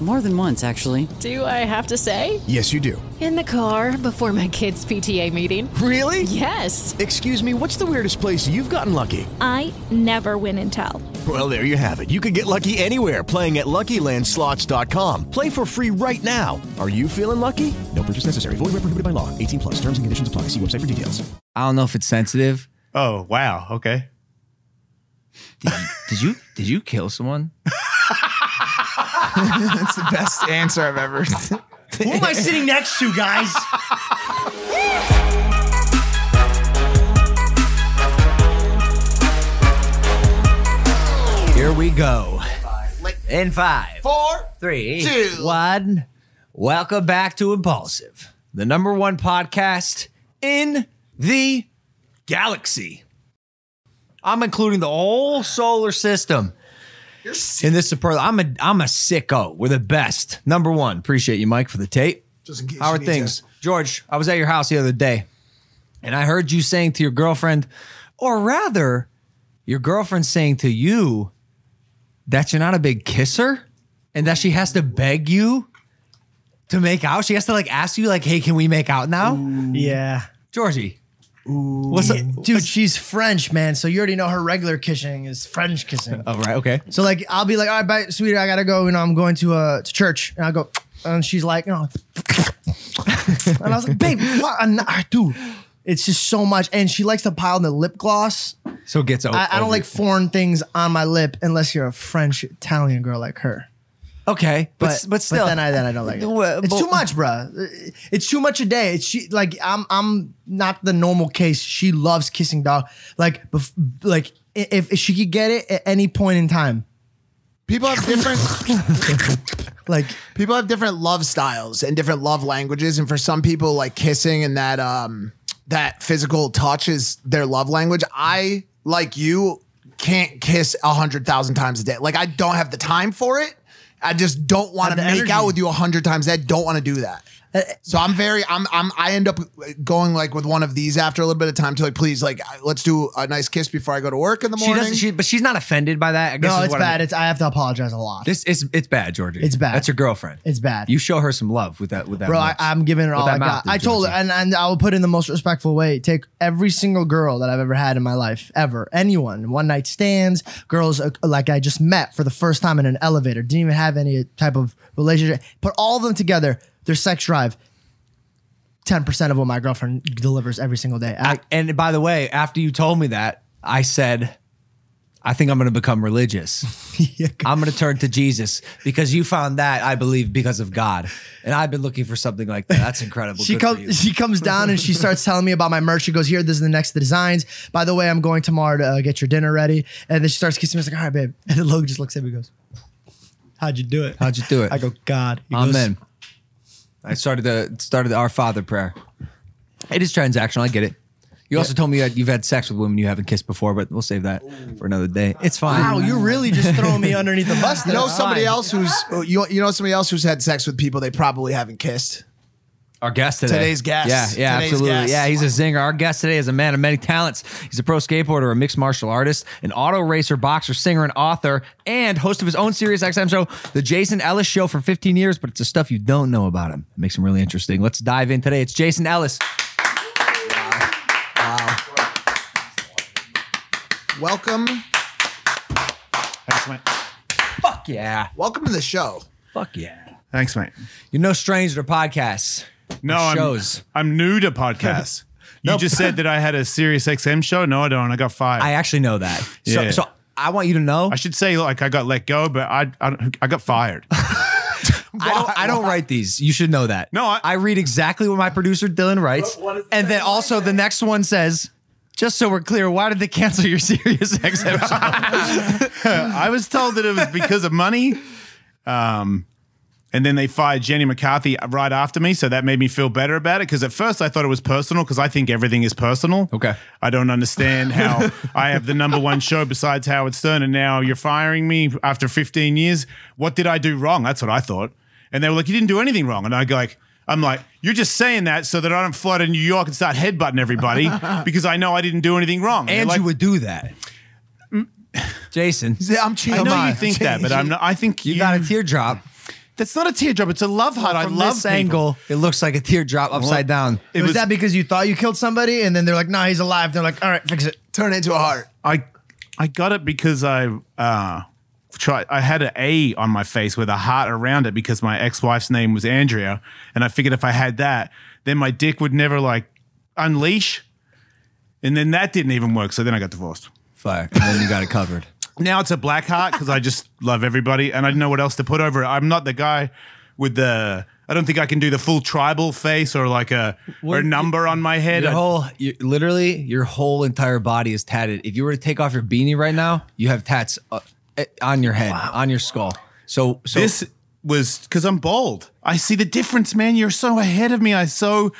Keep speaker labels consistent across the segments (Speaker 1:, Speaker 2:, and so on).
Speaker 1: More than once, actually.
Speaker 2: Do I have to say?
Speaker 3: Yes, you do.
Speaker 4: In the car before my kids' PTA meeting.
Speaker 3: Really?
Speaker 4: Yes.
Speaker 3: Excuse me, what's the weirdest place you've gotten lucky?
Speaker 5: I never win and tell.
Speaker 3: Well, there you have it. You can get lucky anywhere playing at LuckyLandSlots.com. Play for free right now. Are you feeling lucky? No purchase necessary. Void where prohibited by law. 18 plus. Terms and conditions apply. See website for details.
Speaker 6: I don't know if it's sensitive.
Speaker 7: Oh wow. Okay.
Speaker 6: Did you did you, did you kill someone?
Speaker 8: That's the best answer I've ever. seen.
Speaker 9: Who am I sitting next to, guys?
Speaker 6: Here we go. In five, four, three, two, one. Welcome back to Impulsive, the number one podcast in the galaxy. I'm including the whole solar system. In this super, I'm a I'm a sicko. We're the best. Number one. Appreciate you, Mike, for the tape.
Speaker 8: Just in case
Speaker 6: How
Speaker 8: you
Speaker 6: are
Speaker 8: need
Speaker 6: things?
Speaker 8: to-
Speaker 6: George, I was at your house the other day and I heard you saying to your girlfriend, or rather, your girlfriend saying to you that you're not a big kisser and that she has to beg you to make out. She has to like ask you, like, hey, can we make out now?
Speaker 9: yeah.
Speaker 6: Georgie. What's up?
Speaker 9: Dude, she's French, man. So you already know her regular kissing is French kissing.
Speaker 6: Oh, right. Okay.
Speaker 9: So like I'll be like, all right, bye, sweetie, I gotta go. You know, I'm going to uh to church, and I go, and she's like, no, and I was like, babe, what? I'm not, dude, it's just so much. And she likes to pile in the lip gloss.
Speaker 6: So it gets over.
Speaker 9: I, I don't like foreign things on my lip unless you're a French Italian girl like her.
Speaker 6: Okay. But,
Speaker 9: But
Speaker 6: but, still.
Speaker 9: then I then I don't like it.
Speaker 6: Well,
Speaker 9: It's
Speaker 6: but-
Speaker 9: too much, bruh. It's too much a day. It's she like I'm I'm not the normal case. She loves kissing dog. Like bef- like i- if, if she could get it at any point in time,
Speaker 8: People have different.
Speaker 9: like
Speaker 8: people have different love styles and different love languages and for some people like kissing and that um that physical touch is their love language i like you can't kiss a hundred thousand times a day like i don't have the time for it i just don't want to
Speaker 9: Have the
Speaker 8: make
Speaker 9: energy. Uh,
Speaker 8: out with you a hundred times i don't want to do that so i'm very i'm i'm i end up going like with one of these after a little bit of time to like please like let's do a nice kiss before i go to work in the
Speaker 6: she
Speaker 8: morning
Speaker 6: doesn't, she, but she's not offended by that. I guess
Speaker 9: no,
Speaker 6: is
Speaker 9: it's
Speaker 6: what I'm-
Speaker 9: bad. it's I have to apologize a lot.
Speaker 6: this it's it's bad, Georgie.
Speaker 9: It's bad.
Speaker 6: That's your girlfriend.
Speaker 9: It's bad.
Speaker 6: You show her some love with that with that.
Speaker 9: Bro, I,
Speaker 6: lips.
Speaker 9: I'm giving it
Speaker 6: With
Speaker 9: all
Speaker 6: that
Speaker 9: I
Speaker 6: mouth,
Speaker 9: got. I told her,
Speaker 6: Georgie.
Speaker 9: and, and I will put it in the most respectful way. Take every single girl that I've ever had in my life, ever, anyone, one night stands, girls uh, like I just met for the first time in an elevator, didn't even have any type of relationship. Put all of them together, their sex drive, 10% of what my girlfriend delivers every single day. I,
Speaker 6: I- and by the way, after you told me that, I said, I think I'm going to become religious. I'm going to turn to Jesus because you found that, I believe, because of God. And I've been looking for something like that. That's incredible.
Speaker 9: She
Speaker 6: Good for you.
Speaker 9: comes. She comes down and she starts telling me about my merch. She goes, "Here, this is the next designs. By the way, I'm going tomorrow to uh, get your dinner ready." And then she starts kissing me. It's like, "All right, babe." And then Logan just looks at me and goes, "How'd you do it?
Speaker 6: How'd you do it?
Speaker 9: I go, "God." He goes,
Speaker 6: Amen. I started the started the Our Father prayer. It is transactional. I get it. You also told me that you've had sex with women you haven't kissed before, but we'll save that for another day. It's fine.
Speaker 9: Wow, you're really just throwing me underneath the bus.
Speaker 8: you
Speaker 9: There.
Speaker 8: know somebody else who's you, you know somebody else who's had sex with people they probably haven't kissed
Speaker 6: Our guest today.
Speaker 8: Today's guest.
Speaker 6: Yeah, yeah,
Speaker 8: Today's
Speaker 6: absolutely.
Speaker 8: guest.
Speaker 6: Yeah, he's a zinger. Our guest today is a man of many talents. He's a pro skateboarder, a mixed martial artist, an auto racer, boxer, singer, and author, and host of his own Sirius XM show, The Jason Ellis Show, for 15 years. But it's the stuff you don't know about him. It makes him really interesting. Let's dive in today. It's Jason Ellis.
Speaker 8: welcome
Speaker 7: Thanks, mate.
Speaker 6: Fuck yeah.
Speaker 8: welcome to the show
Speaker 6: Fuck yeah.
Speaker 7: Thanks, mate.
Speaker 6: You're no stranger to podcasts.
Speaker 7: No, I'm,
Speaker 6: shows.
Speaker 7: I'm new to podcasts. You just said that I had a Sirius XM show. No, I don't. I got fired.
Speaker 6: I
Speaker 7: I,
Speaker 6: actually know that. So,
Speaker 7: Yeah.
Speaker 6: so I want you to know
Speaker 7: should say like I got let go, but I I, don't, I got fired.
Speaker 6: I don't, I don't write these. You should know that.
Speaker 7: No, I-
Speaker 6: read exactly what my producer Dylan writes, and then also the next one says, "Just so we're clear, why did they cancel your Sirius XM show?"
Speaker 7: I was told that it was because of money. Um, and then they fired Jenny McCarthy right after me. So that made me feel better about it. Because at first I thought it was personal because I think everything is personal.
Speaker 6: Okay.
Speaker 7: I don't understand how I have the number one show besides Howard Stern. And now you're firing me after 15 years. What did I do wrong? That's what I thought. And they were like, you didn't do anything wrong. And I go like, I'm like, you're just saying that so that I don't flood in New York and start headbutting everybody because I know I didn't do anything wrong. They're
Speaker 6: And
Speaker 7: like,
Speaker 6: you would do that. Mm. Jason,
Speaker 8: Yeah, I'm
Speaker 7: I
Speaker 8: cheating.
Speaker 7: know you think that, but I'm not. I think
Speaker 6: you got a teardrop.
Speaker 7: That's not a teardrop. It's a love heart.
Speaker 6: From
Speaker 7: I love
Speaker 6: this
Speaker 7: people.
Speaker 6: angle, it looks like a teardrop upside down.
Speaker 7: It
Speaker 9: was,
Speaker 7: was-
Speaker 9: that because you thought you killed somebody, and then they're like, "No, he's alive." They're like, "All right, fix it."
Speaker 8: Turn it into a heart.
Speaker 7: I I got it because I uh tried I had an A on my face with a heart around it because my ex-wife's name was Andrea and I figured if I had that then my dick would never like unleash and then that didn't even work so then I got divorced.
Speaker 6: Fire. And then you got it covered.
Speaker 7: Now it's a black heart because I just love everybody and I didn't know what else to put over it. I'm not the guy with the I don't think I can do the full tribal face or like a or a number on my head.
Speaker 6: Your
Speaker 7: I-
Speaker 6: whole, you, literally, your whole entire body is tatted. If you were to take off your beanie right now, you have tats uh, eh, on your head, on your skull. So, so
Speaker 7: this was because I'm bald. I see the difference, man. You're so ahead of me. I so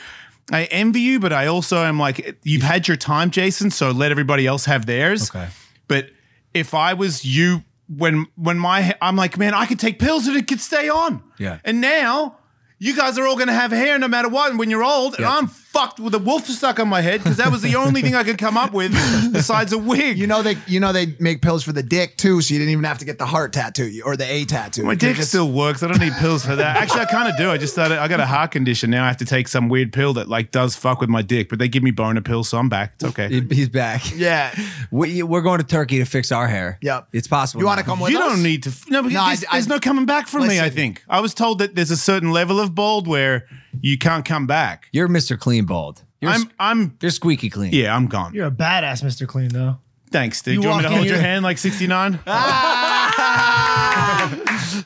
Speaker 7: I envy you, but I also am like, you've had your time, Jason. So let everybody else have theirs.
Speaker 6: Okay.
Speaker 7: But if I was you, when when my I'm like, man, I could take pills and it could stay on.
Speaker 6: Yeah.
Speaker 7: And now. You guys are all gonna have hair no matter what, and when you're old, and I'm fucked with a wolf stuck on my head because that was the only thing I could come up with besides a wig.
Speaker 8: You know they you know they make pills for the dick too, so you didn't even have to get the heart tattoo you- or the A tattoo.
Speaker 7: My
Speaker 8: You
Speaker 7: dick
Speaker 8: just-
Speaker 7: still works. I don't need pills for that. Actually, I kind of do. I just started. I got a heart condition now. I have to take some weird pill that like does fuck with my dick, but they give me boner pills, so I'm back. It's okay.
Speaker 6: he- he's back.
Speaker 8: Yeah.
Speaker 6: We, we're going to Turkey to fix our hair.
Speaker 8: Yep.
Speaker 6: It's possible.
Speaker 8: You wanna
Speaker 6: now.
Speaker 8: come with
Speaker 7: you
Speaker 8: us?
Speaker 7: don't need to. No, because
Speaker 8: No, I-
Speaker 7: there's,
Speaker 8: I-
Speaker 7: there's no coming back from me. I
Speaker 8: Listen.
Speaker 7: think I was told that there's a certain level of bald where you can't come back.
Speaker 6: You're Mr. Clean Bald. You're,
Speaker 7: I'm. I'm.
Speaker 6: you're squeaky clean.
Speaker 7: Yeah, I'm gone.
Speaker 9: You're a badass, Mister Clean, though.
Speaker 7: Thanks, dude.
Speaker 9: You
Speaker 7: Do you want me
Speaker 9: walk
Speaker 7: to
Speaker 9: in
Speaker 7: hold your
Speaker 9: here-
Speaker 7: hand like 69?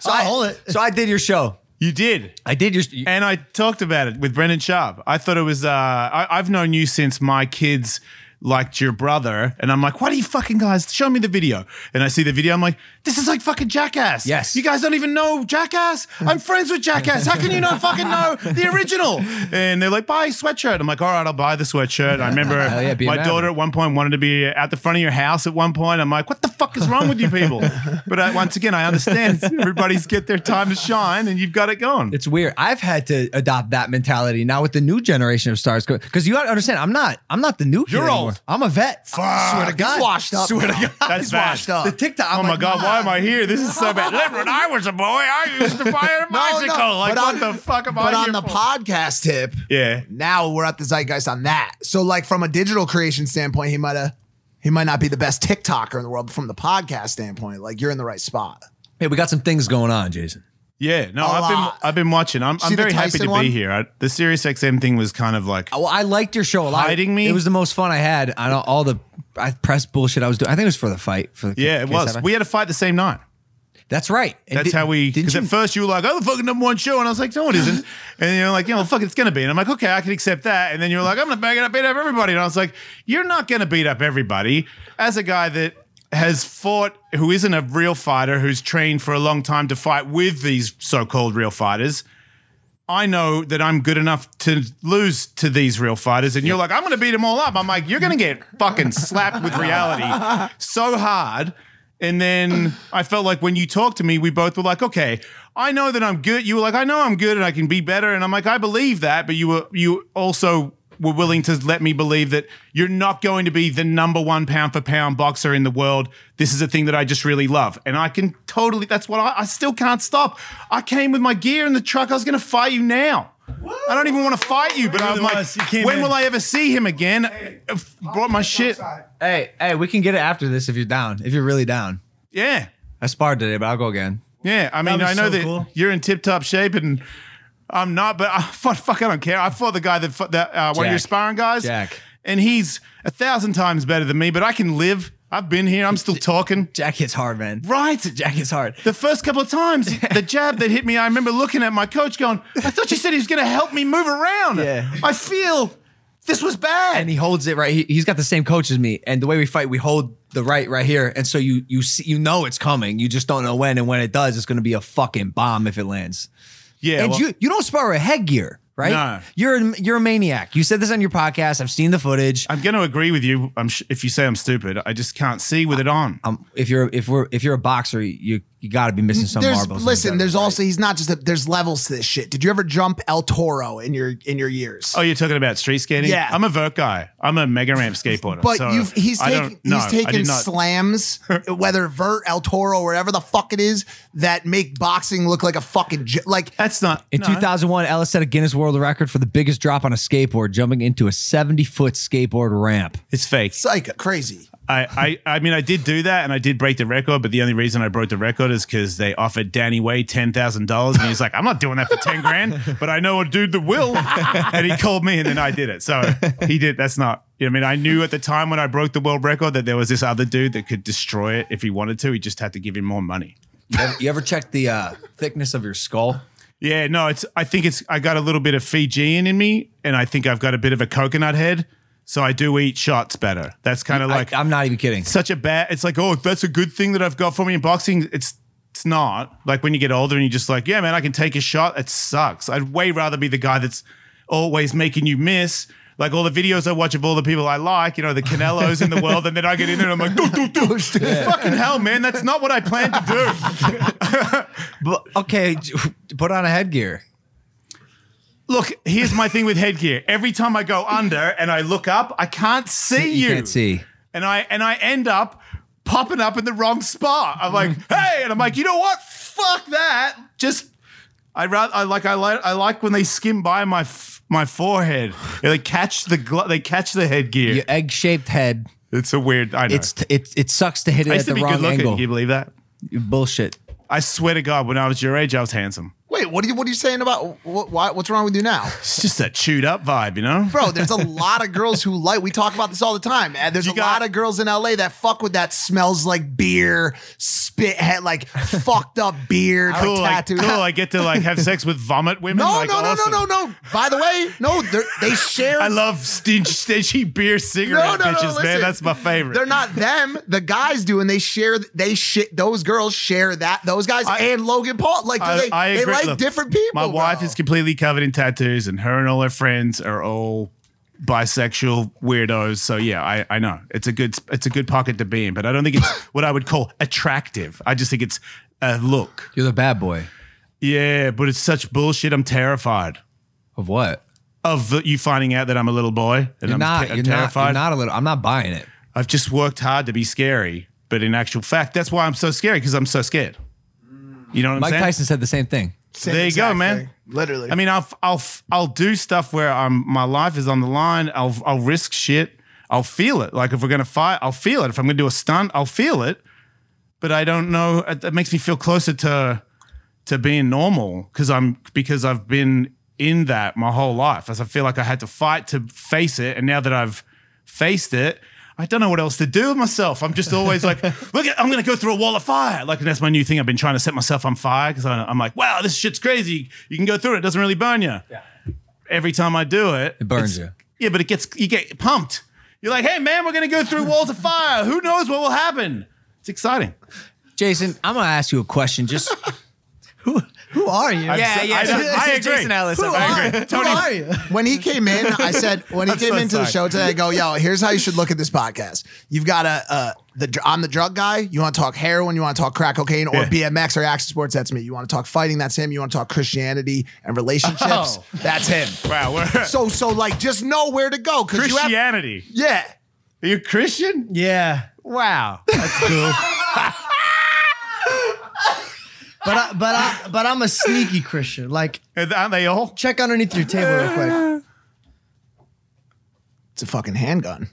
Speaker 6: So I, hold it. So I did your show.
Speaker 7: You did.
Speaker 6: I did your. You,
Speaker 7: And I talked about it with Brendan Sharp. I thought it was, uh, I, I've known you since my kids liked your brother. And I'm like, what are you fucking guys? Show me the video. And I see the video. I'm like, this is like fucking Jackass.
Speaker 6: Yes.
Speaker 7: You guys don't even know Jackass. I'm friends with Jackass. How can you not fucking know the original? And they're like, buy a sweatshirt. I'm like, all right, I'll buy the sweatshirt. I remember
Speaker 6: yeah, be a
Speaker 7: my
Speaker 6: man.
Speaker 7: daughter at one point wanted to be at the front of your house at one point. I'm like, what the fuck is wrong with you people? But I, once again, I understand everybody's get their time to shine and you've got it going.
Speaker 6: It's weird. I've had to adopt that mentality now with the new generation of stars. Because you got to understand, I'm not. I'm not the new. kid
Speaker 7: You're
Speaker 6: anymore.
Speaker 7: old.
Speaker 6: I'm a vet. Swear to
Speaker 8: He's
Speaker 6: God.
Speaker 8: washed up
Speaker 6: Swear to
Speaker 8: now.
Speaker 6: God.
Speaker 7: That's
Speaker 8: He's
Speaker 7: bad.
Speaker 8: washed up.
Speaker 6: The TikTok. I'm
Speaker 7: oh my
Speaker 6: like,
Speaker 7: god,
Speaker 6: "Nah."
Speaker 7: why am I here? This is so bad. Remember when I was a boy, I used to fire a
Speaker 8: No, no,
Speaker 7: bicycle. like
Speaker 8: but
Speaker 7: what
Speaker 8: on-
Speaker 7: the fuck am I
Speaker 8: But on
Speaker 7: here
Speaker 8: the
Speaker 7: for?
Speaker 8: podcast tip,
Speaker 7: Yeah.
Speaker 8: now we're at the zeitgeist on that. So like from a digital creation standpoint, he might have he might not be the best TikToker in the world, but from the podcast standpoint, like you're in the right spot.
Speaker 6: Hey, we got some things going on, Jason.
Speaker 7: Yeah. No,
Speaker 8: A
Speaker 7: I've
Speaker 8: lot.
Speaker 7: been I've been watching. I'm,
Speaker 8: See
Speaker 7: I'm
Speaker 8: the
Speaker 7: very happy
Speaker 8: Tyson
Speaker 7: to
Speaker 8: one?
Speaker 7: be here. I, the Sirius XM thing was kind of like
Speaker 6: Oh, Well, I liked your show a lot.
Speaker 7: Hiding me?
Speaker 6: It was the most fun I had on all- all the I press bullshit I was doing. I think it was for the fight. For the
Speaker 7: Yeah, it was.
Speaker 6: K7.
Speaker 7: We had a fight the same night.
Speaker 6: That's right. And
Speaker 7: That's
Speaker 6: did-
Speaker 7: how we
Speaker 6: Didn't
Speaker 7: because
Speaker 6: you,
Speaker 7: at first you were like, Oh the fucking number one show and I was like, No it isn't. and you're like, you know, fuck it's gonna be. And I'm like, okay, I can accept that. And then you're like, I'm gonna bang it up, beat up everybody. And I was like, You're not gonna beat up everybody. As a guy that has fought who isn't a real fighter, who's trained for a long time to fight with these so-called real fighters. I know that I'm good enough to lose to these real fighters. And you're like, I'm going to beat them all up. I'm like, you're going to get fucking slapped with reality so hard. And then I felt like when you talked to me, we both were like, okay, I know that I'm good. You were like, I know I'm good and I can be better. And I'm like, I believe that. But you were, you also were willing to let me believe that you're not going to be the number one pound for pound boxer in the world. This is a thing that I just really love. And I can totally, that's what I, I still can't stop. I came with my gear in the truck. I was going to fight you now. I don't even want to fight you, but You're I'm the like, worst. You came when in. will I ever see him again? I brought my shit.
Speaker 6: hey, hey, we can get it after this if you're down. If you're really down.
Speaker 7: Yeah.
Speaker 6: I sparred today, but I'll go again.
Speaker 7: Yeah, I mean,
Speaker 9: was
Speaker 7: I know
Speaker 9: so
Speaker 7: that
Speaker 9: cool.
Speaker 7: you're in tip-top shape, and I'm not. But I, fuck, fuck, I don't care. I fought the guy that fu- that uh, one of your
Speaker 6: Jack.
Speaker 7: sparring guys,
Speaker 6: Jack.
Speaker 7: and he's a thousand times better than me. But I can live. I've been here. I'm still talking.
Speaker 6: Jack hits hard, man.
Speaker 7: Right,
Speaker 6: Jack hits hard.
Speaker 7: The first couple of times, the jab that hit me, I remember looking at my coach, going, "I thought you said he was going to help me move around.
Speaker 6: Yeah.
Speaker 7: I feel this was bad."
Speaker 6: and he holds it right. He, he's got the same coach as me, and the way we fight, we hold the right right here, and so you you see you know it's coming. You just don't know when, and when it does, it's going to be a fucking bomb if it lands.
Speaker 7: yeah,
Speaker 6: and
Speaker 7: well-
Speaker 6: you you don't spar a headgear, right?
Speaker 7: No.
Speaker 6: You're a, you're a maniac. You said this on your podcast. I've seen the footage.
Speaker 7: I'm going to agree with you. I'm sh- if you say I'm stupid, I just can't see with it on.
Speaker 6: Um, if you're if we're if you're a boxer, you you got to be missing some
Speaker 8: there's
Speaker 6: marbles. in the
Speaker 8: listen.
Speaker 6: gutter,
Speaker 8: There's
Speaker 6: right?
Speaker 8: also he's not just a, there's levels to this shit. Did you ever jump El Toro in your in your years?
Speaker 7: Oh, you're talking about street skating?
Speaker 8: Yeah.
Speaker 7: I'm a vert guy. I'm a mega ramp skateboarder.
Speaker 8: But
Speaker 7: so
Speaker 8: you've, he's,
Speaker 7: I
Speaker 8: taking
Speaker 7: don't- no,
Speaker 8: he's
Speaker 7: I
Speaker 8: taken
Speaker 7: did not-
Speaker 8: slams, whether vert, El Toro, whatever the fuck it is, that make boxing look like a fucking j- like.
Speaker 7: That's not
Speaker 6: In
Speaker 7: no.
Speaker 6: 2001, Ellis set a Guinness World Record for the biggest drop on a skateboard, jumping into a 70 foot skateboard ramp.
Speaker 7: It's fake.
Speaker 8: Psycho, crazy.
Speaker 7: I, I, I mean, I did do that and I did break the record, but the only reason I broke the record is because they offered Danny Way $10,000 and he's like, I'm not doing that for 10 grand, but I know a dude that will. And he called me and then I did it. So he did. That's not, you know, what I mean, I knew at the time when I broke the world record that there was this other dude that could destroy it if he wanted to. He just had to give him more money.
Speaker 6: You ever, you ever check the uh, thickness of your skull?
Speaker 7: Yeah, no, it's, I think it's, I got a little bit of Fijian in me and I think I've got a bit of a coconut head. So I do eat shots better. That's kind of like,
Speaker 6: I, I'm not even kidding.
Speaker 7: such a bad. It's like, oh, that's a good thing that I've got for me in boxing. It's it's not like when you get older and you're just like, yeah, man, I can take a shot. It sucks. I'd way rather be the guy that's always making you miss. Like all the videos I watch of all the people I like, you know, the Canelos in the world, and then I get in there and I'm like, do, do, do. fucking hell, man, that's not what I planned to do.
Speaker 6: But, okay, j- put on a headgear.
Speaker 7: Look, here's my thing with headgear. Every time I go under and I look up, I can't see you.
Speaker 6: You can't see.
Speaker 7: and I and I end up popping up in the wrong spot. I'm like,
Speaker 6: Mm-hmm.
Speaker 7: hey, and I'm like, you know what? Fuck that. Just I rather I like I like I like when they skim by my f- my forehead. They catch the glo- they catch the headgear.
Speaker 6: Your egg shaped head.
Speaker 7: It's a weird. I know.
Speaker 6: It's t- it, it sucks to hit it
Speaker 7: I
Speaker 6: at
Speaker 7: used
Speaker 6: the
Speaker 7: to be
Speaker 6: wrong
Speaker 7: good looking.
Speaker 6: angle.
Speaker 7: Can you believe that?
Speaker 6: Bullshit.
Speaker 7: I swear to God, when I was your age, I was handsome.
Speaker 8: Wait, what are you what are you saying about what, why, what's wrong with you now,
Speaker 7: It's just that chewed up vibe, you know.
Speaker 8: bro? There's a lot of girls who like. We talk about this all the time. And there's
Speaker 7: You
Speaker 8: a
Speaker 7: got-
Speaker 8: lot of girls in LA that fuck with that. Smells like beer, spit head, like fucked up beard,
Speaker 7: Cool,
Speaker 8: like,
Speaker 7: like,
Speaker 8: tattoo.
Speaker 7: cool. I get to like have sex with vomit women.
Speaker 8: no,
Speaker 7: like,
Speaker 8: no, no,
Speaker 7: awesome.
Speaker 8: no, no, no. By the way, no, they're- they share.
Speaker 7: I love stingy, stingy beer cigarette bitches, man.
Speaker 8: listen.
Speaker 7: That's my favorite.
Speaker 8: They're not them. The guys do, and they share. They shit. Those girls share that. Those guys
Speaker 7: I-
Speaker 8: and Logan Paul. Like
Speaker 7: I,
Speaker 8: they,
Speaker 7: I
Speaker 8: they
Speaker 7: agree.
Speaker 8: like
Speaker 7: Look,
Speaker 8: different people.
Speaker 7: My wife
Speaker 8: bro.
Speaker 7: is completely covered in tattoos, and her and all her friends are all bisexual weirdos. So yeah, I, I know it's a good it's a good pocket to be in, but I don't think it's what I would call attractive. I just think it's a look.
Speaker 6: You're the bad boy.
Speaker 7: Yeah, but it's such bullshit. I'm terrified
Speaker 6: Of what?
Speaker 7: of the- you finding out that I'm a little boy, and
Speaker 6: You're
Speaker 7: I'm,
Speaker 6: not.
Speaker 7: I'm
Speaker 6: you're
Speaker 7: terrified.
Speaker 6: not. You're not a little. I'm not buying it.
Speaker 7: I've just worked hard to be scary, but in actual fact, that's why I'm so scary because I'm so scared. You know what
Speaker 6: Mike
Speaker 7: I'm saying?
Speaker 6: Tyson said the same thing.
Speaker 8: Same
Speaker 7: there you go,
Speaker 8: exact
Speaker 7: man.
Speaker 8: thing. Literally,
Speaker 7: I mean, I'll f- I'll f- I'll do stuff where I'm my life is on the line. I'll I'll risk shit. I'll feel it. Like if we're gonna fight, I'll feel it. If I'm gonna do a stunt, I'll feel it. But I don't know. It, it makes me feel closer to to being normal because I'm because I've been in that my whole life. As I feel like I had to fight to face it, and now that I've faced it. I don't know what else to do with myself. I'm just always like, look, at, I'm going to go through a wall of fire. Like, and that's my new thing. I've been trying to set myself on fire because I'm like, wow, this shit's crazy. You can go through it. It doesn't really burn you. Every time I do it,
Speaker 6: It burns
Speaker 7: it's-
Speaker 6: you.
Speaker 7: Yeah, but it gets, you get pumped. You're like, hey, man, we're going to go through walls of fire. Who knows what will happen? It's exciting.
Speaker 6: Jason, I'm gonna ask you a question. Just
Speaker 9: Who are you?
Speaker 7: Yeah,
Speaker 6: yeah,
Speaker 7: yeah. I- I agree.
Speaker 6: Jason Ellis.
Speaker 9: Who
Speaker 6: I'm-
Speaker 9: are, who are you?
Speaker 8: when he came in, I said when he
Speaker 7: I'm
Speaker 8: came
Speaker 7: so
Speaker 8: into the show
Speaker 7: sorry.
Speaker 8: today, I go, "Yo, here's how you should look at this podcast. You've got a uh, the dr- I'm the drug guy. You want to talk heroin? You want to talk crack cocaine or BMX or action sports? That's me. You want to talk fighting? That's him. You want to talk Christianity and relationships?
Speaker 6: Oh.
Speaker 8: That's him.
Speaker 7: Wow. We're,
Speaker 8: So so like just know where to go because you have
Speaker 7: Christianity.
Speaker 8: yeah.
Speaker 7: Are you Christian?
Speaker 9: Yeah,
Speaker 7: Wow. That's cool.
Speaker 9: but I, but I, but I'm a sneaky Christian. Like,
Speaker 7: And Aren't they all?
Speaker 9: check underneath your table real quick.
Speaker 8: It's a fucking handgun.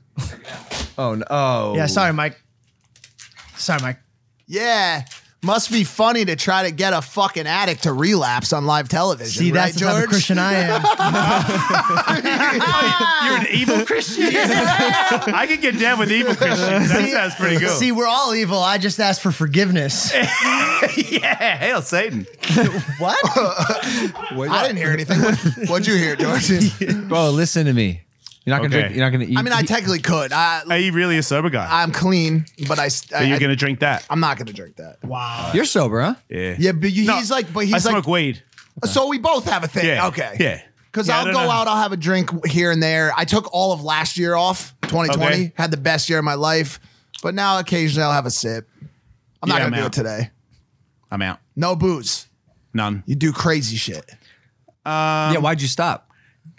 Speaker 6: Oh no. Oh.
Speaker 9: Yeah, sorry, Mike. Sorry, Mike.
Speaker 8: Yeah. Must be funny to try to get a fucking addict to relapse on live television.
Speaker 9: See,
Speaker 8: right,
Speaker 9: that's the
Speaker 8: George?
Speaker 9: type of Christian I am.
Speaker 7: You're
Speaker 8: Ah.
Speaker 7: an evil Christian? I could get down with evil Christians. That sounds pretty good.
Speaker 9: See, we're all evil. I just asked for forgiveness.
Speaker 7: yeah, hail Satan.
Speaker 9: what?
Speaker 8: I didn't hear anything. What- What'd you hear, George?
Speaker 6: Bro, listen to me. You're not gonna
Speaker 7: Okay.
Speaker 6: drink. You're not gonna eat.
Speaker 8: I mean, I technically could. I,
Speaker 7: Are you really a sober guy?
Speaker 8: I'm clean, but I. I
Speaker 7: Are you
Speaker 8: I-
Speaker 7: going to drink that?
Speaker 8: I'm not gonna drink that.
Speaker 6: you're sober, huh?
Speaker 7: Yeah.
Speaker 8: Yeah, but you-
Speaker 7: No,
Speaker 8: he's like, but
Speaker 7: I
Speaker 8: he's like.
Speaker 7: smoke weed.
Speaker 8: So we both have a thing.
Speaker 7: Yeah.
Speaker 8: Okay.
Speaker 7: Yeah.
Speaker 8: Because
Speaker 7: Yeah, I
Speaker 8: I'll
Speaker 7: don't
Speaker 8: go
Speaker 7: know.
Speaker 8: out, I'll have a drink here and there. I took all of last year off, 2020.
Speaker 7: Okay.
Speaker 8: Had the best year of my life, but now occasionally I'll have a sip. I'm not
Speaker 7: Yeah,
Speaker 8: gonna
Speaker 7: I'm
Speaker 8: do
Speaker 7: out.
Speaker 8: it today.
Speaker 7: I'm out.
Speaker 8: No booze.
Speaker 7: None.
Speaker 8: You do crazy shit.
Speaker 6: yeah, why'd you stop?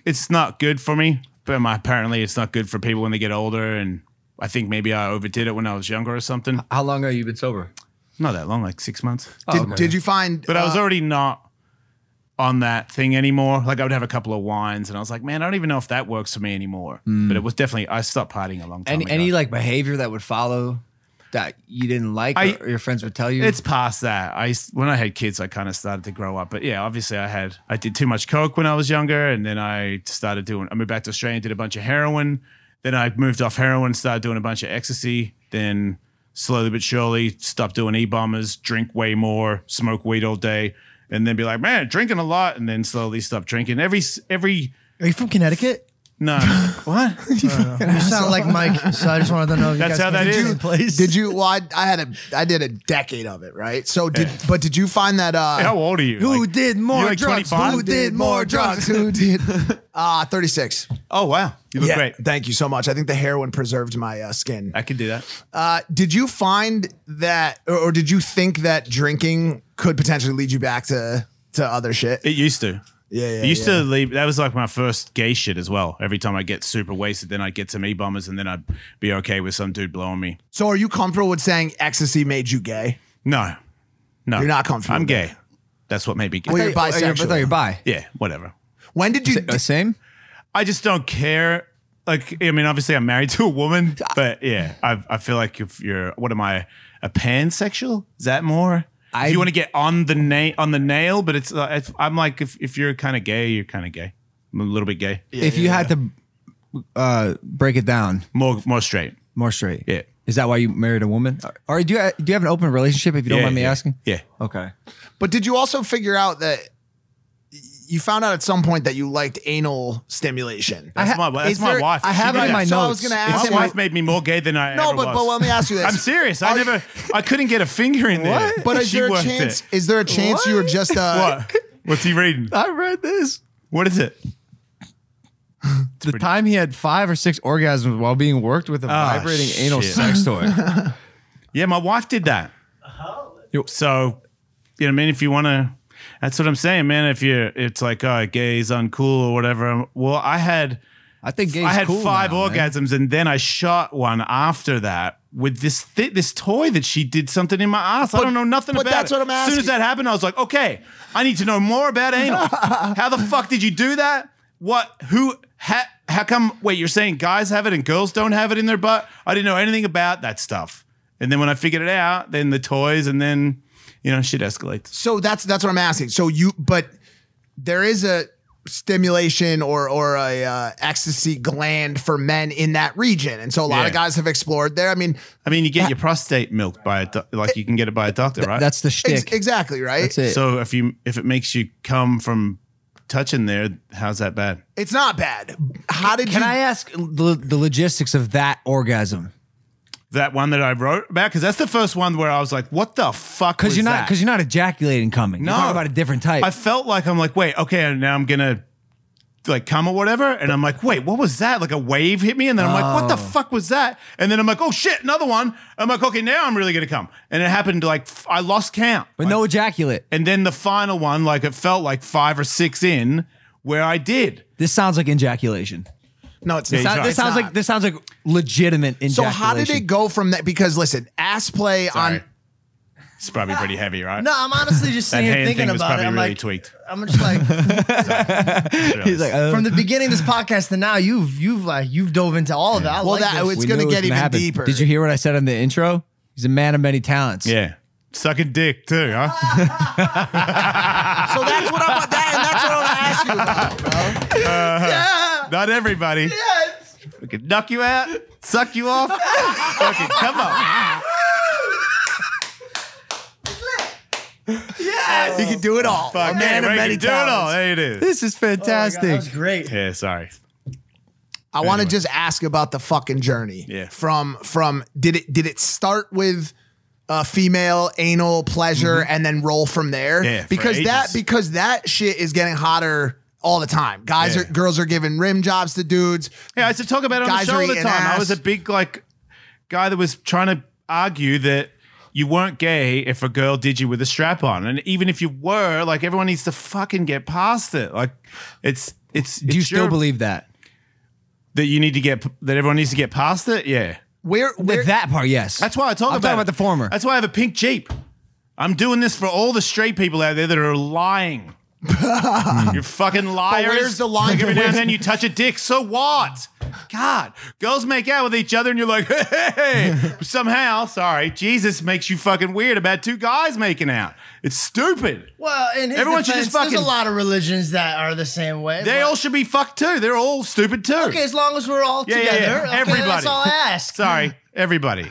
Speaker 7: It's not good for me, but my, apparently it's not good for people when they get older. And I think maybe I overdid it when I was younger or something.
Speaker 6: How long have you been sober?
Speaker 7: Not that long, like six months.
Speaker 8: Did, did you find?
Speaker 7: Oh, But I was
Speaker 8: uh,
Speaker 7: already not on that thing anymore. Like I would have a couple of wines, and I was like, man, I don't even know if that works for me anymore. But it was definitely I stopped partying a long time.
Speaker 6: Hmm. Any
Speaker 7: ago.
Speaker 6: any like behavior that would follow that you didn't like
Speaker 7: I-
Speaker 6: or, or your friends would tell you?
Speaker 7: It's past that. I s- when I had kids, I kind of started to grow up. But yeah, obviously, I had I did too much coke when I was younger, and then I started doing. I moved back to Australia, and did a bunch of heroin. Then I moved off heroin, started doing a bunch of ecstasy. Then slowly but surely, stopped doing e bombers, drink way more, smoke weed all day, and then be like, man, drinking a lot, and then slowly stop drinking. Every s- every
Speaker 9: Are you from Connecticut?
Speaker 7: no what
Speaker 9: You sound like Mike, so I just wanted to know. If
Speaker 7: Uh, That's
Speaker 9: you
Speaker 7: how
Speaker 9: guys
Speaker 7: that is.
Speaker 9: Place.
Speaker 8: Did you? Well, I, I had a. I did a decade of it, right? So did. But did you find that? Uh,
Speaker 7: how old are you?
Speaker 9: Who
Speaker 7: Like,
Speaker 9: did more
Speaker 7: you're like
Speaker 9: drugs?
Speaker 7: 25?
Speaker 9: Who did more drugs? Who did?
Speaker 8: Uh, Thirty six.
Speaker 7: Oh wow, you look great.
Speaker 8: Thank you so much. I think the heroin preserved my uh, skin.
Speaker 7: I could do that.
Speaker 8: Uh, did you find that, or, or did you think that drinking could potentially lead you back to to other shit?
Speaker 7: It used to.
Speaker 8: Yeah, yeah,
Speaker 7: It used
Speaker 8: yeah.
Speaker 7: to leave. That was like my first gay shit as well. Every time I get super wasted, then I get some e bombers, and then I'd be okay with some dude blowing me.
Speaker 8: so, are you comfortable with saying ecstasy made you gay?
Speaker 7: No, no,
Speaker 8: You're not comfortable
Speaker 7: I'm
Speaker 8: with
Speaker 7: gay. That's what made me gay.
Speaker 8: Well, you're
Speaker 6: Oh, you're- I thought
Speaker 8: bisexual.
Speaker 6: you're bi.
Speaker 7: yeah, whatever.
Speaker 8: when did you?
Speaker 6: Uh, Same.
Speaker 7: I just don't care. Like, I mean, obviously, I'm married to a woman, but yeah, I, I feel like if you're, what am I, a pansexual? Is that more?
Speaker 6: I-
Speaker 7: if you want to get on the nail, on the nail, but it's, uh, it's I'm like, if, if you're kind of gay, you're kind of gay. I'm a little bit gay.
Speaker 6: if you had to uh, break it down
Speaker 7: More, more straight.
Speaker 6: more straight,
Speaker 7: Yeah.
Speaker 6: is that why you married a woman? Or do you do you have an open relationship? If you don't
Speaker 7: yeah,
Speaker 6: mind me
Speaker 7: yeah,
Speaker 6: asking.
Speaker 7: Yeah.
Speaker 6: Okay.
Speaker 8: But did you also figure out that you found out at some point that you liked anal stimulation?
Speaker 7: That's
Speaker 6: ha-
Speaker 7: my, that's
Speaker 6: is
Speaker 7: my
Speaker 6: there-
Speaker 7: wife.
Speaker 6: I have it
Speaker 7: She
Speaker 6: in
Speaker 7: did
Speaker 6: my
Speaker 7: that.
Speaker 8: so I was
Speaker 6: notes.
Speaker 8: going to
Speaker 7: My
Speaker 8: ask. you-
Speaker 7: wife made me more gay than I
Speaker 8: no,
Speaker 7: ever
Speaker 8: but
Speaker 7: was.
Speaker 8: but let me ask you this.
Speaker 7: I'm serious. I
Speaker 8: Are you-
Speaker 7: never, I couldn't get a finger in there.
Speaker 8: But is
Speaker 7: She
Speaker 8: there a
Speaker 7: worked
Speaker 8: chance?
Speaker 7: It.
Speaker 8: Is there a chance you were just uh, a?
Speaker 7: What? What's he reading?
Speaker 6: I read this.
Speaker 7: What is it?
Speaker 6: The time he had five or six orgasms while being worked with a vibrating anal
Speaker 7: Ah, shit.
Speaker 6: sex toy.
Speaker 7: Yeah, my wife did that. So, you know, what I mean, if you want to, that's what I'm saying, man. If you're, it's like, oh, gay's uncool or whatever. Well, I had,
Speaker 6: I think gay's
Speaker 7: I had
Speaker 6: cool
Speaker 7: five
Speaker 6: now, man.
Speaker 7: orgasms, and then I shot one after that with this thi- this toy that she did something in my ass. I don't know nothing
Speaker 8: but
Speaker 7: about
Speaker 8: that's
Speaker 7: it.
Speaker 8: what I'm
Speaker 7: As soon as
Speaker 8: asking.
Speaker 7: that happened, I was like, okay, I need to know more about anal. how the fuck did you do that? What? Who? Ha- how come? Wait, you're saying guys have it and girls don't have it in their butt? I didn't know anything about that stuff. And then when I figured it out, then the toys, and then you know, shit escalates.
Speaker 8: So that's that's what I'm asking. So you, but there is a stimulation or or a uh, ecstasy gland for men in that region, and so a lot of
Speaker 7: Yeah.
Speaker 8: guys have explored there. I mean,
Speaker 7: I mean, you get your prostate milked by a do- like you can get it by a doctor, right?
Speaker 6: That's the
Speaker 8: ex-
Speaker 6: shtick.
Speaker 8: exactly right.
Speaker 6: That's it.
Speaker 7: So if you if it makes you come from touching there, how's that bad?
Speaker 8: It's not bad. How did
Speaker 6: Can
Speaker 8: you?
Speaker 6: I ask the, the logistics of that orgasm?
Speaker 7: That one that I wrote about because that's the first one where I was like, "What the fuck?"
Speaker 6: Because
Speaker 7: was
Speaker 6: you're not
Speaker 7: that?
Speaker 6: because you're not ejaculating coming.
Speaker 7: No.
Speaker 6: you're talking about a different type.
Speaker 7: I felt like I'm like, wait, okay, now I'm gonna like come or whatever, and I'm like, wait, what was that? Like a wave hit me, and then I'm like, what
Speaker 6: Oh.
Speaker 7: the fuck was that? And then I'm like, oh shit, another one. I'm like, okay, now I'm really gonna come, and it happened like f- I lost count.
Speaker 6: but no ejaculate.
Speaker 7: And then the final one, like it felt like five or six in where I did.
Speaker 6: This sounds like ejaculation.
Speaker 8: no, it's
Speaker 7: Yeah,
Speaker 8: not.
Speaker 7: he's right.
Speaker 6: this
Speaker 8: It's
Speaker 6: sounds
Speaker 8: not.
Speaker 6: like this sounds like legitimate ejaculation.
Speaker 8: So how did it go from that? Because listen, ass play
Speaker 7: Sorry.
Speaker 8: on.
Speaker 7: It's probably pretty heavy, right?
Speaker 9: No, I'm honestly just
Speaker 7: That
Speaker 9: sitting here
Speaker 7: hand
Speaker 9: thinking
Speaker 7: thing was
Speaker 9: about it.
Speaker 7: probably
Speaker 9: I'm
Speaker 7: really
Speaker 9: like,
Speaker 7: tweaked.
Speaker 9: I'm just like,
Speaker 7: He's like,
Speaker 6: uh,
Speaker 9: from the beginning of this podcast to now, you've you've like you've dove into all of that. I
Speaker 8: Well,
Speaker 9: like
Speaker 8: that
Speaker 9: this.
Speaker 8: it's going to get even deeper.
Speaker 6: Did you hear what I said in the intro? He's a man of many talents.
Speaker 7: yeah. Sucking dick too, huh?
Speaker 8: So that's what I want. That, and that's what I want to ask you. About.
Speaker 7: Not everybody. Yes. We could knock you out, suck you off. okay, come on.
Speaker 8: You can do it all.
Speaker 7: Fuck,
Speaker 8: A man
Speaker 7: yeah,
Speaker 8: of
Speaker 7: we
Speaker 8: many
Speaker 7: can do it all.
Speaker 8: talents.
Speaker 7: There it is.
Speaker 6: This is
Speaker 9: Oh my God,
Speaker 6: fantastic.
Speaker 9: that was great.
Speaker 7: Yeah, sorry.
Speaker 8: I want to
Speaker 7: Anyway.
Speaker 8: just ask about the fucking journey.
Speaker 7: Yeah.
Speaker 8: From from did it did it start with uh, female anal pleasure and then roll from there?
Speaker 7: Mm-hmm. Yeah, for
Speaker 8: Because that
Speaker 7: ages.
Speaker 8: because that shit is getting hotter all the time. Guys
Speaker 7: Yeah.
Speaker 8: are girls are giving rim jobs to dudes.
Speaker 7: Yeah, I used to talk about it on
Speaker 8: Guys
Speaker 7: the show
Speaker 8: are
Speaker 7: all the
Speaker 8: eating
Speaker 7: time. I
Speaker 8: ass.
Speaker 7: was a big like guy that was trying to argue that you weren't gay if a girl did you with a strap on, and even if you were, like everyone needs to fucking get past it. Like it's it's.
Speaker 6: Do you still believe that?
Speaker 7: that you need to get that everyone needs to get past it? Yeah.
Speaker 8: Where, where
Speaker 6: With that part, yes.
Speaker 7: That's why I talk
Speaker 6: I'm
Speaker 7: about
Speaker 6: talking
Speaker 7: it.
Speaker 6: about the former.
Speaker 7: That's why I have a pink Jeep. I'm doing this for all the straight people out there that are lying. You're fucking liars.
Speaker 8: where's the line?
Speaker 7: Like every now and then you touch a dick. So what? God, girls make out with each other and you're like, hey, somehow, sorry, Jesus makes you fucking weird about two guys making out. It's stupid.
Speaker 9: Well, in his
Speaker 7: Everyone should
Speaker 9: defense,
Speaker 7: just
Speaker 9: there's
Speaker 7: fucking-
Speaker 9: a lot of religions that are the same way.
Speaker 7: They
Speaker 9: but-
Speaker 7: all should be fucked too. They're all stupid too.
Speaker 9: okay as long as we're all
Speaker 7: Yeah, yeah,
Speaker 9: together.
Speaker 7: yeah.
Speaker 9: okay, that's
Speaker 7: Everybody.
Speaker 9: all I ask.
Speaker 7: Sorry, everybody.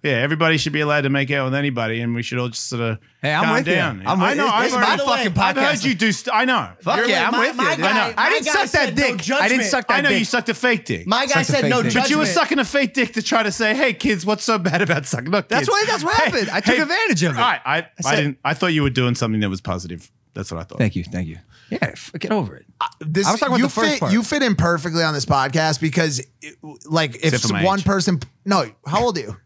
Speaker 7: Yeah, everybody should be allowed to make out with anybody, and we should all just sort of
Speaker 6: Hey, I'm
Speaker 7: calm
Speaker 6: with you.
Speaker 7: down.
Speaker 6: I'm with-
Speaker 7: I know.
Speaker 6: it's-
Speaker 7: I've
Speaker 6: it's
Speaker 7: already-
Speaker 6: my fucking
Speaker 7: I've
Speaker 6: podcast.
Speaker 7: heard you do. St- I know.
Speaker 6: Fuck yeah, I'm
Speaker 9: my-
Speaker 6: with
Speaker 9: my
Speaker 6: you. dude.
Speaker 9: guy-
Speaker 6: I, know. I
Speaker 9: my
Speaker 6: didn't
Speaker 9: guy
Speaker 6: suck that
Speaker 9: said no
Speaker 6: dick. I
Speaker 9: judgment.
Speaker 6: didn't suck that
Speaker 7: I know
Speaker 6: dick.
Speaker 7: you sucked a fake dick.
Speaker 9: My guy
Speaker 6: Sucked a
Speaker 9: said
Speaker 6: fake
Speaker 9: no
Speaker 6: dick.
Speaker 9: judgment.
Speaker 7: but you were sucking a fake dick to try to say, "Hey, kids, what's so bad about sucking up kids?"
Speaker 6: That's what- that's what happened. I took advantage of it.
Speaker 7: All right, I, I,
Speaker 6: said-
Speaker 7: didn't. I thought you were doing something that was positive. That's what I thought.
Speaker 6: Thank you. Thank you. Yeah, f- get over it.
Speaker 8: this,
Speaker 6: I was talking about
Speaker 8: you
Speaker 6: the first
Speaker 8: fit,
Speaker 6: part.
Speaker 8: You fit in perfectly on this podcast because, it- like, if
Speaker 7: Except for my
Speaker 8: one
Speaker 7: age.
Speaker 8: person, no, how old are you?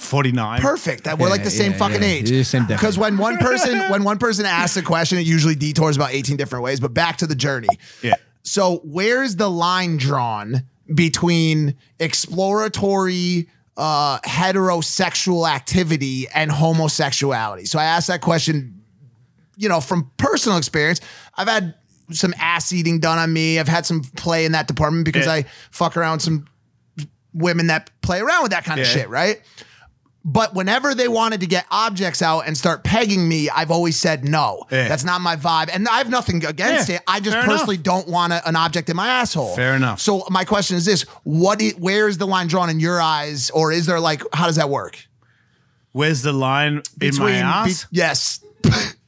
Speaker 7: Forty nine.
Speaker 8: Perfect. That we're like the same
Speaker 6: yeah,
Speaker 8: fucking
Speaker 6: yeah.
Speaker 8: age.
Speaker 6: You're the same difference.
Speaker 8: Because when one person when one person asks a question, it usually detours about eighteen different ways. But back to the journey.
Speaker 7: Yeah.
Speaker 8: So where is the line drawn between exploratory uh, heterosexual activity and homosexuality? So I asked that question, you know, from personal experience. I've had some ass eating done on me. I've had some play in that department because
Speaker 7: Yeah.
Speaker 8: I fuck around with some women that play around with that kind of
Speaker 7: Yeah.
Speaker 8: shit, right? But whenever they wanted to get objects out and start pegging me, I've always said no.
Speaker 7: Yeah.
Speaker 8: That's not my vibe. And I have nothing against
Speaker 7: Yeah,
Speaker 8: it. I just
Speaker 7: fair
Speaker 8: personally
Speaker 7: enough.
Speaker 8: don't want a, an object in my asshole.
Speaker 7: Fair enough.
Speaker 8: So my question is this, what i- where is the line drawn in your eyes or is there like how does that work?
Speaker 7: Where's the line in my
Speaker 8: be-
Speaker 7: ass?
Speaker 8: yes.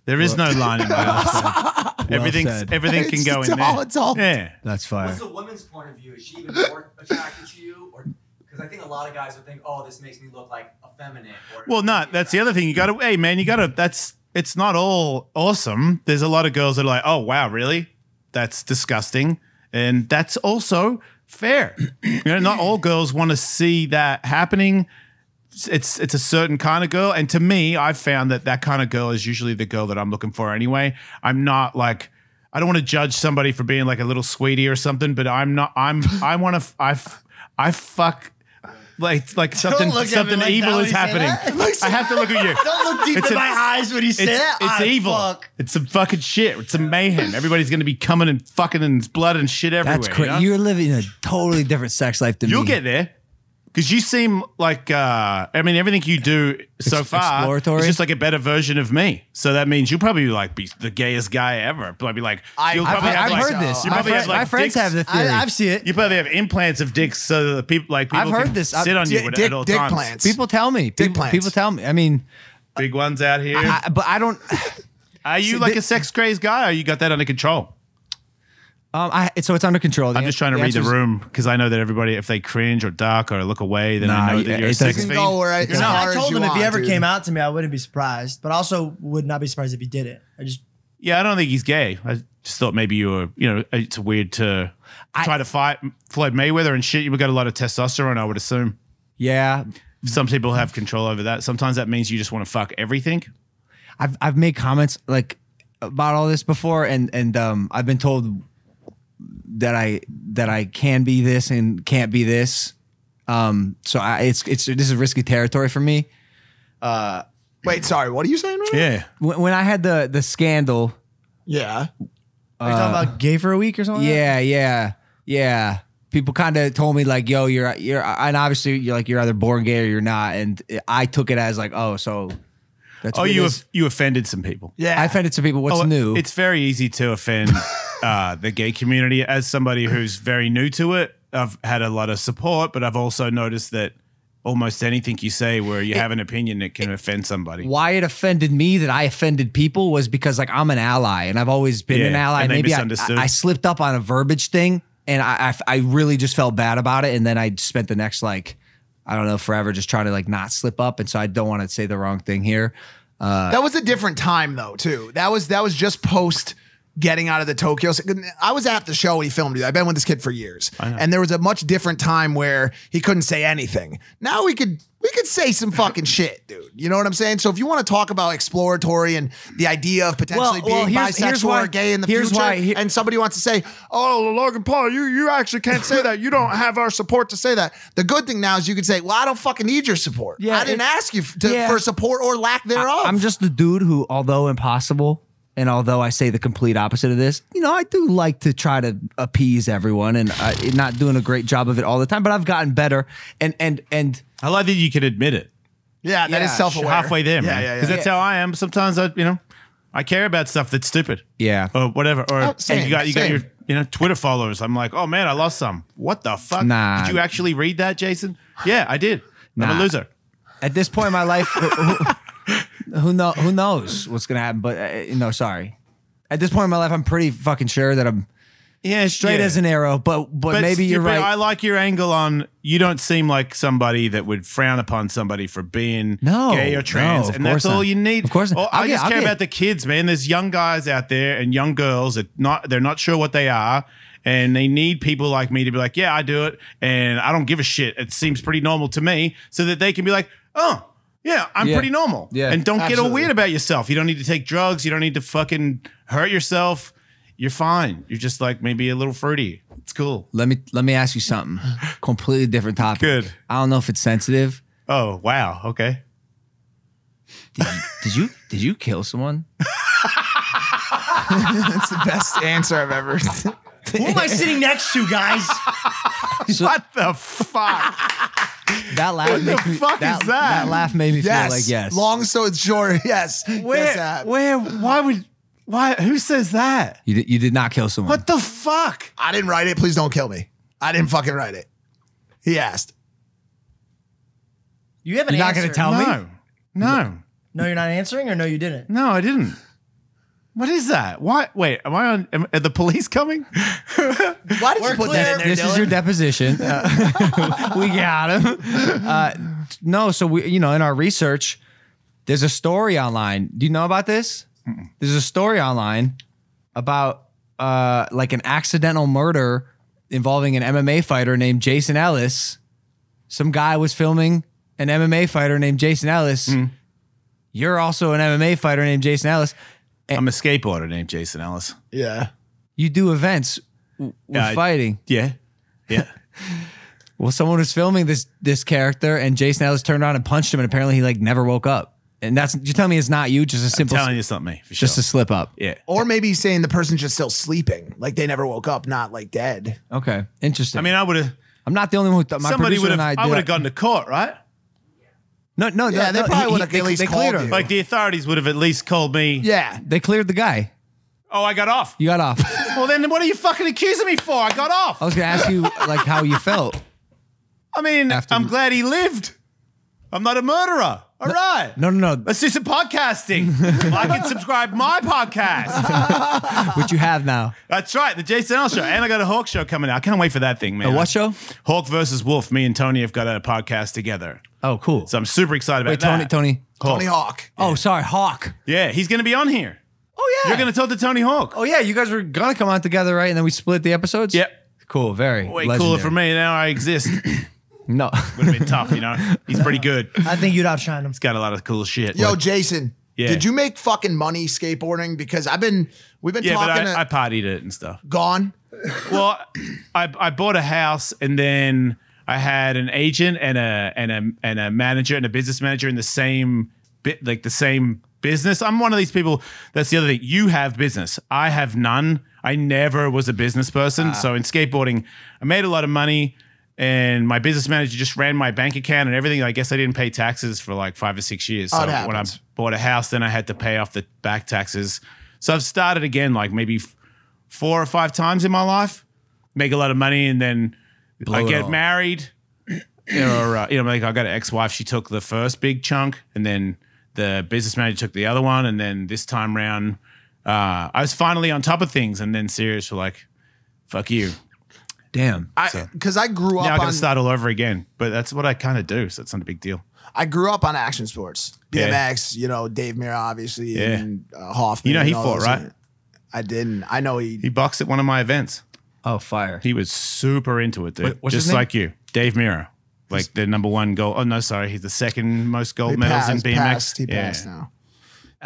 Speaker 7: there is no line in my ass. Everything's
Speaker 6: said.
Speaker 7: everything
Speaker 8: It's-
Speaker 7: can go
Speaker 8: it's
Speaker 7: in
Speaker 8: all-
Speaker 7: there.
Speaker 8: it's all-
Speaker 7: Yeah.
Speaker 6: That's fire.
Speaker 2: What's the woman's point of view? Is she even more attracted to you, or because I think a lot of guys would think, "Oh, this makes me look like effeminate." Or,
Speaker 7: Well, not. That's the other thing. You got to. Hey, man, you got to. That's. It's not all awesome. There's a lot of girls that are like, "Oh, wow, really? That's disgusting," and that's also fair. you know, not all girls want to see that happening. It's it's a certain kind of girl, and to me, I've found that that kind of girl is usually the girl that I'm looking for. Anyway, I'm not like. I don't want to judge somebody for being like a little sweetie or something, but I'm not. I'm. I want to. I. f- I fuck. Like like something
Speaker 9: look at me
Speaker 7: something
Speaker 9: like that
Speaker 7: evil
Speaker 9: when
Speaker 7: is
Speaker 9: you say
Speaker 7: happening.
Speaker 9: that.
Speaker 7: I have to look at you.
Speaker 9: Don't look deep
Speaker 7: It's
Speaker 9: in
Speaker 7: a-
Speaker 9: my eyes when you say
Speaker 7: It's,
Speaker 9: that.
Speaker 7: it's
Speaker 9: I
Speaker 7: evil.
Speaker 9: Fuck.
Speaker 7: It's some fucking shit. It's a mayhem. Everybody's gonna be coming and fucking and there's blood and shit everywhere.
Speaker 6: That's
Speaker 7: you know?
Speaker 6: crazy. You're living a totally different sex life than
Speaker 7: You'll
Speaker 6: me.
Speaker 7: get there. Cause you seem like uh I mean everything you do so far
Speaker 6: exploratory?
Speaker 7: is just like a better version of me. So that means you'll probably like be the gayest guy ever. But I'd be like
Speaker 8: I-
Speaker 7: you'll
Speaker 8: I've-
Speaker 7: probably
Speaker 6: I've,
Speaker 7: have
Speaker 6: I've
Speaker 7: like,
Speaker 6: heard this.
Speaker 7: You
Speaker 6: My,
Speaker 7: probably
Speaker 6: fri-
Speaker 7: have like
Speaker 6: my friends
Speaker 7: dicks-
Speaker 6: have the theory.
Speaker 9: I, I've seen it.
Speaker 7: You probably have implants of dicks so that the people like people
Speaker 6: I've heard
Speaker 7: can
Speaker 6: this. I've-
Speaker 7: sit on you
Speaker 8: Di-
Speaker 7: at,
Speaker 8: dick
Speaker 7: at all
Speaker 8: dick
Speaker 7: times.
Speaker 8: plants.
Speaker 6: people tell me. People,
Speaker 8: plants.
Speaker 6: people tell me. I mean,
Speaker 7: Big ones out here.
Speaker 6: I, but I don't.
Speaker 7: Are you like a sex crazed guy or you got that under control?
Speaker 6: Um, I so it's under control. The
Speaker 7: I'm just trying to read the
Speaker 6: answer's-
Speaker 7: room because I know that everybody, if they cringe or duck or look away, then
Speaker 6: Nah,
Speaker 7: I know
Speaker 6: yeah,
Speaker 7: that you're a
Speaker 6: it
Speaker 7: sex
Speaker 6: doesn't-
Speaker 7: fiend.
Speaker 8: Go where I, as
Speaker 9: No,
Speaker 8: far
Speaker 9: I
Speaker 8: as
Speaker 9: told
Speaker 8: you
Speaker 9: him if he
Speaker 8: want,
Speaker 9: ever
Speaker 8: dude.
Speaker 9: came out to me, I wouldn't be surprised, but also would not be surprised if he did it. I just
Speaker 7: yeah, I don't think he's gay. I just thought maybe you were, you know, it's weird to try to fight Floyd Mayweather and shit. You've got a lot of testosterone, I would assume.
Speaker 6: Yeah,
Speaker 7: Some people have control over that. Sometimes that means you just want to fuck everything.
Speaker 6: I've I've made comments like about all this before, and and um, I've been told that I that I can be this and can't be this. Um, so I, it's it's this is risky territory for me.
Speaker 8: Wait, sorry. What are you saying right now?
Speaker 7: Yeah.
Speaker 6: When, when I had the the scandal,
Speaker 8: Yeah.
Speaker 9: are you talking about gay for a week or something? like
Speaker 6: yeah, yeah, yeah. People kind of told me like, "Yo, you're you're," and obviously you're like you're either born gay or you're not. And I took it as like, "Oh, so that's
Speaker 7: Oh,
Speaker 6: what it
Speaker 7: you
Speaker 6: is.
Speaker 7: of- you offended some people.
Speaker 6: I offended some people. What's
Speaker 7: Oh,
Speaker 6: new?
Speaker 7: It's very easy to offend uh, the gay community. As somebody who's very new to it, I've had a lot of support, but I've also noticed that almost anything you say where you have an opinion, it can offend somebody.
Speaker 6: why it offended me that I offended people was because like I'm an ally and I've always been
Speaker 7: Yeah,
Speaker 6: an ally.
Speaker 7: and they
Speaker 6: Maybe I,
Speaker 7: misunderstood.
Speaker 6: I, I slipped up on a verbiage thing and I, I I really just felt bad about it. And then I spent the next like I don't know forever just trying to like not slip up. And so I don't want to say the wrong thing here.
Speaker 8: that was a different time though, too. That was that was just post getting out of the Tokyo. I was at the show when he filmed it. I've been with this kid for years, and there was a much different time where he couldn't say anything. Now we could we could say some fucking shit, dude. You know what I'm saying? So if you want to talk about exploratory and the idea of potentially
Speaker 6: Well- well,
Speaker 8: being
Speaker 6: here's-
Speaker 8: bisexual
Speaker 6: here's why-
Speaker 8: or gay in the
Speaker 6: here's
Speaker 8: future,
Speaker 6: why he-
Speaker 8: and somebody wants to say, "Oh, Logan Paul, you you actually can't say that. You don't have our support to say that." The good thing now is you can say, "Well, I don't fucking need your support.
Speaker 6: Yeah,
Speaker 8: I didn't
Speaker 6: it-
Speaker 8: ask you f- to,
Speaker 6: yeah.
Speaker 8: for support or lack thereof."
Speaker 6: I, am just the dude who, although impossible, and although I say the complete opposite of this, you know, I do like to try to appease everyone, and I, not doing a great job of it all the time. But I've gotten better, and and and
Speaker 7: I like that you could admit it.
Speaker 8: yeah, that
Speaker 6: yeah,
Speaker 8: is self
Speaker 7: You're
Speaker 8: aware.
Speaker 7: halfway there,
Speaker 8: yeah, Yeah,
Speaker 7: man.
Speaker 8: yeah,
Speaker 7: Because that's how I am. Sometimes I, you know, I care about stuff that's stupid.
Speaker 6: Yeah.
Speaker 7: Or whatever. Or
Speaker 8: Oh, same,
Speaker 7: and you got you got
Speaker 8: same.
Speaker 7: your you know Twitter followers. I'm like, oh man, I lost some. What the fuck?
Speaker 6: Nah.
Speaker 7: Did you actually read that, Jason? Yeah, I did. I'm
Speaker 6: Nah.
Speaker 7: a loser.
Speaker 6: at this point in my life, who, who- who know who knows what's gonna happen? But uh, you know, sorry. At this point in my life, I'm pretty fucking sure that I'm
Speaker 7: Yeah,
Speaker 6: straight as an arrow. But but, maybe you're
Speaker 7: but
Speaker 6: right.
Speaker 7: I like your angle on you don't seem like somebody that would frown upon somebody for being
Speaker 6: No,
Speaker 7: gay or trans,
Speaker 6: no, of
Speaker 7: and that's
Speaker 6: course not.
Speaker 7: all you need.
Speaker 6: Of course not.
Speaker 7: Or I
Speaker 6: I'll get-
Speaker 7: just
Speaker 6: I'll
Speaker 7: care
Speaker 6: get-
Speaker 7: about the kids, man. There's young guys out there and young girls that not they're not sure what they are. And they need people like me to be like, yeah, I do it, and I don't give a shit. It seems pretty normal to me, so that they can be like, oh, yeah, I'm
Speaker 6: Yeah.
Speaker 7: pretty normal,
Speaker 6: Yeah.
Speaker 7: and don't get all
Speaker 8: Absolutely.
Speaker 7: weird about yourself. You don't need to take drugs. You don't need to fucking hurt yourself. You're fine. You're just like maybe a little fruity. It's cool.
Speaker 6: let me let me ask you something. Completely different topic.
Speaker 7: Good.
Speaker 6: I don't know if it's sensitive.
Speaker 7: Oh wow. Okay.
Speaker 6: Did you did you, did you kill someone?
Speaker 8: That's the best answer I've ever. seen.
Speaker 10: Who am I sitting next to, guys?
Speaker 7: What the fuck?
Speaker 6: That laugh. What
Speaker 7: the fuck is
Speaker 6: that?
Speaker 7: that?
Speaker 6: laugh made me
Speaker 8: Yes.
Speaker 6: feel like yes.
Speaker 8: Long story short, yes. yes, uh,
Speaker 7: Where?
Speaker 8: that-
Speaker 7: Where? Why would? Why? Who says that?
Speaker 6: you, did, you did not kill someone.
Speaker 7: What the fuck?
Speaker 8: I didn't write it. Please don't kill me. I didn't fucking write it. He asked.
Speaker 9: You haven't.
Speaker 6: You're not gonna tell me.
Speaker 7: No. Oh, No.
Speaker 9: No, you're not answering, or no, you didn't.
Speaker 7: No, I didn't. What is that? Why? Wait. Am I on? Am, are the police coming?
Speaker 8: Why did you put that in there,
Speaker 6: this
Speaker 8: Dylan?
Speaker 6: is your deposition. we got him. Uh, no, so we, you know, in our research, there's a story online. Do you know about this? There's a story online about uh, like an accidental murder involving an MMA fighter named Jason Ellis. Some guy was filming an MMA fighter named Jason Ellis. You're also an MMA fighter named Jason Ellis.
Speaker 7: I'm a skateboarder named Jason Ellis.
Speaker 8: yeah.
Speaker 6: You do events w- with
Speaker 7: Uh,
Speaker 6: fighting.
Speaker 7: Yeah. Yeah.
Speaker 6: Well, someone was filming this this character, and Jason Ellis turned around and punched him, and apparently he like never woke up. And that's you're telling me it's not you, just a simple,
Speaker 7: Telling you something, for
Speaker 6: just
Speaker 7: sure.
Speaker 6: a slip up.
Speaker 7: yeah.
Speaker 8: Or maybe he's saying the person's just still sleeping, like they never woke up, not like dead.
Speaker 6: Okay, interesting.
Speaker 7: I mean, I would have.
Speaker 6: I'm not the only one. Who th- my
Speaker 7: Somebody
Speaker 6: producer
Speaker 7: would have.
Speaker 6: and I,
Speaker 7: I
Speaker 6: did-
Speaker 7: would have gone to court, right?
Speaker 6: No, no,
Speaker 8: Yeah,
Speaker 6: no,
Speaker 8: they
Speaker 6: no,
Speaker 8: probably
Speaker 6: he- he-
Speaker 8: would've at
Speaker 6: they-
Speaker 8: least
Speaker 6: they
Speaker 8: called
Speaker 6: cleared him.
Speaker 8: you.
Speaker 7: Like the authorities would have at least called me.
Speaker 8: Yeah.
Speaker 6: They cleared the guy.
Speaker 7: Oh, I got off.
Speaker 6: You got off. I
Speaker 7: Well, then what are you fucking accusing me for? I got off.
Speaker 6: was gonna ask you like how you felt.
Speaker 7: I mean,
Speaker 6: After-
Speaker 7: I'm glad he lived. I'm not a murderer. All right.
Speaker 6: No, no, no.
Speaker 7: Let's do some podcasting. like and subscribe my podcast.
Speaker 6: What you have now?
Speaker 7: That's right, the Jason L show, and I got a Hawk show coming out. I can't wait for that thing, man.
Speaker 6: A what show?
Speaker 7: Hawk versus Wolf. Me and Tony have got a podcast together,
Speaker 6: Oh, cool.
Speaker 7: so I'm super excited about
Speaker 6: Wait, Tony,
Speaker 7: that.
Speaker 6: Tony.
Speaker 8: Tony Hawk.
Speaker 6: Oh, sorry, Hawk.
Speaker 7: yeah, he's gonna be on here.
Speaker 6: Oh
Speaker 7: You're gonna talk to Tony Hawk.
Speaker 6: Oh yeah, you guys were gonna come on together, right? And then we split the episodes.
Speaker 7: Yep.
Speaker 6: Cool. Very.
Speaker 7: Way
Speaker 6: legendary.
Speaker 7: cooler for me. Now I exist. Would
Speaker 6: No.
Speaker 7: have been tough, you know. He's pretty good. He's
Speaker 9: I think you'd outshine him.
Speaker 7: got a lot of cool shit.
Speaker 8: Yo, Jason,
Speaker 7: Yeah.
Speaker 8: did you make fucking money skateboarding? Because I've been, we've been
Speaker 7: yeah, but
Speaker 8: talking.
Speaker 7: I, I
Speaker 8: to,
Speaker 7: partied it and stuff.
Speaker 8: gone.
Speaker 7: Well, I I bought a house and then I had an agent and a and a and a manager and a business manager in the same bit like the same business. I'm one of these people. That's the other thing. You have business. I have none. I never was a business person. so in skateboarding, I made a lot of money. And my business manager just ran my bank account and everything. I guess I didn't pay taxes for like five or six years. So
Speaker 8: Oh, it
Speaker 7: when I
Speaker 8: happens.
Speaker 7: bought a house, then I had to pay off the back taxes. So I've started again, like maybe f- four or five times in my life make a lot of money and then I
Speaker 6: it
Speaker 7: get
Speaker 6: all.
Speaker 7: married. You know, or, uh, you know, like I got an ex-wife. She took the first big chunk, and then the business manager took the other one, and then this time round, uh, I was finally on top of things. And then serious were like, "Fuck you!"
Speaker 6: Damn.
Speaker 8: Because I grew
Speaker 7: Now I
Speaker 8: up
Speaker 7: got to
Speaker 8: on,
Speaker 7: start all over again. But that's what I kind of do, so it's not a big deal.
Speaker 8: I grew up on action sports.
Speaker 7: Yeah.
Speaker 8: BMX, you know, Dave Mir, obviously,
Speaker 7: Yeah.
Speaker 8: and uh, Hoffman.
Speaker 7: You know,
Speaker 8: and
Speaker 7: he
Speaker 8: all
Speaker 7: fought,
Speaker 8: those
Speaker 7: right?
Speaker 8: guys. I didn't. I know he.
Speaker 7: He boxed at one of my events.
Speaker 6: Oh, fire!
Speaker 7: He was super into it, dude.
Speaker 6: What- what's his
Speaker 7: Just
Speaker 6: name?
Speaker 7: like you, Dave Mira. Like the number one gold. Oh no, sorry, he's the second most gold
Speaker 8: He
Speaker 7: medals
Speaker 8: passed,
Speaker 7: in BMX.
Speaker 8: passed, he
Speaker 7: Yeah.
Speaker 8: passed now.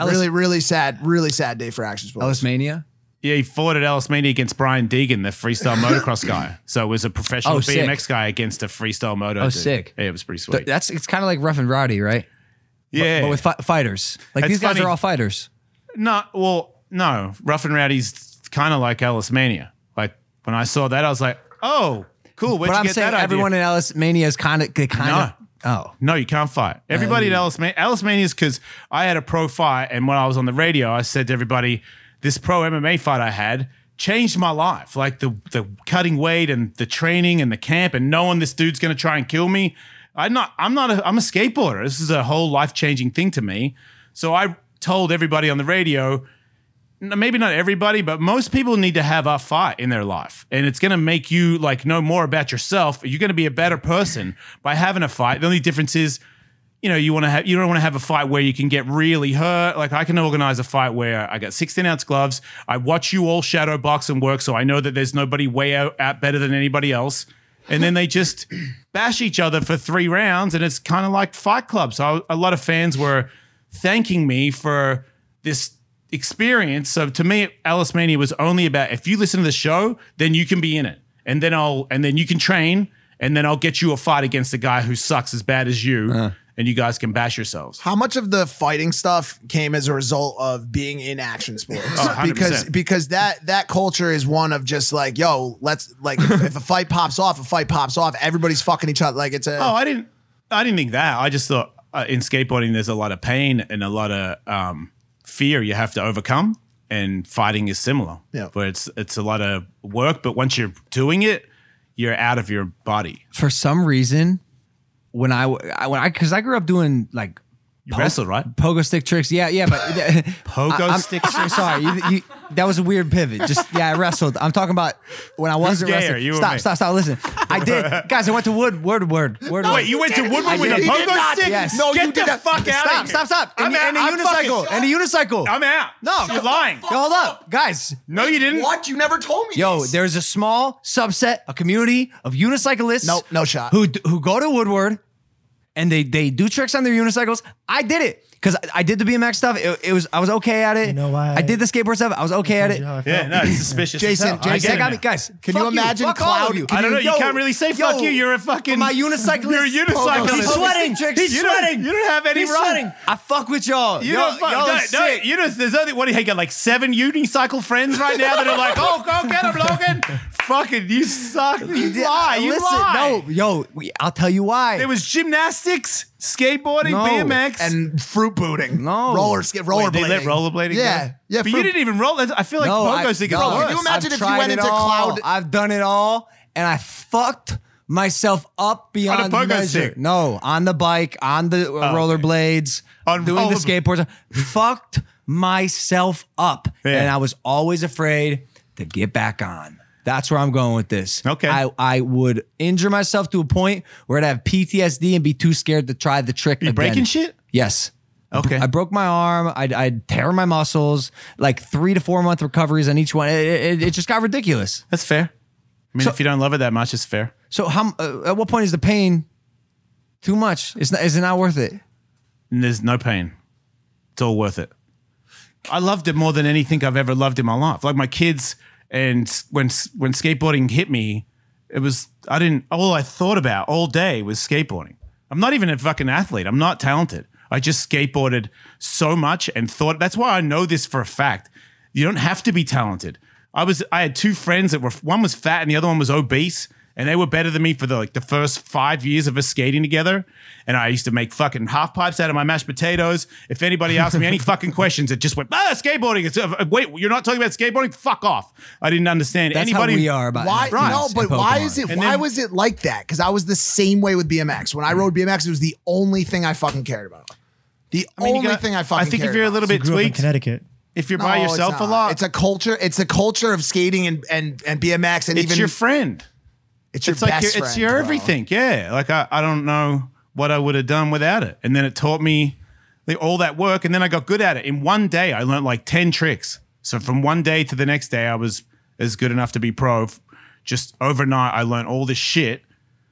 Speaker 8: really, really sad. Really sad day for Action Sports.
Speaker 6: Mania.
Speaker 7: Yeah, he fought at Ellis Media against Brian Deegan, the freestyle motocross guy. So it was a professional
Speaker 6: Oh, sick.
Speaker 7: BMX guy against a freestyle moto.
Speaker 6: Oh,
Speaker 7: dude.
Speaker 6: sick.
Speaker 7: Yeah, it was pretty sweet.
Speaker 6: Th- that's it's kind of like rough and rowdy, right?
Speaker 7: yeah,
Speaker 6: But, but with fi- fighters, like
Speaker 7: That's
Speaker 6: these guys
Speaker 7: funny.
Speaker 6: are all fighters.
Speaker 7: No, well, no. Rough and Rowdy's kind of like Ellis Mania. Like when I saw that, I was like, oh, cool. Where'd
Speaker 6: but
Speaker 7: you
Speaker 6: I'm
Speaker 7: get
Speaker 6: saying
Speaker 7: that
Speaker 6: everyone
Speaker 7: idea?
Speaker 6: in Ellis Mania is kind of they kind of oh
Speaker 7: No, you can't fight. Everybody at
Speaker 6: Um,
Speaker 7: Ellis Mania, Ellis Mania is because I had a pro fight, and when I was on the radio, I said to everybody, this pro MMA fight I had changed my life. Like the the cutting weight and the training and the camp, and knowing this dude's gonna try and kill me. I'm not. I'm not. A, I'm a skateboarder. This is a whole life changing thing to me. So I told everybody on the radio, n- maybe not everybody, but most people need to have a fight in their life. And it's going to make you like know more about yourself. You're going to be a better person by having a fight. The only difference is, you know, you want to have, you don't want to have a fight where you can get really hurt. Like I can organize a fight where I got 16 ounce gloves. I watch you all shadow box and work. So I know that there's nobody way out, out better than anybody else. And then they just bash each other for three rounds. And it's kind of like fight club. So I, a lot of fans were thanking me for this experience. So to me, Alice Mania was only about if you listen to the show, then you can be in it, and then I'll and then you can train, and then I'll get you a fight against a guy who sucks as bad as you, and you guys can bash yourselves.
Speaker 8: How much of the fighting stuff came as a result of being in action sports?
Speaker 7: Oh, 100%.
Speaker 8: because because that that culture is one of just like, yo, let's like if, if a fight pops off, a fight pops off. Everybody's fucking each other. Like it's a
Speaker 7: Oh, I didn't. I didn't think that. I just thought uh, in skateboarding, there's a lot of pain and a lot of um, fear you have to overcome, and fighting is similar.
Speaker 8: Yeah.
Speaker 7: where it's it's a lot of work, but once you're doing it, you're out of your body.
Speaker 6: for some reason when I, I when I because I grew up doing like
Speaker 7: You wrestle, right?
Speaker 6: pogo stick tricks. Yeah, yeah, but
Speaker 7: Pogo
Speaker 6: I- I'm-
Speaker 7: stick
Speaker 6: I'm sorry, you, you, that was a weird pivot. Just yeah, I wrestled. I'm talking about when I wasn't
Speaker 7: gayer,
Speaker 6: wrestling.
Speaker 7: you and
Speaker 6: stop,
Speaker 7: me.
Speaker 6: stop, stop. Listen, I did, guys. I went to Wood, Word, Word, Word.
Speaker 7: Wait, you went to Woodward
Speaker 6: I
Speaker 7: with a
Speaker 6: did.
Speaker 8: did
Speaker 7: pogo
Speaker 8: not.
Speaker 7: stick?
Speaker 6: Yes.
Speaker 8: No, you
Speaker 7: get
Speaker 8: did
Speaker 7: the
Speaker 8: not.
Speaker 7: fuck out
Speaker 6: Stop,
Speaker 7: of here.
Speaker 6: stop, stop.
Speaker 7: I'm
Speaker 6: And,
Speaker 7: out.
Speaker 6: and a
Speaker 7: I'm fucking-
Speaker 6: unicycle. And a unicycle.
Speaker 7: I'm out.
Speaker 6: No.
Speaker 7: you're lying.
Speaker 6: Hold up, guys.
Speaker 7: No, you didn't.
Speaker 8: what you never told me.
Speaker 6: Yo,
Speaker 8: this.
Speaker 6: there's a small subset, a community of unicyclists.
Speaker 8: Nope, no shot.
Speaker 6: Who who go to Woodward and they they do tricks on their unicycles. I did it because I, I did the BMX stuff. It, it was I was okay at it.
Speaker 9: You know why
Speaker 6: I did the skateboard stuff. I was okay at it.
Speaker 9: How I felt.
Speaker 7: Yeah, no, it's suspicious. as
Speaker 8: Jason,
Speaker 7: hell. I
Speaker 8: Jason,
Speaker 7: get
Speaker 6: That
Speaker 7: it
Speaker 6: got me,
Speaker 7: now.
Speaker 6: guys.
Speaker 8: Can you
Speaker 6: fuck
Speaker 8: imagine
Speaker 6: fuck all of
Speaker 8: cloud-
Speaker 6: you.
Speaker 7: I don't know. You
Speaker 6: Yo,
Speaker 7: can't really say fuck
Speaker 6: yo,
Speaker 7: you. You're a fucking.
Speaker 6: my unicyclist.
Speaker 7: You're a unicyclist.
Speaker 6: He's sweating. He's
Speaker 7: You don't-
Speaker 6: sweating.
Speaker 7: You don't have any
Speaker 6: He's
Speaker 7: run.
Speaker 6: sweating. I fuck with y'all.
Speaker 7: You
Speaker 6: Y'all-
Speaker 7: don't fuck.
Speaker 6: y'all
Speaker 7: No,
Speaker 6: sick.
Speaker 7: no, you don't, there's only what do you got like seven unicycle friends right now that are like, oh, go get him, Logan. fucking, you suck. You
Speaker 6: Yeah,
Speaker 7: lie. You
Speaker 6: Listen,
Speaker 7: lie.
Speaker 6: No, yo, we- I'll tell you why.
Speaker 7: There was gymnastics, skateboarding,
Speaker 6: No.
Speaker 7: BMX,
Speaker 8: and fruit booting.
Speaker 6: No.
Speaker 8: roller skate, rollerblading.
Speaker 7: Wait, they let rollerblading.
Speaker 8: Yeah,
Speaker 7: go?
Speaker 8: yeah,
Speaker 7: But
Speaker 8: fruit-
Speaker 7: you didn't even roll. I feel like
Speaker 6: I-
Speaker 7: pogos. They get
Speaker 6: no,
Speaker 7: worse.
Speaker 8: Can you imagine if you
Speaker 6: tried
Speaker 8: went
Speaker 6: it
Speaker 8: into
Speaker 6: all.
Speaker 8: cloud-
Speaker 6: I've done it all, and I fucked myself up beyond
Speaker 7: pogo
Speaker 6: measure.
Speaker 7: stick.
Speaker 6: No, on the bike, on the
Speaker 8: Oh,
Speaker 6: uh, rollerblades,
Speaker 7: On
Speaker 6: doing the
Speaker 7: roller-
Speaker 6: skateboards. fucked myself up,
Speaker 7: Yeah.
Speaker 6: and I was always afraid to get back on. That's where I'm going with this.
Speaker 7: Okay.
Speaker 6: I, I would injure myself to a point where I'd have PTSD and be too scared to try the trick.
Speaker 7: You
Speaker 6: again.
Speaker 7: breaking shit?
Speaker 6: Yes.
Speaker 7: Okay.
Speaker 6: I broke my arm. I'd, I'd tear my muscles, like three to four month recoveries on each one. It, it, it just got ridiculous.
Speaker 7: That's fair. I mean,
Speaker 6: So-
Speaker 7: if you don't love it that much, it's fair.
Speaker 6: So how? Uh, at what point is the pain too much? It's not. Is it not worth it?
Speaker 7: And there's no pain. It's all worth it. I loved it more than anything I've ever loved in my life. Like my kids, and when when skateboarding hit me, it was I didn't. All I thought about all day was skateboarding. I'm not even a fucking athlete. I'm not talented. I just skateboarded so much and thought. That's why I know this for a fact. You don't have to be talented. I was. I had two friends that were. One was fat and the other one was obese, and they were better than me for the like the first five years of us skating together. And I used to make fucking half pipes out of my mashed potatoes. If anybody asked me any fucking questions, it just went ah skateboarding. It's, uh, wait, you're not talking about skateboarding? Fuck off! I didn't understand
Speaker 6: That's
Speaker 7: anybody.
Speaker 6: how we are about
Speaker 8: Why?
Speaker 6: NFTs
Speaker 8: No,
Speaker 6: and
Speaker 8: but why
Speaker 6: Pokemon.
Speaker 8: is it?
Speaker 7: And
Speaker 8: why
Speaker 7: then- Hmm.
Speaker 8: was it like that? Because I was the same way with BMX. When I rode BMX, it was the only thing I fucking cared about. The
Speaker 7: I mean, you
Speaker 8: only
Speaker 7: got-
Speaker 8: thing I fucking.
Speaker 7: I think if
Speaker 8: cared
Speaker 7: you're a
Speaker 8: about.
Speaker 7: little
Speaker 9: You
Speaker 7: bit
Speaker 9: grew up in
Speaker 7: tweaked,
Speaker 9: Connecticut.
Speaker 7: if you're
Speaker 8: No,
Speaker 7: by
Speaker 8: it's
Speaker 7: yourself a
Speaker 8: not.
Speaker 7: lot,
Speaker 8: It's a culture. It's a culture of skating and and and BMX and
Speaker 7: it's
Speaker 8: even
Speaker 7: your friend.
Speaker 8: it's your
Speaker 7: it's like
Speaker 8: best
Speaker 7: your,
Speaker 8: friend,
Speaker 7: it's your
Speaker 8: bro.
Speaker 7: everything. Yeah, like I, I don't know what I would have done without it. And then it taught me the, all that work, and then I got good at it. In one day, I learned like ten tricks. So from one day to the next day, I was as good enough to be pro. F- Just overnight, I learned all this shit.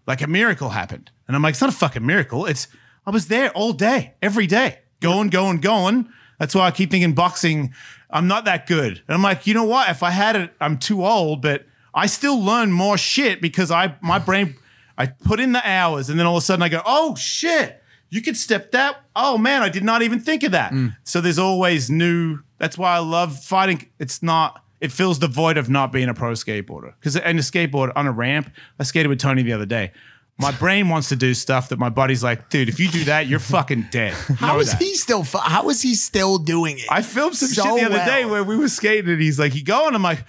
Speaker 7: Like a miracle happened. And I'm like, it's not a fucking miracle. It's, I was there all day, every day, going, going, going. That's why I keep thinking boxing, I'm not that good. And I'm like, you know what? If I had it, I'm too old, but I still learn more shit because I, my brain, I put in the hours and then all of a sudden I go, oh shit, you could step that. Oh man, I did not even think of that.
Speaker 8: Mm.
Speaker 7: So there's always new. That's why I love fighting. It's not, it fills the void of not being a pro skateboarder. Because, and a skateboard on a ramp, I skated with Tony the other day. My brain wants to do stuff that my body's like, dude, if you do that, you're fucking dead.
Speaker 8: How
Speaker 7: Know
Speaker 8: is
Speaker 7: that.
Speaker 8: he still? fu- How is he still doing it?
Speaker 7: I filmed some
Speaker 8: So
Speaker 7: shit the other
Speaker 8: well.
Speaker 7: day where we were skating and he's like, You going? I'm like,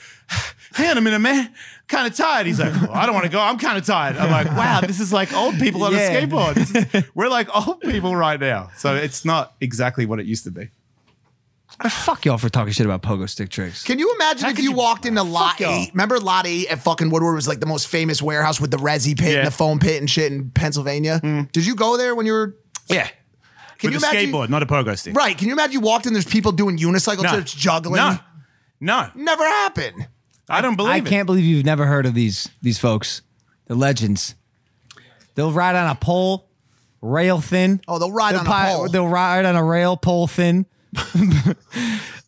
Speaker 7: Hang on a minute, man. Kind of tired. He's like, well, I don't want to go. I'm kind of tired. I'm like, Wow, this is like old people on
Speaker 6: Yeah.
Speaker 7: a skateboard. This is- we're like old people right now. So it's not exactly what it used to be.
Speaker 6: Fuck y'all for talking shit about pogo stick tricks.
Speaker 8: Can you imagine if you, walked into Lot
Speaker 6: y'all.
Speaker 8: Eight? Remember Lot Eight at fucking Woodward was like the most famous warehouse with the resi pit and the foam pit and shit in Pennsylvania. Did you go there when you were?
Speaker 7: Yeah.
Speaker 8: Can
Speaker 7: With
Speaker 8: you
Speaker 7: a
Speaker 8: imagine-
Speaker 7: skateboard, not a pogo stick.
Speaker 8: Right? Can you imagine you walked in? There's people doing unicycle
Speaker 7: No.
Speaker 8: trips, juggling.
Speaker 7: No. No.
Speaker 8: Never happened.
Speaker 7: I don't believe
Speaker 6: I
Speaker 7: it.
Speaker 6: can't believe you've never heard of these these folks. The legends. They'll ride on a pole, rail thin.
Speaker 8: Oh, they'll ride on a pole.
Speaker 6: They'll ride on a rail pole thin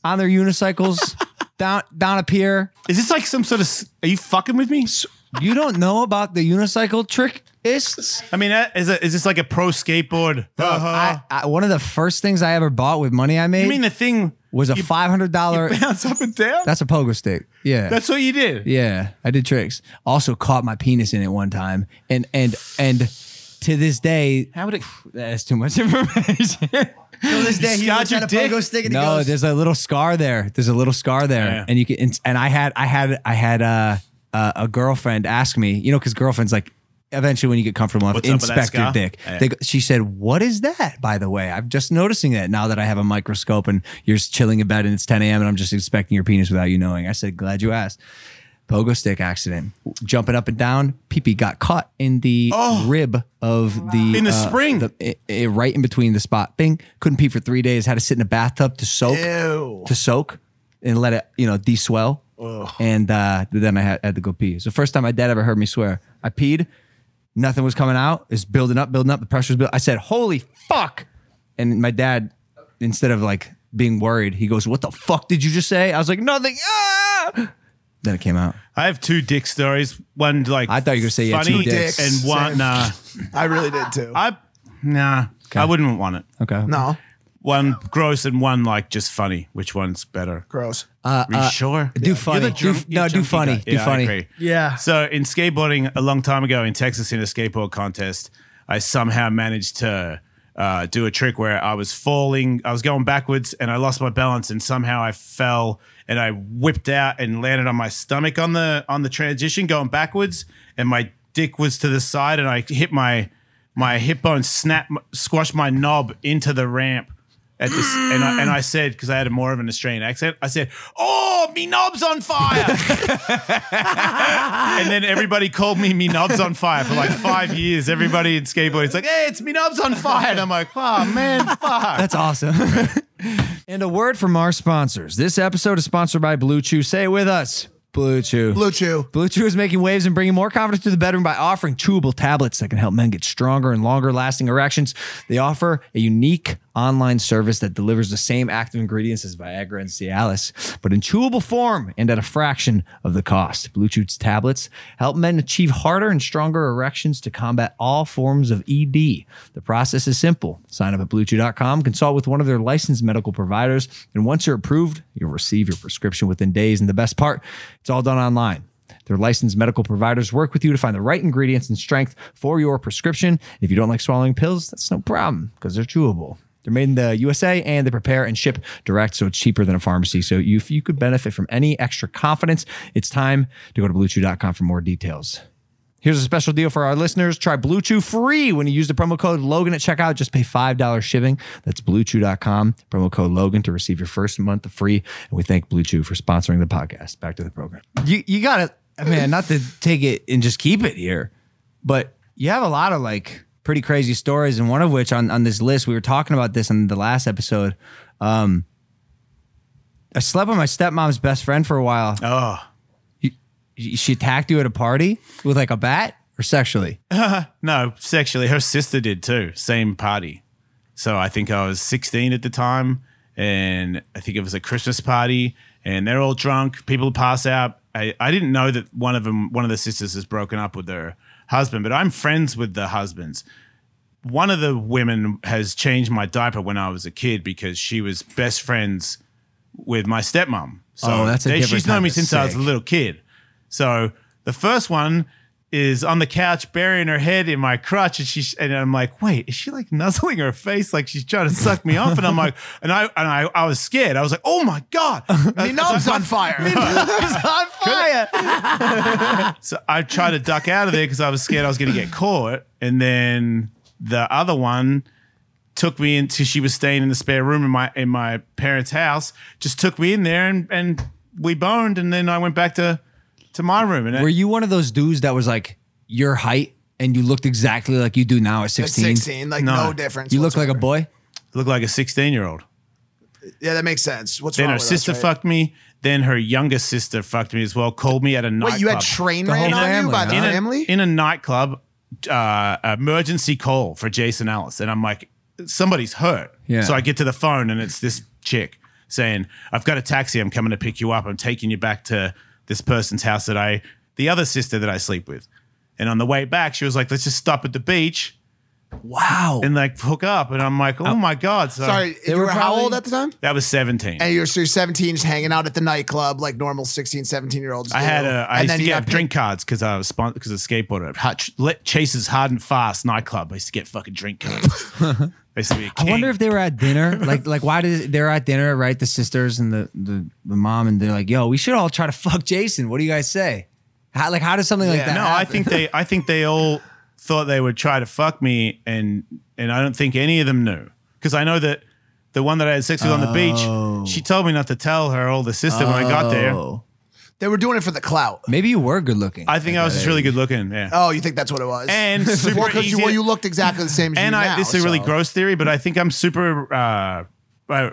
Speaker 6: on their unicycles down down a pier.
Speaker 7: Is this like some sort of? s- Are you fucking with me?
Speaker 6: You don't know about the unicycle trickists?
Speaker 7: I mean, uh, is, it, is this like a pro skateboard?
Speaker 6: I, I, one of the first things I ever bought with money I made
Speaker 7: Uh. you mean the thing
Speaker 6: was a
Speaker 7: you-
Speaker 6: five hundred dollar.
Speaker 7: you bounce up and down?
Speaker 6: That's a pogo stick. Yeah,
Speaker 7: That's what you did.
Speaker 6: Yeah, I did tricks. Also caught my penis in it one time, and and and to this day,
Speaker 7: how would it?
Speaker 6: That's too much information.
Speaker 9: Till this day,
Speaker 7: You
Speaker 9: he
Speaker 7: got
Speaker 9: looks
Speaker 7: your
Speaker 9: at a
Speaker 7: dick?
Speaker 9: pogo stick and he
Speaker 6: no,
Speaker 9: goes,
Speaker 6: there's a little scar there. There's a little scar there,
Speaker 7: Yeah.
Speaker 6: and you can. And, and I had, I had, I had uh, uh, a girlfriend ask me, you know, because girlfriends like. Eventually, when you get comfortable enough,
Speaker 7: What's up with that
Speaker 6: inspect your
Speaker 7: scar?
Speaker 6: dick.
Speaker 7: Yeah.
Speaker 6: They go- she said, "What is that?" By the way, I'm just noticing that now that I have a microscope and you're just chilling in bed and it's 10 a.m. and I'm just inspecting your penis without you knowing. I said, "Glad you asked." Pogo stick accident, jumping up and down. Pee pee got caught in the rib of the
Speaker 7: Oh.
Speaker 6: uh,
Speaker 7: In the spring.
Speaker 6: the- it, it- right in between the spot. Bing. Couldn't pee for three days. Had to sit in a bathtub to soak, to soak, and let it, you know, de-swell. And uh, then I had, had to go pee. It's the first time my dad ever heard me swear. I peed. Nothing was coming out. It's building up, building up. The pressure was building. I said, "Holy fuck!" And my dad, instead of like being worried, he goes, "What the fuck did you just say?" I was like, "Nothing." Ah! Then it came out.
Speaker 7: I have two dick stories. One like
Speaker 6: I thought you were gonna say you had
Speaker 7: funny
Speaker 6: two dicks.
Speaker 7: and one
Speaker 8: Same.
Speaker 7: nah.
Speaker 8: I really did too.
Speaker 7: I nah. I wouldn't want it.
Speaker 6: Okay.
Speaker 8: no,
Speaker 7: One gross and one like just funny. Which one's better?
Speaker 8: gross.
Speaker 7: Are you sure?
Speaker 6: Uh, Do funny.
Speaker 7: You're the
Speaker 6: Do-
Speaker 7: drunk-
Speaker 6: no,
Speaker 7: you're
Speaker 6: do
Speaker 7: drunky
Speaker 6: funny.
Speaker 7: guy.
Speaker 6: Do
Speaker 7: Yeah, I
Speaker 6: funny.
Speaker 7: agree.
Speaker 9: Yeah.
Speaker 7: So in skateboarding a long time ago in Texas in a skateboard contest, I somehow managed to uh, do a trick where I was falling, I was going backwards and I lost my balance and somehow I fell and I whipped out and landed on my stomach on the on the transition going backwards and my dick was to the side and I hit my my hip bone snap squashed my knob into the ramp at this and I, and I said because I had a more of an Australian accent I said oh me knob's on fire and then everybody called me me knobs on fire for like five years. Everybody in skateboarding, it's like, hey, it's me knobs on fire. And I'm like, oh man, fuck.
Speaker 6: That's awesome. and a word from our sponsors. This episode is sponsored by Blue Chew. Say it with us. Blue Chew.
Speaker 8: Blue Chew.
Speaker 6: Blue Chew is making waves and bringing more confidence to the bedroom by offering chewable tablets that can help men get stronger and longer lasting erections. They offer a unique online service that delivers the same active ingredients as Viagra and Cialis, but in chewable form and at a fraction of the cost. Blue Chew's tablets help men achieve harder and stronger erections to combat all forms of ED. The process is simple. Sign up at bluechew.com, consult with one of their licensed medical providers, and once you're approved, you'll receive your prescription within days. And the best part, it's all done online. Their licensed medical providers work with you to find the right ingredients and strength for your prescription. If you don't like swallowing pills, that's no problem because they're chewable. They're made in the USA and they prepare and ship direct, so it's cheaper than a pharmacy. So you, if you could benefit from any extra confidence, it's time to go to bluechew.com for more details. Here's a special deal for our listeners. Try Blue Chew free when you use the promo code Logan at checkout. Just pay $5 shipping. That's bluechew.com, promo code Logan to receive your first month free. And we thank Blue Chew for sponsoring the podcast. Back to the program. You you got to man, not to take it and just keep it here, but you have a lot of like pretty crazy stories and one of which on on this list we were talking about this in the last episode. Um I slept with my stepmom's best friend for a while.
Speaker 7: Oh.
Speaker 6: she attacked you at a party with like a bat or sexually?
Speaker 7: no, sexually. Her sister did too. Same party. So I think I was 16 at the time, and I think it was a Christmas party, and they're all drunk. People pass out. I, I didn't know that one of them, one of the sisters, has broken up with her husband, but I'm friends with the husbands. One of the women has changed my diaper when I was a kid because she was best friends with my stepmom. So
Speaker 6: Oh, that's a
Speaker 7: they-
Speaker 6: different
Speaker 7: she's known
Speaker 6: type
Speaker 7: me
Speaker 6: of
Speaker 7: since I was a
Speaker 6: sick.
Speaker 7: little kid. So the first one is on the couch burying her head in my crotch, and she and I'm like, wait, is she like nuzzling her face like she's trying to suck me off? And I'm like, and I and I, I was scared. I was like, oh my god,
Speaker 8: Me knob's on fire.
Speaker 6: on
Speaker 7: fire. so I tried to duck out of there because I was scared I was going to get caught. And then the other one took me into. She was staying in the spare room in my in my parents' house. Just took me in there and and we boned. And then I went back to to my room. And
Speaker 6: Were you one of those dudes that was like your height and you looked exactly like you do now at 16?
Speaker 8: 16, like, No. no difference
Speaker 6: You look like a boy?
Speaker 7: Look like a 16 year old.
Speaker 8: Yeah, that makes sense. What's
Speaker 7: then
Speaker 8: wrong
Speaker 7: her
Speaker 8: with us,
Speaker 7: sister
Speaker 8: right?
Speaker 7: fucked me. Then her younger sister fucked me as well. Called me at a nightclub.
Speaker 8: Wait, you had train ran on you by the
Speaker 7: in
Speaker 8: family?
Speaker 7: A, in a nightclub, uh, emergency call for Jason Ellis, and I'm like, somebody's hurt.
Speaker 6: Yeah.
Speaker 7: So I get to the phone, and it's this chick saying, "I've got a taxi. I'm coming to pick you up. I'm taking you back to this person's house that I, the other sister that I sleep with." And on the way back, she was like, "Let's just stop at the beach."
Speaker 6: Wow.
Speaker 7: And like hook up, and I'm like, "Oh my god!" So
Speaker 8: Uh, Sorry, you were, how old at the time?
Speaker 7: That was 17.
Speaker 8: And you're so you're 17, just hanging out at the nightclub like normal 16, 17 year olds.
Speaker 7: I
Speaker 8: do.
Speaker 7: had a. I
Speaker 8: and
Speaker 7: used
Speaker 8: then
Speaker 7: to
Speaker 8: you
Speaker 7: get
Speaker 8: got
Speaker 7: drink cards because I was sponsored because a skateboarder at Hutch, let Chase's Hard and Fast nightclub. I used to get fucking drink cards. I used to be a
Speaker 6: I
Speaker 7: king.
Speaker 6: wonder if they were at dinner. Like, like why did they're at dinner, right? The sisters and the, the the mom, and they're like, "Yo, we should all try to fuck Jason." What do you guys say? How, like, how does something like that?
Speaker 7: no, I
Speaker 6: happen?
Speaker 7: think they. I think they all thought they would try to fuck me, and and I don't think any of them knew because I know that the one that I had sex with on the beach,
Speaker 8: Oh.
Speaker 7: she told me not to tell her older sister when I got there.
Speaker 6: Oh.
Speaker 8: They were doing it for the clout.
Speaker 6: Maybe you were good looking.
Speaker 7: I think I was
Speaker 6: that
Speaker 7: just really
Speaker 6: age.
Speaker 7: good looking. Yeah.
Speaker 8: Oh, you think that's what it was?
Speaker 7: And
Speaker 8: Well,
Speaker 7: super
Speaker 8: 'cause you,
Speaker 7: easy-
Speaker 8: well, you looked exactly the same as
Speaker 7: and
Speaker 8: you
Speaker 7: I,
Speaker 8: now,
Speaker 7: this is a really
Speaker 8: so-
Speaker 7: gross theory, but I think I'm super. Uh, I,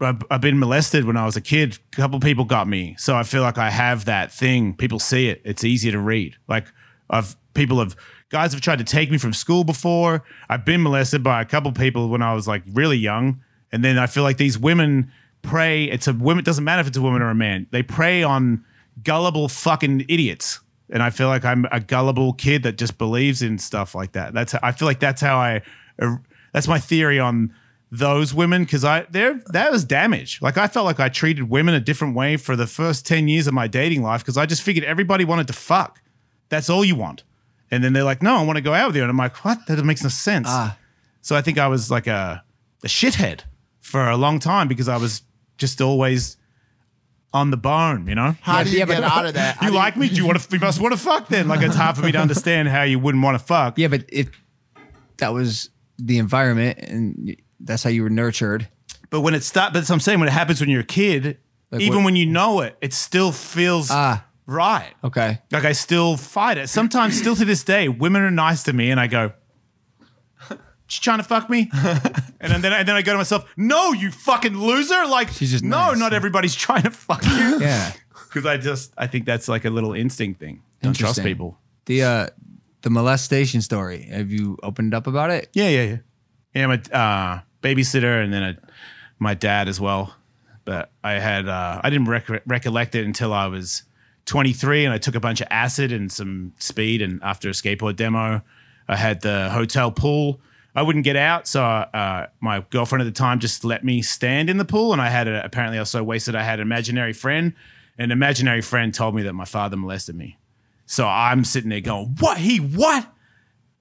Speaker 7: I've I've been molested when I was a kid. A couple people got me, so I feel like I have that thing. People see it; it's easier to read. Like I've people have guys have tried to take me from school before. I've been molested by a couple people when I was like really young, and then I feel like these women prey. It's a woman. It doesn't matter if it's a woman or a man. They prey on gullible fucking idiots and I feel like I'm a gullible kid that just believes in stuff like that. That's I feel like that's how I er, that's my theory on those women because I there that was damage. Like I felt like I treated women a different way for the first ten years of my dating life because I just figured everybody wanted to fuck. That's all you want, and then they're like, "No, I want to go out with you," and I'm like, "What? That makes no sense." So I think I was like a a shithead for a long time because I was just always on the bone, you know.
Speaker 8: How do you get out of that?
Speaker 7: You
Speaker 8: How do
Speaker 7: like me? Do you want to? You must want to fuck then. Like it's hard for me to understand how you wouldn't want to fuck.
Speaker 6: Yeah, but if that was the environment and y- that's how you were nurtured,
Speaker 7: But when it starts, but that's what I'm saying. When it happens when you're a kid,
Speaker 6: Like
Speaker 7: even
Speaker 6: what- Ah.
Speaker 7: when you know it, it still feels right.
Speaker 6: okay.
Speaker 7: Like I still fight it. Sometimes, still to this day, women are nice to me, and I go, "She's trying to fuck me," and then and then I go to myself, "No, you fucking loser!" Like
Speaker 6: She's just
Speaker 7: no,
Speaker 6: nice.
Speaker 7: not everybody's trying to fuck you.
Speaker 6: Yeah.
Speaker 7: Because I just I think that's like a little instinct thing. Don't trust
Speaker 6: Interesting.
Speaker 7: people.
Speaker 6: The uh the molestation story. Have you opened up about it?
Speaker 7: Yeah, yeah, yeah. Yeah, my uh, babysitter and then a, my dad as well. But I had uh, I didn't rec- recollect it until I was 23, and I took a bunch of acid and some speed. And after a skateboard demo, I had the hotel pool. I wouldn't get out, so uh, my girlfriend at the time just let me stand in the pool. And I had a, apparently I was so wasted. I had an imaginary friend, and an imaginary friend told me that my father molested me. So I'm sitting there going, "What he what?"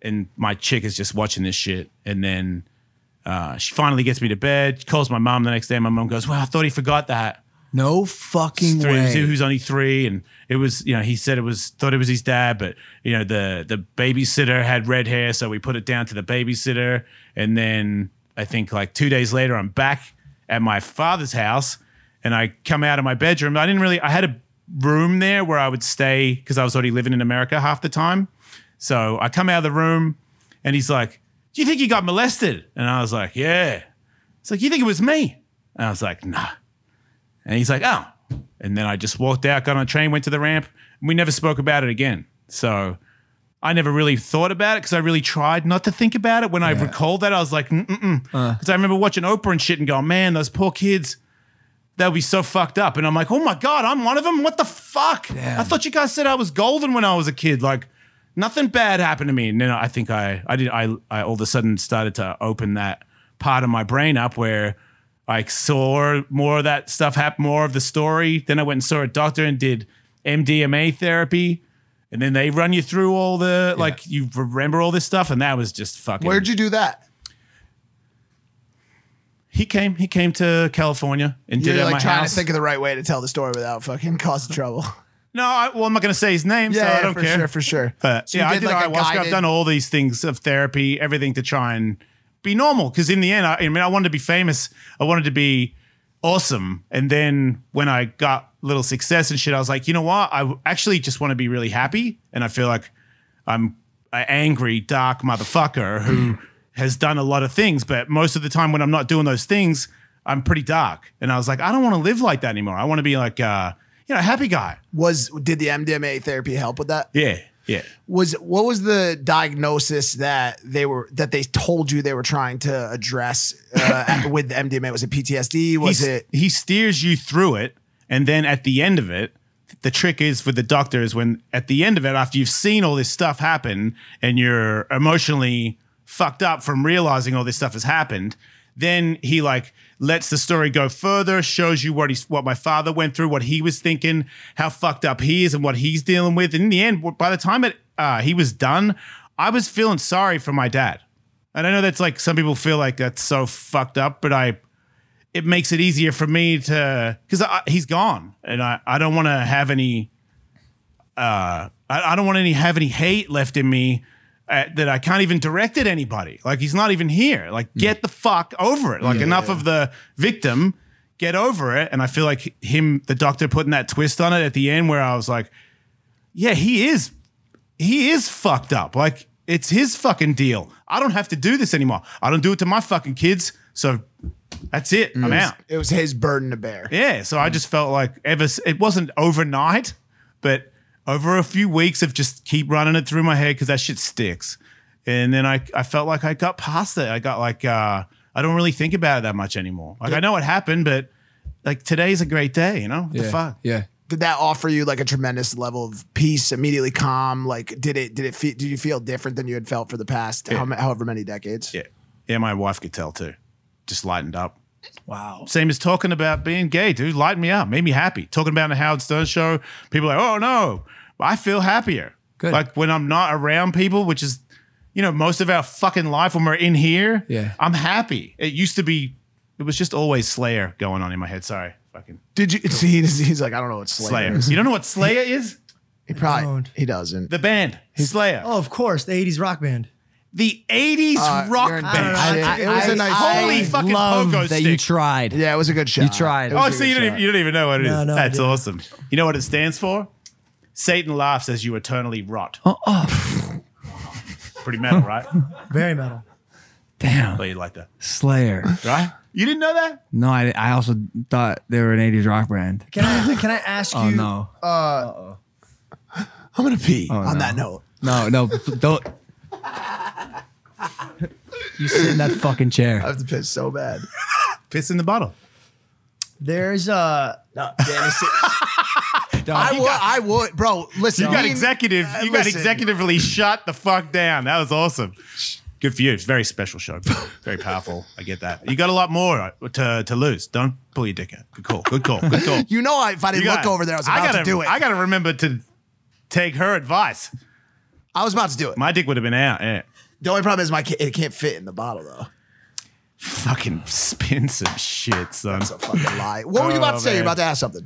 Speaker 7: and my chick is just watching this shit. And then uh, she finally gets me to bed. She calls my mom the next day. My mom goes, "Well, I thought he forgot that."
Speaker 6: No fucking
Speaker 7: Three,
Speaker 6: way.
Speaker 7: he was only three, and it was you know he said it was thought it was his dad, but you know the the babysitter had red hair, so we put it down to the babysitter. And then I think like two days later, I'm back at my father's house, and I come out of my bedroom. I didn't really. I had a room there where I would stay because I was already living in America half the time. So I come out of the room and he's like, Do you think you got molested? And I was like, Yeah. It's like, You think it was me? And I was like, Nah. And he's like, oh. And then I just walked out, got on a train, went to the ramp. And we never spoke about it again. So I never really thought about it because I really tried not to think about it. When I recalled that, I was like, mm-mm. Because I remember watching Oprah and shit and going, man, those poor kids, that would be so fucked up. And I'm like, oh my God, I'm one of them? What the fuck? I thought you guys said I was golden when I was a kid. Like, nothing bad happened to me. And then I think I, I did, I, I all of a sudden started to open that part of my brain up where I saw more of that stuff happen, more of the story. Then I went and saw a doctor and did MDMA therapy. And then they run you through all the, like, you remember all this stuff. And that was just fucking.
Speaker 8: Where'd you do that?
Speaker 7: He came, he came to California and
Speaker 8: You're
Speaker 7: did it at
Speaker 8: like
Speaker 7: my
Speaker 8: trying
Speaker 7: house.
Speaker 8: to think of the right way to tell the story without fucking causing trouble.
Speaker 7: No, I, well, I'm not going to say his name, so
Speaker 8: Yeah,
Speaker 7: I don't
Speaker 8: for
Speaker 7: care.
Speaker 8: sure, for sure.
Speaker 7: But
Speaker 8: So you
Speaker 7: yeah, I
Speaker 8: did
Speaker 7: did
Speaker 8: like a
Speaker 7: ayahuasca. I've
Speaker 8: guided-
Speaker 7: done all these things of therapy, everything to try and be normal. Because in the end, I, I mean, I wanted to be famous. I wanted to be awesome. And then when I got little success and shit, I was like, you know what? I w- actually just want to be really happy. And I feel like I'm an angry, dark motherfucker who has done a lot of things. But most of the time when I'm not doing those things, I'm pretty dark. And I was like, I don't want to live like that anymore. I want to be like, uh, you know, a happy guy.
Speaker 8: Was did the MDMA therapy help with that?
Speaker 7: Yeah. Yeah.
Speaker 8: Was what was the diagnosis that they were that they told you they were trying to address uh, with the MDMA? Was it PTSD? Was
Speaker 7: he,
Speaker 8: it
Speaker 7: he steers you through it and then at the end of it the trick is for the doctor is when at the end of it after you've seen all this stuff happen and you're emotionally fucked up from realizing all this stuff has happened then he like lets the story go further shows you what he's what my father went through what he was thinking how fucked up he is and what he's dealing with in the end by the time it uh, he was done i was feeling sorry for my dad and i know that's like some people feel like that's so fucked up but i it makes it easier for me to because he's gone and I, I don't want to have any uh I, I don't want any have any hate left in me uh, that I can't even direct at anybody like he's not even here like get the fuck over it like enough of the victim get over it and I feel like him the doctor putting that twist on it at the end where I was like yeah he is he is fucked up. Like it's his fucking deal. I don't have to do this anymore. I don't do it to my fucking kids. So that's it. I'm
Speaker 8: it was-
Speaker 7: out.
Speaker 8: It was his burden to bear.
Speaker 7: Yeah. So I just felt like ever s- it wasn't overnight, but over a few weeks of just keep running it through my head because that shit sticks. And then I I felt like I got past it. I got like uh I don't really think about it that much anymore. Like I know it happened, but like today's a great day, you know? What the fuck?
Speaker 8: Yeah. Did that offer you like a tremendous level of peace, immediately calm? Like, did it? Did it? Fe- did you feel different than you had felt for the past how ma- however many decades?
Speaker 7: Yeah. Yeah, my wife could tell too. Just lightened up. Wow. Same as talking about being gay, dude. Lightened me up, made me happy. Talking about the Howard Stern show, people are like, oh no, I feel happier. Good. Like when I'm not around people, which is, you know, most of our fucking life when we're in here,
Speaker 11: Yeah.
Speaker 7: I'm happy. It used to be, it was just always Slayer going on in my head. Sorry. Fucking
Speaker 8: Did you see? He's, he's like, I don't know what Slayer.
Speaker 7: Slayer.
Speaker 8: Is.
Speaker 7: You don't know what Slayer is?
Speaker 8: He probably he doesn't.
Speaker 7: The band Slayer.
Speaker 9: Oh, of course, the '80s rock band.
Speaker 7: The '80s
Speaker 9: Uh,
Speaker 7: rock
Speaker 9: you're in
Speaker 7: band.
Speaker 9: I don't know. I-
Speaker 8: It was a nice
Speaker 7: holy
Speaker 8: show.
Speaker 7: fucking
Speaker 8: Love
Speaker 7: pogo
Speaker 8: that
Speaker 7: stick.
Speaker 8: you
Speaker 11: tried.
Speaker 8: Yeah, it was a good shot.
Speaker 11: You tried.
Speaker 7: Oh, so you don't, even, you don't even know what it is.
Speaker 11: No, no, I
Speaker 7: That's
Speaker 11: didn't.
Speaker 7: awesome. You know what it stands for? Satan laughs as you eternally rot.
Speaker 8: Oh,
Speaker 7: Pretty metal, right?
Speaker 9: Very metal.
Speaker 11: Damn.
Speaker 7: But you like that,
Speaker 11: Slayer.
Speaker 7: right? You didn't know that?
Speaker 11: No, I, I also thought they were an 80s rock band.
Speaker 9: Can I can I ask
Speaker 11: Oh,
Speaker 9: you?
Speaker 11: no.
Speaker 9: Uh,
Speaker 8: I'm gonna pee
Speaker 11: Oh,
Speaker 8: on
Speaker 11: no.
Speaker 8: that note.
Speaker 11: No, no, don't. you sit in that fucking chair.
Speaker 8: I have to piss so bad.
Speaker 7: Piss in the bottle.
Speaker 9: there's uh
Speaker 8: No, Danny, sit- I would, I would, bro. Listen,
Speaker 7: you got
Speaker 8: being-
Speaker 7: executive. You got
Speaker 8: listen.
Speaker 7: executively shut the fuck down. That was awesome. Good for you. It's a very special show. Very powerful. I get that. You got a lot more to, to lose. Don't pull your dick out. Good call. Good call. Good call.
Speaker 8: You know, I, if I didn't
Speaker 7: You
Speaker 8: look
Speaker 7: gotta-
Speaker 8: over there, I was about
Speaker 7: gotta,
Speaker 8: to do it.
Speaker 7: I got to remember to take her advice.
Speaker 8: I was about to do it.
Speaker 7: My dick would have been out. Yeah.
Speaker 8: The only problem is my ca- it can't fit in the bottle though.
Speaker 7: Fucking spin some shit, son. That's
Speaker 8: a fucking lie. What were you
Speaker 11: Oh,
Speaker 8: about to say? You're about to ask something.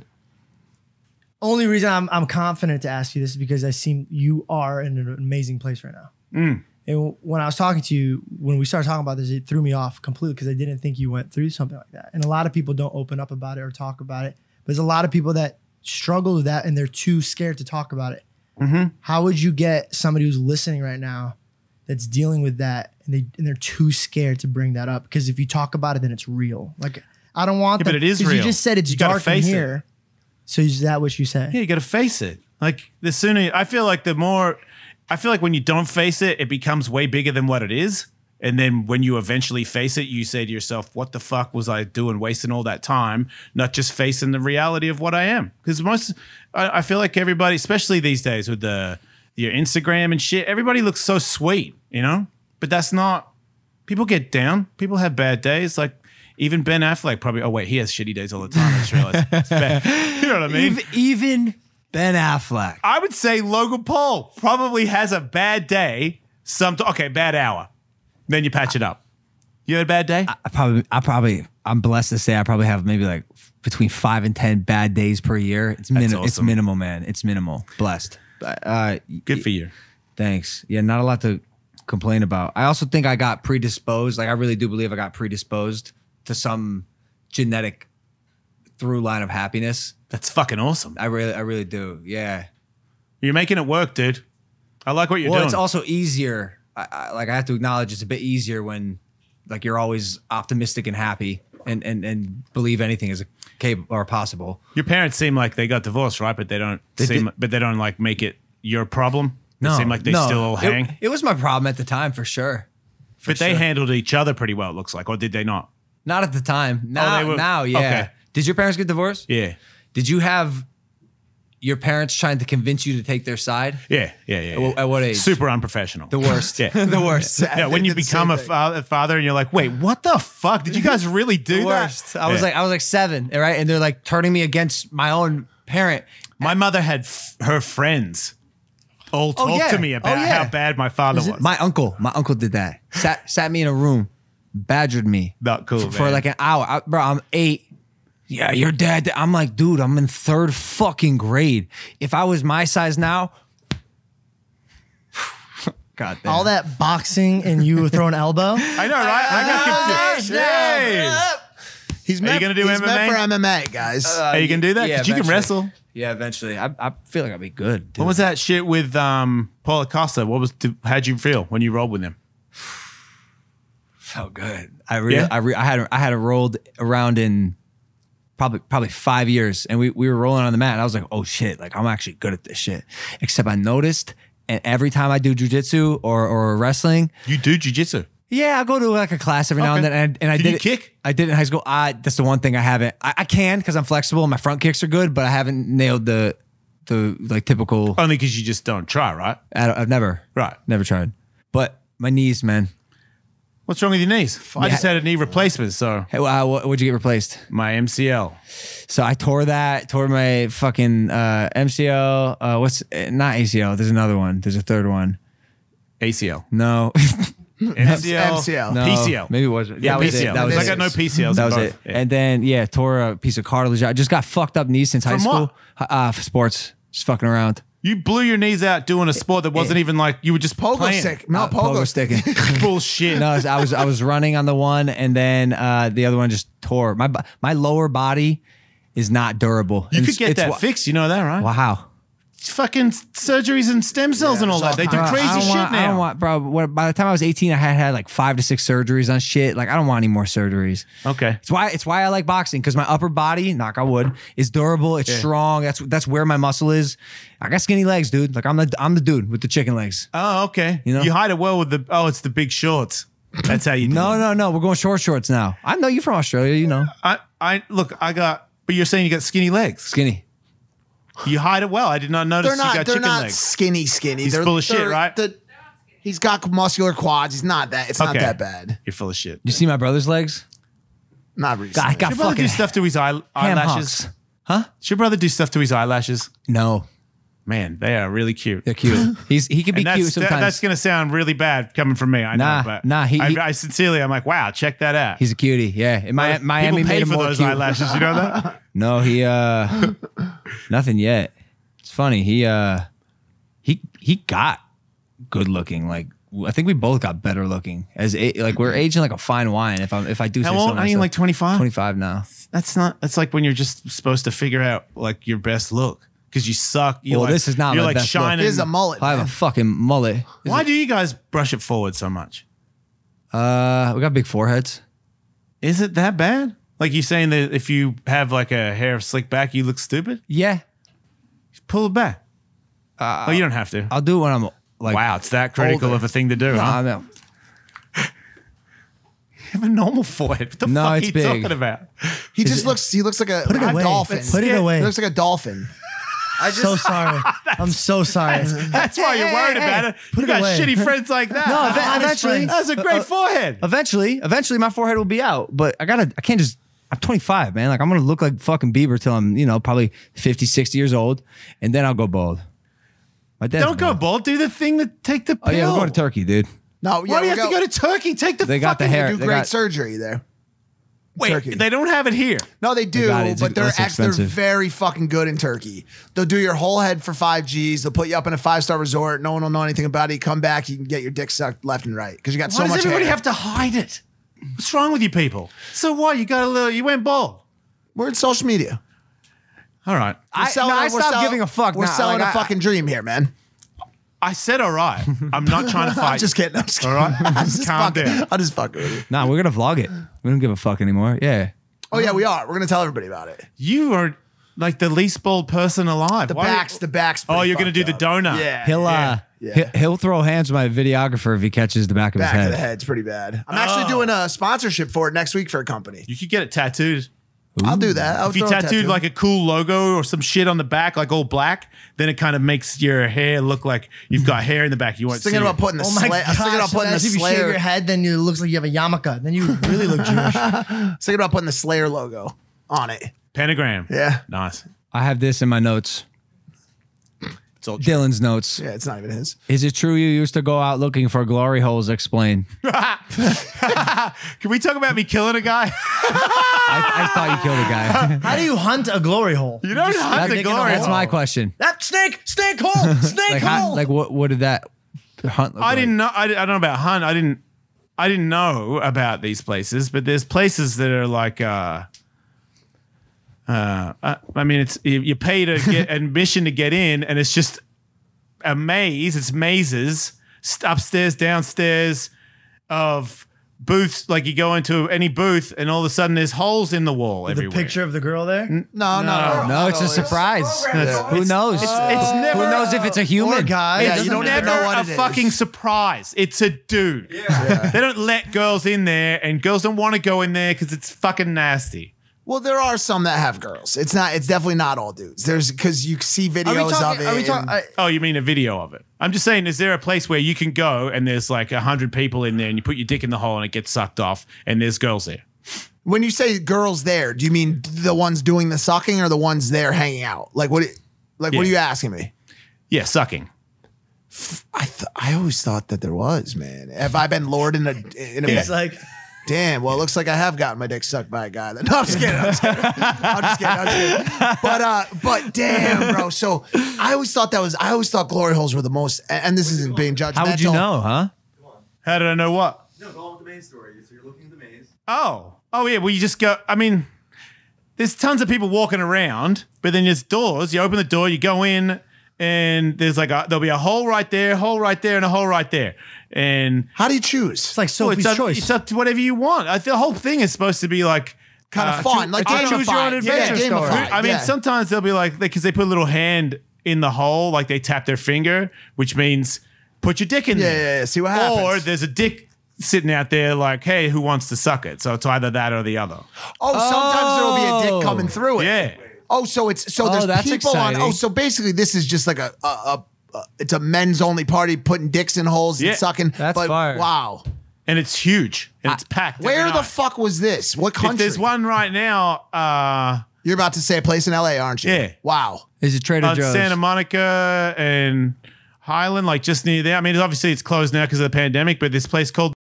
Speaker 9: only reason I'm I'm confident to ask you this is because I seem you are in an amazing place right now. And when I was talking to you, when we started talking about this, it threw me off completely because I didn't think you went through something like that. And a lot of people don't open up about it or talk about it. But there's a lot of people that struggle with that and they're too scared to talk about it.
Speaker 7: Mm-hmm.
Speaker 9: How would you get somebody who's listening right now that's dealing with that and they and they're too scared to bring that up? Because if you talk about it, then it's real. Like I don't want
Speaker 7: Yeah,
Speaker 9: them.
Speaker 7: but it is
Speaker 9: 'Cause You
Speaker 7: real.
Speaker 9: just said it's
Speaker 7: You gotta
Speaker 9: dark in
Speaker 7: face it.
Speaker 9: here. So is that what you say?
Speaker 7: Yeah, you got to face it. Like the sooner, I feel like the more, I feel like when you don't face it, it becomes way bigger than what it is. And then when you eventually face it, you say to yourself, "What the fuck was I doing, wasting all that time? Not just facing the reality of what I am." Because most, I, I feel like everybody, especially these days with the your Instagram and shit, everybody looks so sweet, you know. But that's not. People get down. People have bad days. Like even Ben Affleck probably. Oh wait, he has shitty days all the time. I just realized. It's bad. you know what I mean?
Speaker 6: Even, even Ben Affleck.
Speaker 7: I would say Logan Paul probably has a bad day. Some okay, bad hour. Then you patch it up. You had a bad day.
Speaker 6: I probably, I probably, I'm blessed to say I probably have maybe like f- between five and ten bad days per year. It's
Speaker 11: That's
Speaker 6: minimal. It's
Speaker 11: awesome.
Speaker 6: minimal, man. It's minimal. Blessed. Uh,
Speaker 7: Good for you.
Speaker 6: Thanks. Yeah, not a lot to complain about. I also think I got predisposed. Like I really do believe I got predisposed to some genetic through line of happiness.
Speaker 7: That's fucking awesome.
Speaker 6: I really, I really do. Yeah.
Speaker 7: You're making it work, dude. I like what you're
Speaker 6: well,
Speaker 7: doing.
Speaker 6: it's also easier. I, I, like I have to acknowledge it's a bit easier when like you're always optimistic and happy and and and believe anything is capable or possible.
Speaker 7: Your parents seem like they got divorced, right? But they don't
Speaker 6: They
Speaker 7: seem,
Speaker 6: did-
Speaker 7: but they don't like make it your problem. They
Speaker 6: No,
Speaker 7: seem like they
Speaker 6: no.
Speaker 7: still all
Speaker 6: It-
Speaker 7: hang.
Speaker 6: It, was my problem at the time for sure.
Speaker 7: but they handled each other pretty well. It looks like, or did they not?
Speaker 6: Not at the time. Now,
Speaker 7: Oh, they were-
Speaker 6: now, yeah.
Speaker 7: okay.
Speaker 6: Did your parents get divorced?
Speaker 7: Yeah.
Speaker 6: Did you have your parents trying to convince you to take their side?
Speaker 7: Yeah, yeah, yeah.
Speaker 6: At wh- At what age?
Speaker 7: Super unprofessional. The
Speaker 6: worst.
Speaker 7: yeah,
Speaker 6: The worst.
Speaker 7: Yeah, when you become a fa- a father and you're like, wait, what the fuck? Did you guys really do
Speaker 6: The worst.
Speaker 7: that?
Speaker 6: I was
Speaker 7: Yeah.
Speaker 6: like, I was like seven, all right? And they're like turning me against my own parent.
Speaker 7: My mother had f- her friends all
Speaker 6: Oh,
Speaker 7: talk to me about how bad my father
Speaker 6: Is it-
Speaker 7: was.
Speaker 6: My uncle, my uncle did that. Sat sat me in a room, badgered me.
Speaker 7: Not cool.
Speaker 6: for
Speaker 7: man.
Speaker 6: like an hour, I, bro. I'm eight. Yeah, your dad. did- I'm like, dude. I'm in third fucking grade. If I was my size now, God damn.
Speaker 9: All that boxing and you throw an elbow.
Speaker 7: I know, right? I got confused. Hey.
Speaker 8: He's
Speaker 7: Are you
Speaker 8: meant,
Speaker 7: gonna do
Speaker 8: he's
Speaker 7: MMA?
Speaker 8: meant for MMA, guys.
Speaker 7: Are you gonna do that?
Speaker 6: yeah,
Speaker 7: 'Cause you can
Speaker 6: eventually.
Speaker 7: wrestle.
Speaker 6: Yeah, eventually. I, I feel like I'll be good.
Speaker 7: What
Speaker 6: Dude.
Speaker 7: was that shit with um, Paul Acosta? What was? How'd you feel when you rolled with him?
Speaker 6: Felt good. I really,
Speaker 7: Yeah?
Speaker 6: I, re- I had, I had rolled around in probably, probably five years, and we we were rolling on the mat. And I was like, oh shit, like I'm actually good at this shit. Except I noticed, and every time I do jujitsu or or wrestling,
Speaker 7: You do jujitsu.
Speaker 6: Yeah, I go to like a class every now and
Speaker 7: Okay.
Speaker 6: then, and, and I
Speaker 7: Can
Speaker 6: did
Speaker 7: you
Speaker 6: it-
Speaker 7: kick?
Speaker 6: I did it in high school. I that's the one thing I haven't. I, I can because I'm flexible and my front kicks are good, but I haven't nailed the the like typical.
Speaker 7: Only because you just don't try, right?
Speaker 6: I don't- I've never
Speaker 7: Uh, Right.
Speaker 6: never tried, but my knees, man.
Speaker 7: What's wrong with your knees? I just had a knee replacement, so
Speaker 6: Hey, wow, what, would you get replaced?
Speaker 7: my MCL.
Speaker 6: So I tore that, tore my fucking uh, MCL. Uh, what's eh, not ACL? There's another one. There's a third one.
Speaker 7: ACL.
Speaker 6: No,
Speaker 7: MCL.
Speaker 8: MCL.
Speaker 6: No,
Speaker 7: PCL.
Speaker 6: Maybe it wasn't.
Speaker 7: Yeah,
Speaker 6: that was
Speaker 7: PCL.
Speaker 6: it. That was
Speaker 7: I
Speaker 6: it.
Speaker 7: got no PCLs.
Speaker 6: That
Speaker 7: in
Speaker 6: was
Speaker 7: both.
Speaker 6: it.
Speaker 7: Yeah.
Speaker 6: And then yeah, tore a piece of cartilage. I just got fucked up knees since high
Speaker 7: From
Speaker 6: school.
Speaker 7: what?
Speaker 6: Uh, for sports, just fucking around.
Speaker 7: You blew your knees out doing a sport that wasn't even like you were just
Speaker 8: Pogo
Speaker 7: playing.
Speaker 8: stick. No,
Speaker 6: Uh,
Speaker 8: pogo,
Speaker 6: pogo
Speaker 8: stick.
Speaker 6: sticking.
Speaker 7: Bullshit.
Speaker 6: no, I was I was running on the one, and then uh, the other one just tore. My bo- my lower body is not durable.
Speaker 7: You
Speaker 6: And
Speaker 7: could
Speaker 6: it's-
Speaker 7: get
Speaker 6: it's
Speaker 7: that
Speaker 6: wh-
Speaker 7: fixed. You know that, right?
Speaker 6: Wow.
Speaker 7: Fucking s- surgeries and stem cells and all that. They do
Speaker 6: Bro, Uh, I
Speaker 7: crazy
Speaker 6: don't
Speaker 7: shit
Speaker 6: want- I
Speaker 7: now.
Speaker 6: don't want, bro. What, by the time I was 18, I had had like five to six surgeries on shit. Like I don't want any more surgeries.
Speaker 7: okay.
Speaker 6: It's why it's why I like boxing because my upper body, knock on wood, is durable. It's strong. That's that's where my muscle is. I got skinny legs, dude. Like I'm the I'm the dude with the chicken legs.
Speaker 7: Oh, okay. You,
Speaker 6: know?
Speaker 7: hide it well with the. Oh, it's the big shorts. That's how you. do
Speaker 6: No,
Speaker 7: it.
Speaker 6: no, no. We're going short shorts now. I know you from Australia. You know,
Speaker 7: I, I look. I got. But you're saying you got skinny legs.
Speaker 6: skinny.
Speaker 7: You hide it well. I did not notice
Speaker 8: They're not.
Speaker 7: you got
Speaker 8: they're
Speaker 7: chicken
Speaker 8: not
Speaker 7: legs.
Speaker 8: skinny, skinny.
Speaker 7: He's
Speaker 8: they're,
Speaker 7: full of shit,
Speaker 8: they're-
Speaker 7: right?
Speaker 8: the- he's got muscular quads. He's not that. It's not
Speaker 7: Okay.
Speaker 8: that bad.
Speaker 7: You're full of shit.
Speaker 6: You see my brother's legs? God,
Speaker 8: Not
Speaker 6: I
Speaker 8: recently.
Speaker 6: got
Speaker 7: Should your brother
Speaker 6: fucking
Speaker 7: do stuff to his eye,
Speaker 6: ham
Speaker 7: eyelashes?
Speaker 6: hocks. Huh?
Speaker 7: Should your brother do stuff to his eyelashes?
Speaker 6: No,
Speaker 7: Man, they are really cute.
Speaker 6: they're cute. He's he can be
Speaker 7: And that's,
Speaker 6: cute
Speaker 7: that-
Speaker 6: sometimes.
Speaker 7: that's gonna sound really bad coming from me. I
Speaker 6: Nah,
Speaker 7: know, but
Speaker 6: nah, he-
Speaker 7: I,
Speaker 6: he-
Speaker 7: I sincerely, I'm like, wow, check that out.
Speaker 6: He's a cutie. Yeah, in Mi-
Speaker 7: People
Speaker 6: Miami
Speaker 7: pay
Speaker 6: made him
Speaker 7: for
Speaker 6: more
Speaker 7: those
Speaker 6: cute.
Speaker 7: eyelashes. You know that?
Speaker 6: No, he uh nothing yet. It's funny. He uh he he got good looking. Like I think we both got better looking as a, like we're aging like a fine wine. If I'm if I do
Speaker 7: How
Speaker 6: say
Speaker 7: old
Speaker 6: so
Speaker 7: are you?
Speaker 6: myself.
Speaker 7: Like 25?
Speaker 6: 25 now.
Speaker 7: That's not. That's like when you're just supposed to figure out like your best look because you suck. You're
Speaker 6: Well,
Speaker 7: like,
Speaker 6: this is not
Speaker 7: You're
Speaker 6: my
Speaker 7: like
Speaker 6: best look.
Speaker 7: shining.
Speaker 8: It is a mullet.
Speaker 6: I have a fucking mullet.
Speaker 7: Why do you guys brush it forward so much?
Speaker 6: Uh, we got big foreheads.
Speaker 7: Is it that bad? Like you saying that if you have like a hair slick back, you look stupid.
Speaker 6: Yeah,
Speaker 7: pull it back. Uh, oh, you don't have to.
Speaker 6: I'll do it when I'm like.
Speaker 7: Wow, it's that critical
Speaker 6: older.
Speaker 7: of a thing to do.
Speaker 6: No,
Speaker 7: huh?
Speaker 6: I know.
Speaker 7: have a normal forehead. What the
Speaker 6: No,
Speaker 7: fuck
Speaker 6: it's
Speaker 7: are you
Speaker 6: big.
Speaker 7: talking about?
Speaker 8: He just looks. He looks like a, like a
Speaker 9: away.
Speaker 8: dolphin.
Speaker 9: Put it away.
Speaker 8: He looks like a dolphin.
Speaker 9: I'm so sorry. I'm so sorry.
Speaker 7: That's why you're worried about it.
Speaker 9: put
Speaker 7: you
Speaker 9: it
Speaker 7: got
Speaker 9: away.
Speaker 7: shitty friends like that.
Speaker 9: No,
Speaker 7: Honest
Speaker 9: eve- eventually-
Speaker 7: friends. That's a great
Speaker 9: uh,
Speaker 7: forehead.
Speaker 6: Eventually, eventually, my forehead will be out. But I gotta. I can't just. I'm 25, man. Like I'm gonna look like fucking Bieber till I'm, you know, probably 50, 60 years old, and then I'll go bald. My dad's
Speaker 7: Don't go bald. Do the thing that take the pill.
Speaker 6: Oh yeah, we're going to Turkey, dude.
Speaker 8: No, yeah,
Speaker 7: Why do you
Speaker 8: we'll
Speaker 7: have to go to Turkey? Take the.
Speaker 6: They got the
Speaker 8: fucking-
Speaker 6: hair.
Speaker 8: They do
Speaker 6: They
Speaker 8: great
Speaker 6: got-
Speaker 8: surgery there.
Speaker 7: Wait, they don't have it here.
Speaker 8: No, they do,
Speaker 6: got it. It's
Speaker 8: but they're
Speaker 6: less
Speaker 8: actually they're
Speaker 6: expensive.
Speaker 8: very fucking good in Turkey. They'll do your whole head for five Gs. They'll put you up in a five star resort. No one will know anything about it. You come back, you can get your dick sucked left and right because you got
Speaker 7: Why
Speaker 8: so
Speaker 7: does
Speaker 8: much
Speaker 7: everybody
Speaker 8: hair.
Speaker 7: have to hide it? What's wrong with you people? So what? You got a little. You went bald.
Speaker 8: We're in social media.
Speaker 7: All right.
Speaker 8: We're
Speaker 6: I, no, I
Speaker 8: we're
Speaker 6: stopped giving a fuck.
Speaker 8: We're
Speaker 6: now.
Speaker 8: selling
Speaker 6: Like,
Speaker 8: a
Speaker 6: I-
Speaker 8: fucking dream here, man.
Speaker 7: I said all right. I'm not trying to fight.
Speaker 8: I'm just kidding. I'm just
Speaker 7: all
Speaker 8: kidding.
Speaker 7: right.
Speaker 8: I'm just
Speaker 7: Calm
Speaker 8: fucking-
Speaker 7: down.
Speaker 8: I'll just fuck with you.
Speaker 6: Nah, we're gonna vlog it. We don't give a fuck anymore. Yeah.
Speaker 8: Oh yeah, we are. We're gonna tell everybody about it.
Speaker 7: You are like the least bald person alive.
Speaker 8: The
Speaker 7: Why-
Speaker 8: backs, the backs.
Speaker 7: Oh,
Speaker 8: pretty
Speaker 7: you're gonna
Speaker 8: fucked
Speaker 7: do the
Speaker 8: up.
Speaker 7: donut.
Speaker 8: Yeah,
Speaker 6: He'll uh,
Speaker 8: Yeah.
Speaker 6: he- he'll throw hands with my videographer if he catches the back of
Speaker 8: back
Speaker 6: his
Speaker 8: of
Speaker 6: head.
Speaker 8: the head's pretty bad. I'm
Speaker 7: Oh.
Speaker 8: actually doing a sponsorship for it next week for a company.
Speaker 7: You could get it tattooed.
Speaker 8: I'll do that. I'll
Speaker 7: if you
Speaker 8: throw a
Speaker 7: tattooed
Speaker 8: tattoo.
Speaker 7: like a cool logo or some shit on the back, like all black, then it kind of makes your hair look like you've got hair in the back. You
Speaker 8: I
Speaker 7: won't
Speaker 8: was
Speaker 7: see
Speaker 8: thinking about
Speaker 7: it.
Speaker 8: putting the
Speaker 9: Oh my
Speaker 8: slayer. I was thinking about
Speaker 9: gosh!
Speaker 8: putting the
Speaker 9: Imagine if you shave your
Speaker 8: slayer.
Speaker 9: head, then you it looks like you have a yarmulke. Then you really look Jewish.
Speaker 8: I was thinking about putting the slayer logo on it.
Speaker 7: pentagram.
Speaker 8: Yeah.
Speaker 7: nice.
Speaker 6: I have this in my notes.
Speaker 7: It's all true.
Speaker 6: Dylan's notes.
Speaker 8: Yeah, it's not even his.
Speaker 6: Is it true you used to go out looking for glory holes? Explain.
Speaker 7: Can we talk about me killing a guy?
Speaker 6: I, I thought you killed a guy.
Speaker 9: How do you hunt a glory hole?
Speaker 7: you don't
Speaker 6: Like,
Speaker 7: have to
Speaker 6: thinking
Speaker 7: glory.
Speaker 6: of- that's my
Speaker 7: hole.
Speaker 6: question.
Speaker 9: That snake, snake hole, snake
Speaker 6: Like, how, like what? What did that hunt? Look
Speaker 7: I
Speaker 6: like?
Speaker 7: didn't know. I, di- I don't know about Hunt. I didn't. I didn't know about these places, but there's places that are like. uh uh, I- I mean, it's you, you pay to get admission to get in, and it's just a maze. It's mazes st- upstairs, downstairs, of booths. Like you go into any booth, and all of a sudden there's holes in the wall
Speaker 9: the
Speaker 7: everywhere. Mm,
Speaker 9: picture of the girl there.
Speaker 8: No, no,
Speaker 6: No, it's a surprise. Who knows?
Speaker 7: it's never-
Speaker 6: Who knows if it's a human?
Speaker 9: Or guy.
Speaker 8: Yeah,
Speaker 7: it's
Speaker 8: you don't even
Speaker 7: never
Speaker 8: know what
Speaker 7: a
Speaker 8: it is.
Speaker 7: fucking surprise. It's a dude. they don't let girls in there, and girls don't want to go in there because it's fucking nasty.
Speaker 8: Well, there are some that have girls. It's not. It's definitely not all dudes. There's because you see videos of it.
Speaker 9: Are we
Speaker 8: and-
Speaker 9: talking? I-
Speaker 7: Oh, you mean a video of it? I'm just saying, is there a place where you can go and there's like a hundred people in there, and you put your dick in the hole and it gets sucked off, and there's girls there?
Speaker 8: when you say girls there, do you mean the ones doing the sucking or the ones there hanging out? Like what? Like what are
Speaker 7: Yeah.
Speaker 8: you asking me?
Speaker 7: Yeah, sucking.
Speaker 8: I th- I always thought that there was man. Have I been lured in a in a
Speaker 9: It's like
Speaker 8: Damn. Well, it looks like I have gotten my dick sucked by a guy. Then no, I'm just kidding. I'm just kidding. I'm just kidding. I'm just kidding. But uh, but damn, bro. So I always thought that was. I always thought glory holes were the most. And and this isn't being judgmental.
Speaker 6: How would you know, huh?
Speaker 7: How did I know what?
Speaker 2: No, go on with the main story. So you're looking at the maze.
Speaker 7: Oh, oh yeah. Well, you just go. I mean, there's tons of people walking around, but then there's doors. You open the door, you go in, and there's like a, there'll be a hole right there, hole right there, and a hole right there, and
Speaker 8: How do you choose?
Speaker 9: it's like
Speaker 7: Well,
Speaker 9: Sophie's
Speaker 7: it's up,
Speaker 9: choice.
Speaker 7: It's up to whatever you want. I, the whole thing is supposed to be like
Speaker 8: Kind of fun, Uh, like
Speaker 7: I choose your own
Speaker 8: gamified. Yeah,
Speaker 7: adventure
Speaker 8: gamified,
Speaker 7: story. I mean,
Speaker 8: yeah.
Speaker 7: sometimes they'll be like because they put a little hand in the hole, like they tap their finger, which means put your dick in
Speaker 8: Yeah,
Speaker 7: there.
Speaker 8: yeah, yeah. See what happens.
Speaker 7: Or there's a dick sitting out there, like, hey, who wants to suck it? So it's either that or the other.
Speaker 8: Oh, sometimes there will be a dick coming through it.
Speaker 7: Yeah.
Speaker 8: Oh, so it's so
Speaker 6: Oh,
Speaker 8: there's
Speaker 6: that's
Speaker 8: people
Speaker 6: exciting.
Speaker 8: on. Oh, so basically this is just like a a. a a- it's a men's only party putting dicks in holes and
Speaker 7: Yeah,
Speaker 8: sucking.
Speaker 6: that's
Speaker 8: but
Speaker 6: fire.
Speaker 8: wow.
Speaker 7: and it's huge and it's packed. every
Speaker 8: Where the
Speaker 7: night.
Speaker 8: fuck was this? What
Speaker 7: If
Speaker 8: country?
Speaker 7: there's one right now uh,
Speaker 8: You're about to say a place in LA, aren't you?
Speaker 7: Yeah.
Speaker 8: Wow.
Speaker 6: Is it Trader
Speaker 7: on
Speaker 6: Joe's?
Speaker 7: Uh, Santa Monica and Highland, like just near there. I mean, obviously it's closed now because of the pandemic, but this place called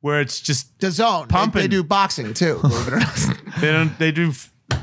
Speaker 7: where it's just
Speaker 8: The zone. They- They,
Speaker 7: Pumping.
Speaker 8: do boxing too. believe it or not.
Speaker 7: they don't they do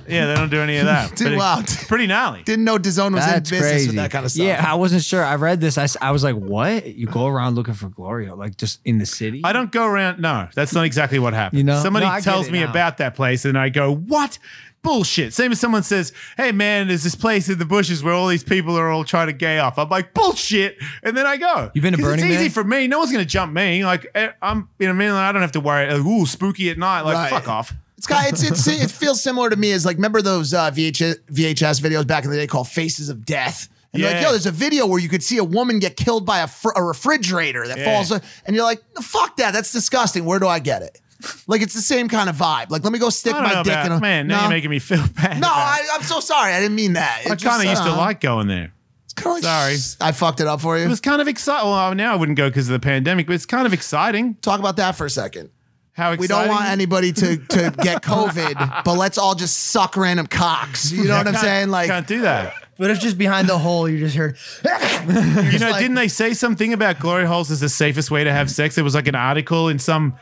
Speaker 7: yeah they don't do any of that.
Speaker 8: Dude,
Speaker 7: But it-
Speaker 8: wow.
Speaker 7: it's pretty gnarly.
Speaker 8: Didn't know DAZN was
Speaker 6: That's
Speaker 8: in business
Speaker 6: crazy.
Speaker 8: with that kind of stuff.
Speaker 6: Yeah, I wasn't sure. I read this. I, s- I was like, what? You go around looking for Gloria, like just in the city?
Speaker 7: I don't go around. No, that's not exactly what happened.
Speaker 6: You know?
Speaker 7: somebody
Speaker 6: No, I get
Speaker 7: tells
Speaker 6: it
Speaker 7: me
Speaker 6: now.
Speaker 7: about that place, and I go, "What bullshit?" Same as someone says, "Hey, man, there's this place in the bushes where all these people are all trying to gay off." I'm like, "Bullshit," and then I go.
Speaker 6: You been to
Speaker 7: 'Cause
Speaker 6: Burning
Speaker 7: It's easy
Speaker 6: Man?
Speaker 7: for me. No one's gonna jump me. Like eh, I'm, you know, what I mean, Like, I don't have to worry. Like, Ooh, spooky at night. Like,
Speaker 8: Right.
Speaker 7: fuck off.
Speaker 8: It's It's kind it's, it's, it feels similar to me as like remember those uh, VHS, VHS videos back in the day called Faces of Death. And you're like,
Speaker 7: Yeah.
Speaker 8: yo, there's a video where you could see a woman get killed by a, fr- a refrigerator that
Speaker 7: Yeah.
Speaker 8: falls, and you're like, fuck that, that's disgusting. Where do I get it? Like it's the same kind of vibe. Like let me go stick
Speaker 7: I don't
Speaker 8: my
Speaker 7: know
Speaker 8: dick
Speaker 7: about-
Speaker 8: in a
Speaker 7: man, now
Speaker 8: No.
Speaker 7: you're making me feel bad.
Speaker 8: No, I, uh, I'm so sorry. I didn't mean that.
Speaker 7: I kind of used to like going there.
Speaker 8: Sorry, I fucked it up for you.
Speaker 7: It was kind of exciting. Well, now I wouldn't go because of the pandemic, but it's kind of exciting.
Speaker 8: Talk about that for a second.
Speaker 7: How
Speaker 8: We don't want
Speaker 7: exciting?
Speaker 8: anybody to to get COVID, but let's all just suck random cocks. You know
Speaker 7: Yeah,
Speaker 8: what I'm
Speaker 7: can't-
Speaker 8: saying? Like
Speaker 7: can't do that.
Speaker 9: What if just behind the hole you just heard?
Speaker 7: You know, didn't they say something about glory holes is the safest way to have sex? There was like an article in some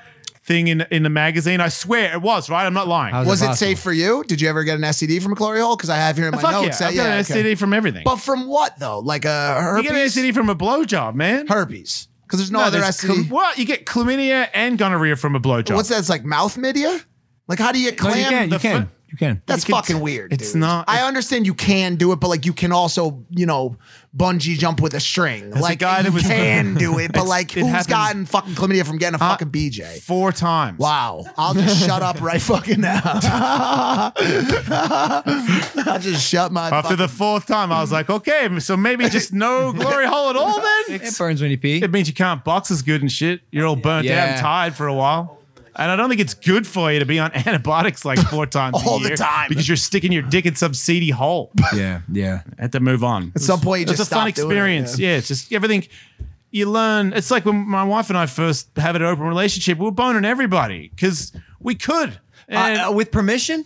Speaker 7: thing in in the magazine. I swear it was right. I'm not lying.
Speaker 8: was it safe for you? Did you ever get an STD from a glory hole? Because I have here in my
Speaker 7: Fuck
Speaker 8: notes
Speaker 7: yeah,
Speaker 8: that
Speaker 7: I got
Speaker 8: uh, yeah,
Speaker 7: an
Speaker 8: okay.
Speaker 7: STD from everything.
Speaker 8: But from what though? Like a herpes?
Speaker 7: You get an STD from a blowjob, man.
Speaker 8: Herpes. Because there's no, other STD.
Speaker 7: chlam- what you get chlamydia and gonorrhea from a blowjob.
Speaker 8: What's that? It's like mouth media. Like how do you get
Speaker 7: No,
Speaker 8: clam?
Speaker 7: You
Speaker 8: the
Speaker 7: can. You
Speaker 8: foot-
Speaker 7: can. You can.
Speaker 8: That's
Speaker 7: You can-
Speaker 8: fucking weird.
Speaker 7: It's
Speaker 8: dude.
Speaker 7: not.
Speaker 8: I understand you can do it, but like you can also, you know, bungee jump with a string.
Speaker 7: a
Speaker 8: like
Speaker 7: guy that
Speaker 8: you
Speaker 7: was-
Speaker 8: can do it, but
Speaker 7: It's-
Speaker 8: like
Speaker 7: it Uh,
Speaker 8: who's
Speaker 7: happened-
Speaker 8: gotten fucking chlamydia from getting a fucking BJ?
Speaker 7: Four times.
Speaker 8: Wow. I'll just shut up right fucking now. I'll just shut my
Speaker 7: After the fourth time, I was like, okay, so maybe just no glory hole at all then? It burns when you pee. It means you can't box as good and shit. You're all burnt out and
Speaker 8: Yeah.
Speaker 7: tired for a while. And I don't think it's good for you to be on antibiotics like four times
Speaker 8: All
Speaker 7: a
Speaker 8: the
Speaker 7: year
Speaker 8: time.
Speaker 7: because you're sticking your dick in some seedy hole.
Speaker 11: Yeah, yeah.
Speaker 7: I had to move on.
Speaker 8: At some point, you
Speaker 7: it's
Speaker 8: just
Speaker 7: a fun
Speaker 8: stop doing it,
Speaker 7: experience.
Speaker 8: yeah.
Speaker 7: yeah. it's just everything you learn. It's like when my wife and I first have an open relationship, we were boning everybody because we could.
Speaker 8: Uh,
Speaker 6: uh, with permission?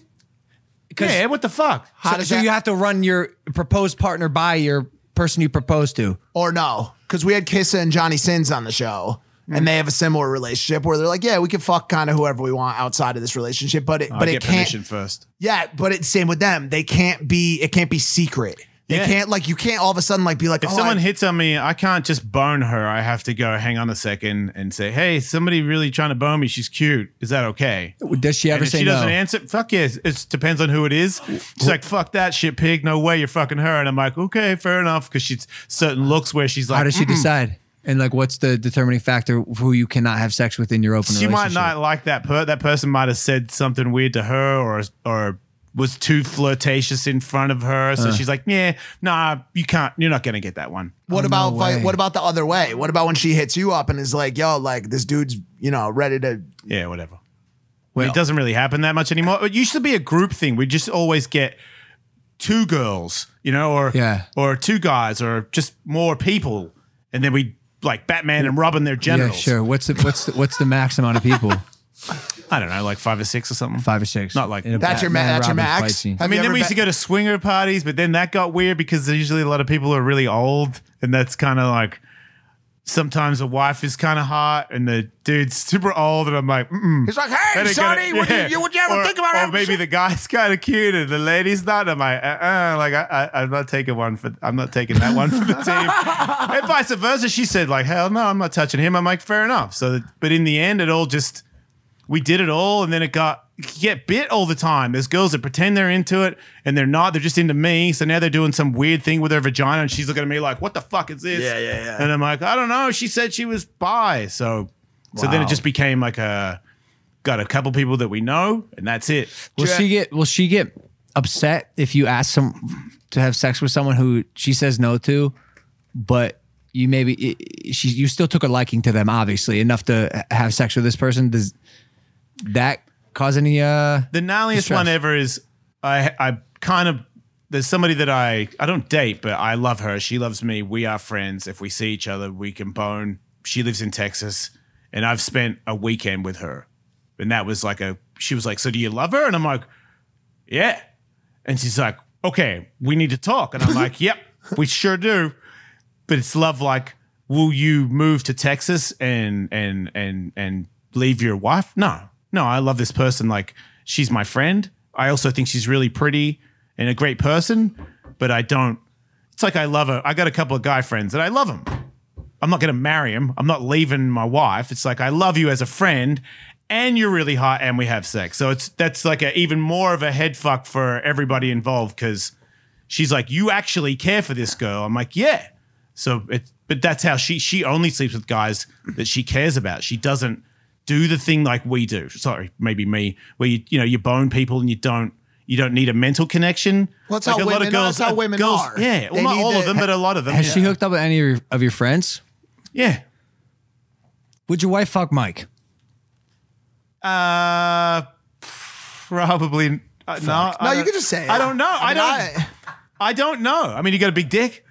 Speaker 7: Yeah, what the fuck?
Speaker 6: so, so you have to run your proposed partner by your person you proposed to.
Speaker 8: or no, because we had Kissa and Johnny Sins on the show.
Speaker 7: Mm.
Speaker 8: And they have a similar relationship where they're like, yeah, we can fuck kind of whoever we want outside of this relationship, but it, but it can't
Speaker 7: first.
Speaker 8: Yeah, but it's same with them. They can't be. It can't be secret. They
Speaker 7: Yeah.
Speaker 8: can't like you can't all of a sudden like be like
Speaker 7: If
Speaker 8: oh,
Speaker 7: someone
Speaker 8: I-
Speaker 7: hits on me, I can't just bone her. I have to go, hang on a second, and say, hey, somebody really trying to bone me. She's cute. Is that okay?
Speaker 11: Does she ever
Speaker 7: and if
Speaker 11: say
Speaker 7: she doesn't
Speaker 11: no?
Speaker 7: answer, fuck yes. It depends on who it is. She's like, fuck that shit, pig. No way you're fucking her. And I'm like, okay, fair enough. Because she's certain looks where she's like, "Mm,
Speaker 11: How does she
Speaker 7: "Mm-mm."
Speaker 11: decide? And like, what's the determining factor of who you cannot have sex with in your open
Speaker 7: She might
Speaker 11: relationship?
Speaker 7: not like that. Per- that person might have said something weird to her or, or, was too flirtatious in front of her, so
Speaker 11: Uh.
Speaker 7: she's like, "Yeah, nah, you can't. You're not gonna get that one."
Speaker 8: What about vi-
Speaker 7: way.
Speaker 8: what about the other way? What about when she hits you up and is like, yo, like this dude's you know ready to
Speaker 7: Yeah, whatever. Well, it doesn't really happen that much anymore. It used to be a group thing. We just always get two girls, you know, or
Speaker 11: Yeah.
Speaker 7: or two guys, or just more people, and then we like Batman and Robin their
Speaker 11: Yeah,
Speaker 7: genitals.
Speaker 11: sure. What's the what's the, what's the max amount of people?
Speaker 7: I don't know, like five or six or something.
Speaker 11: Five or six.
Speaker 7: Not like
Speaker 11: In a That's your ma- Batman that's your Robin max? fight scene.
Speaker 7: I
Speaker 11: Have
Speaker 7: mean,
Speaker 11: you
Speaker 7: then
Speaker 11: ever
Speaker 7: we used to
Speaker 11: ba-
Speaker 7: go to swinger parties, but then that got weird because there's usually a lot of people who are really old, and that's kind of like sometimes the wife is kind of hot and the dude's super old, and I'm like, mm.
Speaker 8: He's like, "Hey, sonny, would you- you- would you ever
Speaker 7: or,
Speaker 8: think about
Speaker 7: Or
Speaker 8: having
Speaker 7: maybe the guy's kind of cute and the lady's not. I'm like, uh, uh like I, I, I'm not taking one for. I'm not taking that one for the team. and vice versa, she said like, hell no, I'm not touching him. I'm like, fair enough. So, that, but in the end, it all just we did it all and then it got you get bit all the time there's girls that pretend they're into it and they're not they're just into me so now they're doing some weird thing with her vagina and she's looking at me like what the fuck is this
Speaker 8: Yeah, yeah, yeah.
Speaker 7: and i'm like i don't know she said she was bi so so then it
Speaker 11: Wow.
Speaker 7: just became like a got a couple people that we know and that's it
Speaker 11: Will she get Will she get upset if you ask some to have sex with someone who she says no to, but you maybe i- i- she you still took a liking to them, obviously enough to h- have sex with this person? Does that cause any? uh
Speaker 7: The gnarliest
Speaker 11: distress?
Speaker 7: one ever is I I kind of there's somebody that I I don't date, but I love her. She loves me. We are friends. If we see each other, we can bone. She lives in Texas, and I've spent a weekend with her, and that was like a. She was like, "So do you love her?" And I'm like, "Yeah," and she's like, "Okay, we need to talk." And I'm like, "Yep, we sure do." But it's love like, will you move to Texas and and and and leave your wife? No, no, I love this person. Like she's my friend. I also think she's really pretty and a great person. But I don't. It's like I love her. I got a couple of guy friends that I love them. I'm not going to marry him. I'm not leaving my wife. It's like I love you as a friend, and you're really hot, and we have sex. So it's that's like a, even more of a head fuck for everybody involved because she's like, you actually care for this girl. I'm like, yeah. So it, but that's how she she only sleeps with guys that she cares about. She doesn't do the thing like we do. Sorry, maybe me, where you you know you bone people and you don't you don't need a mental connection.
Speaker 8: Well, that's how women- that's how women
Speaker 7: girls-
Speaker 8: are.
Speaker 7: Yeah, well,
Speaker 8: They
Speaker 7: not
Speaker 8: need
Speaker 7: all of
Speaker 8: the-
Speaker 7: them, but a lot of them.
Speaker 11: Has
Speaker 7: yeah.
Speaker 11: she hooked up with any of your, of your friends?
Speaker 7: Yeah.
Speaker 11: Would your wife fuck Mike?
Speaker 7: Uh, probably uh, no.
Speaker 8: No,
Speaker 7: I
Speaker 8: you
Speaker 7: don't-
Speaker 8: can just say it.
Speaker 7: I don't know.
Speaker 8: I
Speaker 7: I,
Speaker 8: mean,
Speaker 7: don't. I, don't know. I mean, you got a big dick.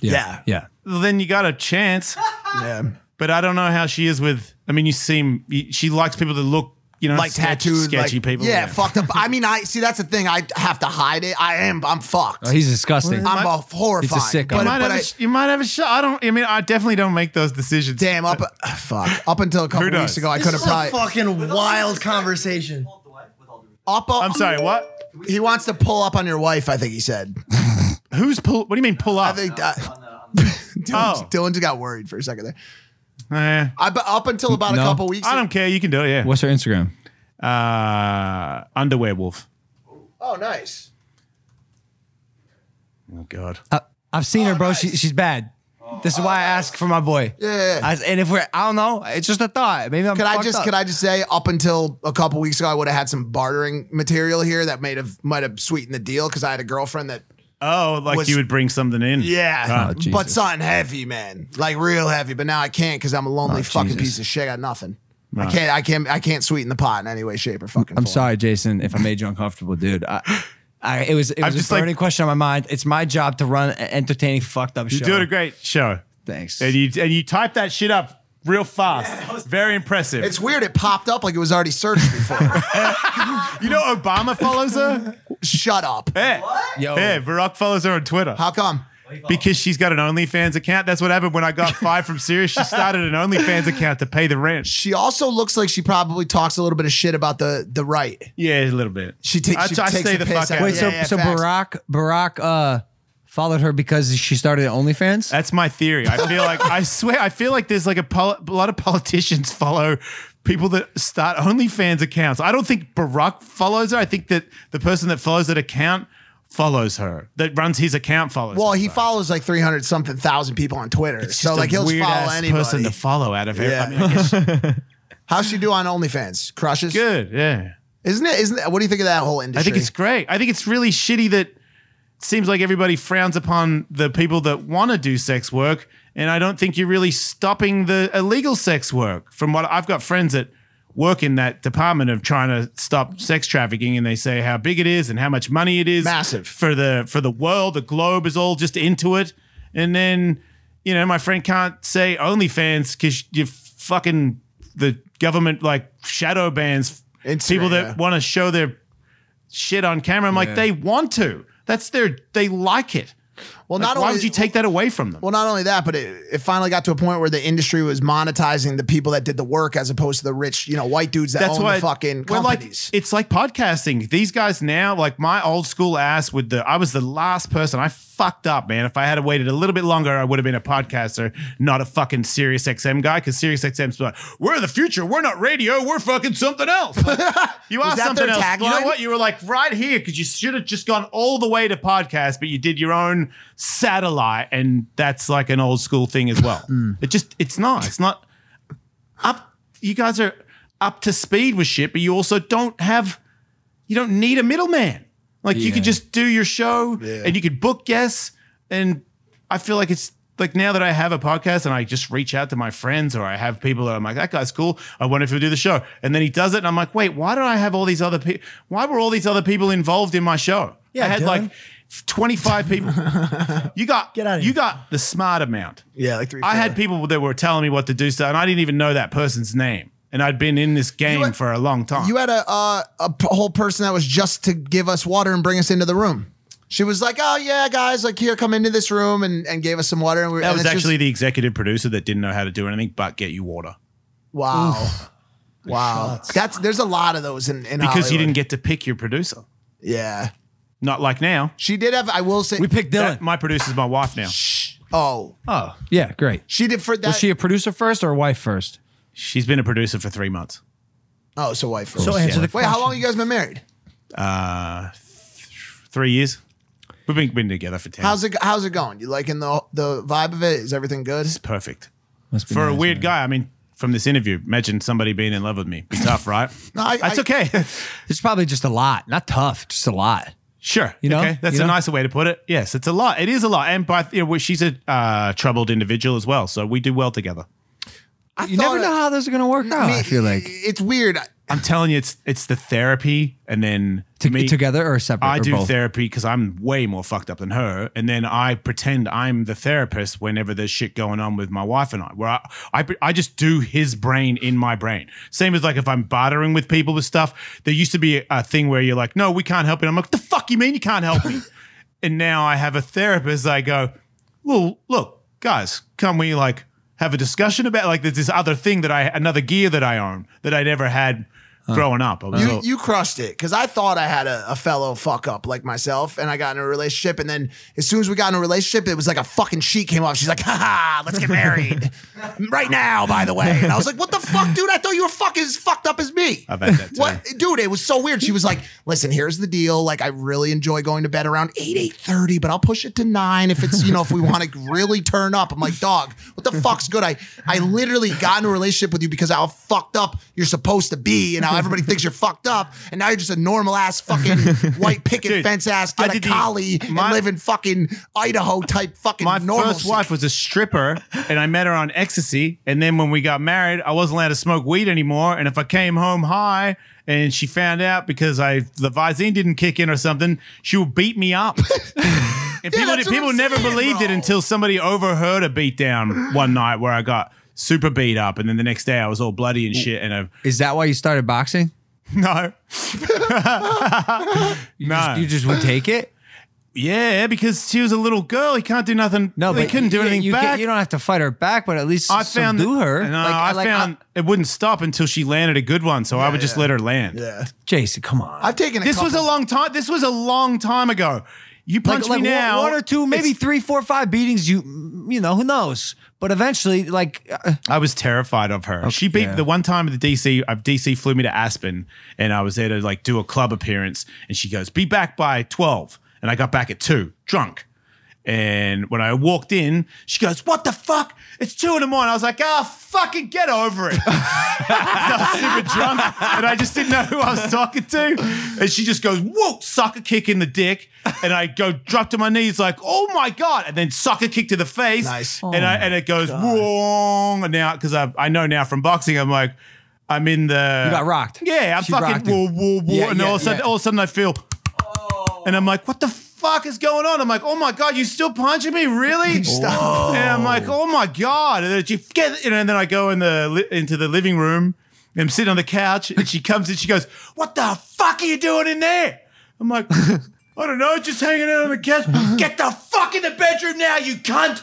Speaker 11: Yeah. Yeah.
Speaker 7: Well, then you got a chance.
Speaker 8: Yeah.
Speaker 7: But I don't know how she is with. I mean, you seem you- she likes people that look, you know,
Speaker 8: like
Speaker 7: sketch-
Speaker 8: tattooed,
Speaker 7: sketchy
Speaker 8: like-
Speaker 7: people.
Speaker 8: Yeah, fucked up. I mean, I see. That's the thing. I have to hide it. I am. I'm fucked.
Speaker 11: Oh, he's disgusting.
Speaker 8: I'm a
Speaker 11: He's
Speaker 8: horrified.
Speaker 11: a sicko.
Speaker 7: You
Speaker 8: But,
Speaker 7: might,
Speaker 8: but
Speaker 7: have a
Speaker 8: I,
Speaker 7: sh- you might have a shot. I don't. I mean, I definitely don't make those decisions.
Speaker 8: damn, up,
Speaker 7: Uh,
Speaker 8: fuck. Up until a couple
Speaker 7: knows?
Speaker 8: weeks ago, I
Speaker 9: This
Speaker 8: could have
Speaker 9: is a
Speaker 8: probably.
Speaker 9: fucking wild conversation.
Speaker 8: up, up,
Speaker 7: I'm sorry. What?
Speaker 8: He wants to pull up on your wife. I think he said.
Speaker 7: Who's pull? What do you mean pull
Speaker 8: I
Speaker 7: up?
Speaker 8: think uh, Dylan,
Speaker 7: Oh.
Speaker 8: Dylan just got worried for a second there.
Speaker 7: Eh,
Speaker 8: I, but up until about
Speaker 11: No.
Speaker 8: a couple weeks.
Speaker 7: I don't care. You can do it. Yeah.
Speaker 11: What's her Instagram?
Speaker 7: Uh, underwear wolf.
Speaker 8: Oh, nice.
Speaker 7: Oh God.
Speaker 11: I've seen her, bro. She, she's bad. This is why I ask for my boy.
Speaker 8: Oh, Yeah.
Speaker 11: I, and if we're, I don't know. It's just a thought. Maybe I'm.
Speaker 8: Could I
Speaker 11: fucked
Speaker 8: just
Speaker 11: up.
Speaker 8: could I just say up until a couple weeks ago I would have had some bartering material here that might have might have sweetened the deal because I had a girlfriend that
Speaker 7: Oh, like
Speaker 8: Was-
Speaker 7: you would bring something in.
Speaker 8: yeah
Speaker 11: Oh, Jesus.
Speaker 8: but something heavy man like real heavy but now I can't because I'm a lonely
Speaker 11: Oh,
Speaker 8: fucking
Speaker 11: Jesus.
Speaker 8: piece of shit I got nothing I
Speaker 7: Right.
Speaker 8: can't I can't I can't sweeten the pot in any way shape or fucking
Speaker 11: I'm
Speaker 8: form.
Speaker 11: sorry, Jason, if I made you uncomfortable, dude. I, I, it was it
Speaker 7: I'm
Speaker 11: was a
Speaker 7: just like-
Speaker 11: burning question on my mind. It's my job to run an entertaining, fucked up
Speaker 7: You're
Speaker 11: show.
Speaker 7: doing a great show.
Speaker 11: Thanks.
Speaker 7: And you and you type that shit up real fast. Very impressive.
Speaker 8: it's weird it popped up like it was already searched before
Speaker 7: you know Obama follows her?
Speaker 8: shut up
Speaker 7: Yeah.
Speaker 11: Yo,
Speaker 7: Yeah, Barack follows her on Twitter.
Speaker 8: how come
Speaker 7: because she's got an OnlyFans account. That's what happened when I got fired from Sirius. She started an OnlyFans account to pay the rent.
Speaker 8: she also looks like she probably talks a little bit of shit about the the right
Speaker 7: Yeah, a little bit.
Speaker 8: She takes-
Speaker 7: I,
Speaker 8: she
Speaker 7: I
Speaker 8: takes
Speaker 7: stay
Speaker 8: the
Speaker 7: the
Speaker 8: piss out
Speaker 7: fuck out.
Speaker 8: of
Speaker 11: wait.
Speaker 8: yeah,
Speaker 11: so
Speaker 8: yeah,
Speaker 11: so
Speaker 8: facts.
Speaker 11: Barack Barack uh, followed her because she started OnlyFans.
Speaker 7: That's my theory. I feel like I swear. I feel like there's like a, pol- a lot of politicians follow people that start OnlyFans accounts. I don't think Barack follows her. I think that the person that follows that account follows her. That runs his account follows.
Speaker 8: well
Speaker 7: her.
Speaker 8: he follows like 300 something thousand people on Twitter
Speaker 7: It's
Speaker 8: so
Speaker 7: just a
Speaker 8: like he'll just
Speaker 7: weird-ass
Speaker 8: follow anybody
Speaker 7: person to follow out of it.
Speaker 8: Yeah.
Speaker 7: I mean, I guess she's
Speaker 8: How's she do on OnlyFans? Crushes?
Speaker 7: good. Yeah.
Speaker 8: Isn't it? Isn't it? What do you think of that whole industry?
Speaker 7: I think it's great. I think it's really shitty that it seems like everybody frowns upon the people that want to do sex work, and I don't think you're really stopping the illegal sex work. From what I've got friends that work in that department of trying to stop sex trafficking, and they say how big it is and how much money it is,
Speaker 8: Massive.
Speaker 7: for the for the world. The globe is all just into it, and then you know my friend can't say OnlyFans because you fucking the government like shadow bans
Speaker 8: Instagram,
Speaker 7: people that
Speaker 8: yeah.
Speaker 7: want to show their shit on camera. I'm like, they want to. That's their. They like it.
Speaker 8: well,
Speaker 7: Like,
Speaker 8: not
Speaker 7: why
Speaker 8: only
Speaker 7: would you take that away from them?
Speaker 8: Well, not only that, but it, it finally got to a point where the industry was monetizing the people that did the work as opposed to the rich, you know, white dudes that
Speaker 7: That's
Speaker 8: own
Speaker 7: why
Speaker 8: the fucking
Speaker 7: we're like
Speaker 8: companies.
Speaker 7: it's like podcasting. These guys now, like my old school ass, with the I was the last person. I fucked up, man. If I had waited a little bit longer, I would have been a podcaster, not a fucking Sirius XM guy. Because Sirius XM's like, we're the future. We're not radio. We're fucking something else. Like, you are
Speaker 8: that
Speaker 7: something
Speaker 8: their
Speaker 7: else. You know
Speaker 8: tagline?
Speaker 7: what? You were like right here because you should have just gone all the way to podcast, but you did your own satellite, and that's like an old school thing as well.
Speaker 8: Hmm.
Speaker 7: It just it's not. It's not up you guys are up to speed with shit, but you also don't have you don't need a middleman. Like you could just do your show and you could book guests. And I feel like it's like now that I have a podcast and I just reach out to my friends or I have people that I'm like, that guy's cool. I wonder if he'll do the show. And then he does it. And I'm like, wait, why did I have all these other people? Why were all these other people involved in my show?
Speaker 9: Yeah,
Speaker 7: I had
Speaker 9: Dylan.
Speaker 7: like 25 people. you got,
Speaker 9: Get out of
Speaker 7: you
Speaker 9: here.
Speaker 7: got the smart amount.
Speaker 8: yeah, like three.
Speaker 7: I had
Speaker 8: four.
Speaker 7: people that were telling me what to do, so and I didn't even know that person's name, and I'd been in this game
Speaker 8: had-
Speaker 7: for a long time.
Speaker 8: You had a uh, a p- whole person that was just to give us water and bring us into the room. She was like, "Oh yeah, guys, like here, come into this room," and, and gave us some water. And we,
Speaker 7: that
Speaker 8: and
Speaker 7: was
Speaker 8: it's just-
Speaker 7: actually the executive producer that didn't know how to do anything but get you water
Speaker 8: wow, wow. That's there's a lot of those in, in
Speaker 7: because you
Speaker 8: Hollywood.
Speaker 7: didn't get to pick your producer.
Speaker 8: Yeah,
Speaker 7: Not like now.
Speaker 8: she did have. I will say,
Speaker 11: we picked Dylan.
Speaker 7: That- my producer's my wife now.
Speaker 8: oh,
Speaker 11: oh, yeah, great.
Speaker 8: she did for that.
Speaker 11: Was she a producer first or a wife first?
Speaker 7: She's been a producer for three months.
Speaker 8: oh, so wife.
Speaker 9: So answer the
Speaker 8: Wait,
Speaker 9: question.
Speaker 8: how long you guys been married?
Speaker 7: Three years. We've been, been together for ten.
Speaker 8: How's it How's it going? You liking the the vibe of it? Is everything good?
Speaker 7: It's perfect
Speaker 11: Must be
Speaker 7: for a
Speaker 11: nice,
Speaker 7: weird
Speaker 11: man.
Speaker 7: guy? I mean, from this interview. Imagine somebody being in love with me. Be tough, right?
Speaker 8: No, I-
Speaker 7: That's
Speaker 8: I-
Speaker 7: okay.
Speaker 11: it's probably just a lot, not tough, just a lot.
Speaker 7: Sure.
Speaker 11: You know?
Speaker 7: okay. that's
Speaker 11: You
Speaker 7: a
Speaker 11: know?
Speaker 7: nicer way to put it. Yes, it's a lot. It is a lot. And by you know, well, she's a uh, troubled individual as well, so we do well together.
Speaker 11: you never know how those are going to work out. I feel like
Speaker 8: it's weird.
Speaker 7: I'm telling you, it's it's the therapy and then to me
Speaker 11: together or separate.
Speaker 7: I
Speaker 11: or
Speaker 7: do
Speaker 11: both?
Speaker 7: therapy because I'm way more fucked up than her, and then I pretend I'm the therapist whenever there's shit going on with my wife and I. Where I, I, pre- I just do his brain in my brain. Same as like if I'm bartering with people with stuff. There used to be a, a thing where you're like, "No, we can't help you." And I'm like, "The fuck you mean you can't help me?" and now I have a therapist. I go, "Well, look, guys, can we like have a discussion about like there's this other thing that I another gear that I own that I never had." Growing up, I was
Speaker 8: You
Speaker 7: like-
Speaker 8: you crushed it because I thought I had a, a fellow fuck up like myself, and I got in a relationship, and then as soon as we got in a relationship, it was like a fucking sheet came off. She's like, "Ha ha, let's get married right now." By the way, and I was like, "What the fuck, dude? I thought you were fucking as fucked up as me."
Speaker 7: I've had that too.
Speaker 8: What, dude? It was so weird. She was like, "Listen, here's the deal. Like, I really enjoy going to bed around eight eight thirty, but I'll push it to nine if it's you know if we want to really turn up." I'm like, "Dog, what the fuck's good?" I I literally got in a relationship with you because of how fucked up you're supposed to be, and how everybody thinks you're fucked up, and now you're just a normal ass fucking white picket fence ass
Speaker 7: I
Speaker 8: get a
Speaker 7: did the-
Speaker 8: collie and live in fucking Idaho type fucking
Speaker 7: my
Speaker 8: normal.
Speaker 7: first wife was a stripper and I met her on ecstasy. And then when we got married, I wasn't allowed to smoke weed anymore. And if I came home high and she found out because I the Visine didn't kick in or something, she would beat me up. And people,
Speaker 12: that's what
Speaker 7: people
Speaker 12: I'm
Speaker 7: never
Speaker 12: saying,
Speaker 7: believed it until somebody overheard a beatdown one night where I got super beat up. And then the next day I was all bloody and shit. And I,
Speaker 11: Is that why you started boxing?
Speaker 7: no.
Speaker 11: You Just, you just would take it.
Speaker 7: Yeah, because she was a little girl. He can't do nothing.
Speaker 11: No,
Speaker 7: they
Speaker 11: but
Speaker 7: couldn't do
Speaker 11: you-
Speaker 7: anything
Speaker 11: you can't-
Speaker 7: back.
Speaker 11: you don't have to fight her back, but at least I found subdue
Speaker 7: that-
Speaker 11: her.
Speaker 7: No,
Speaker 11: Like,
Speaker 7: I
Speaker 11: like,
Speaker 7: found it wouldn't stop until she landed a good one, so I would just let her land.
Speaker 8: Yeah,
Speaker 11: Jason, come on.
Speaker 8: I've taken a
Speaker 7: this was a
Speaker 8: couple-
Speaker 7: long time. This was a long time ago. You punch
Speaker 11: like,
Speaker 7: me
Speaker 11: like one-
Speaker 7: now,
Speaker 11: one or two, maybe three, four, five beatings. You, you know, who knows? But eventually, like, uh,
Speaker 7: I was terrified of her. she beat
Speaker 11: yeah.
Speaker 7: the one time at the DC. uh, DC flew me to Aspen, and I was there to like do a club appearance. And she goes, "Be back by 12. And I got back at two, drunk. And when I walked in, she goes, "What the fuck? It's two in the morning." I was like, "Ah, fucking get over it." I was super drunk, and I just didn't know who I was talking to. And she just goes, "Whoa!" Sucker kick in the dick, and I go drop to my knees, like, "Oh my god!" And then sucker kick to the face,
Speaker 8: Nice.
Speaker 7: and I and it goes
Speaker 11: Oh,
Speaker 7: wrong. And now, because I I know now from boxing, I'm like, I'm in the
Speaker 11: You got rocked.
Speaker 7: Yeah, I'm
Speaker 11: She rocked
Speaker 7: fucking
Speaker 11: you.
Speaker 7: whoa, whoa, whoa,
Speaker 11: Yeah,
Speaker 7: and all
Speaker 11: yeah,
Speaker 7: of a sudden,
Speaker 11: yeah.
Speaker 7: all of a sudden, I feel, and I'm like, "What the fuck is going on?" I'm like, "Oh my god, you still punching me? Really?"
Speaker 8: Stop.
Speaker 7: And I'm like, "Oh my god!" And then she get, and then I go in the li- into the living room. And I'm sitting on the couch, and she comes in. She goes, "What the fuck are you doing in there?" I'm like, "I don't know, just hanging out on the couch." get the fuck in the bedroom now, you cunt!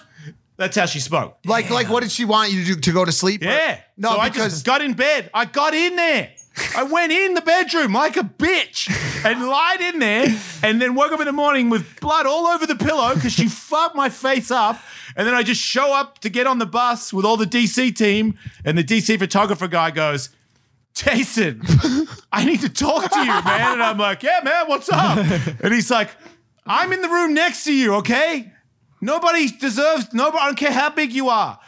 Speaker 7: That's how she spoke.
Speaker 8: Like like what did she want you to do to go to sleep?
Speaker 7: Yeah.
Speaker 8: No,
Speaker 7: so I
Speaker 8: because
Speaker 7: just got in bed. I got in there. I went in the bedroom like a bitch and lied in there and then woke up in the morning with blood all over the pillow because she fucked my face up. And then I just show up to get on the bus with all the DC team. And the DC photographer guy goes, Jason, I need to talk to you, man. And I'm like, yeah, man, what's up? And he's like, I'm in the room next to you, okay? Nobody deserves, nobody, I don't care how big you are.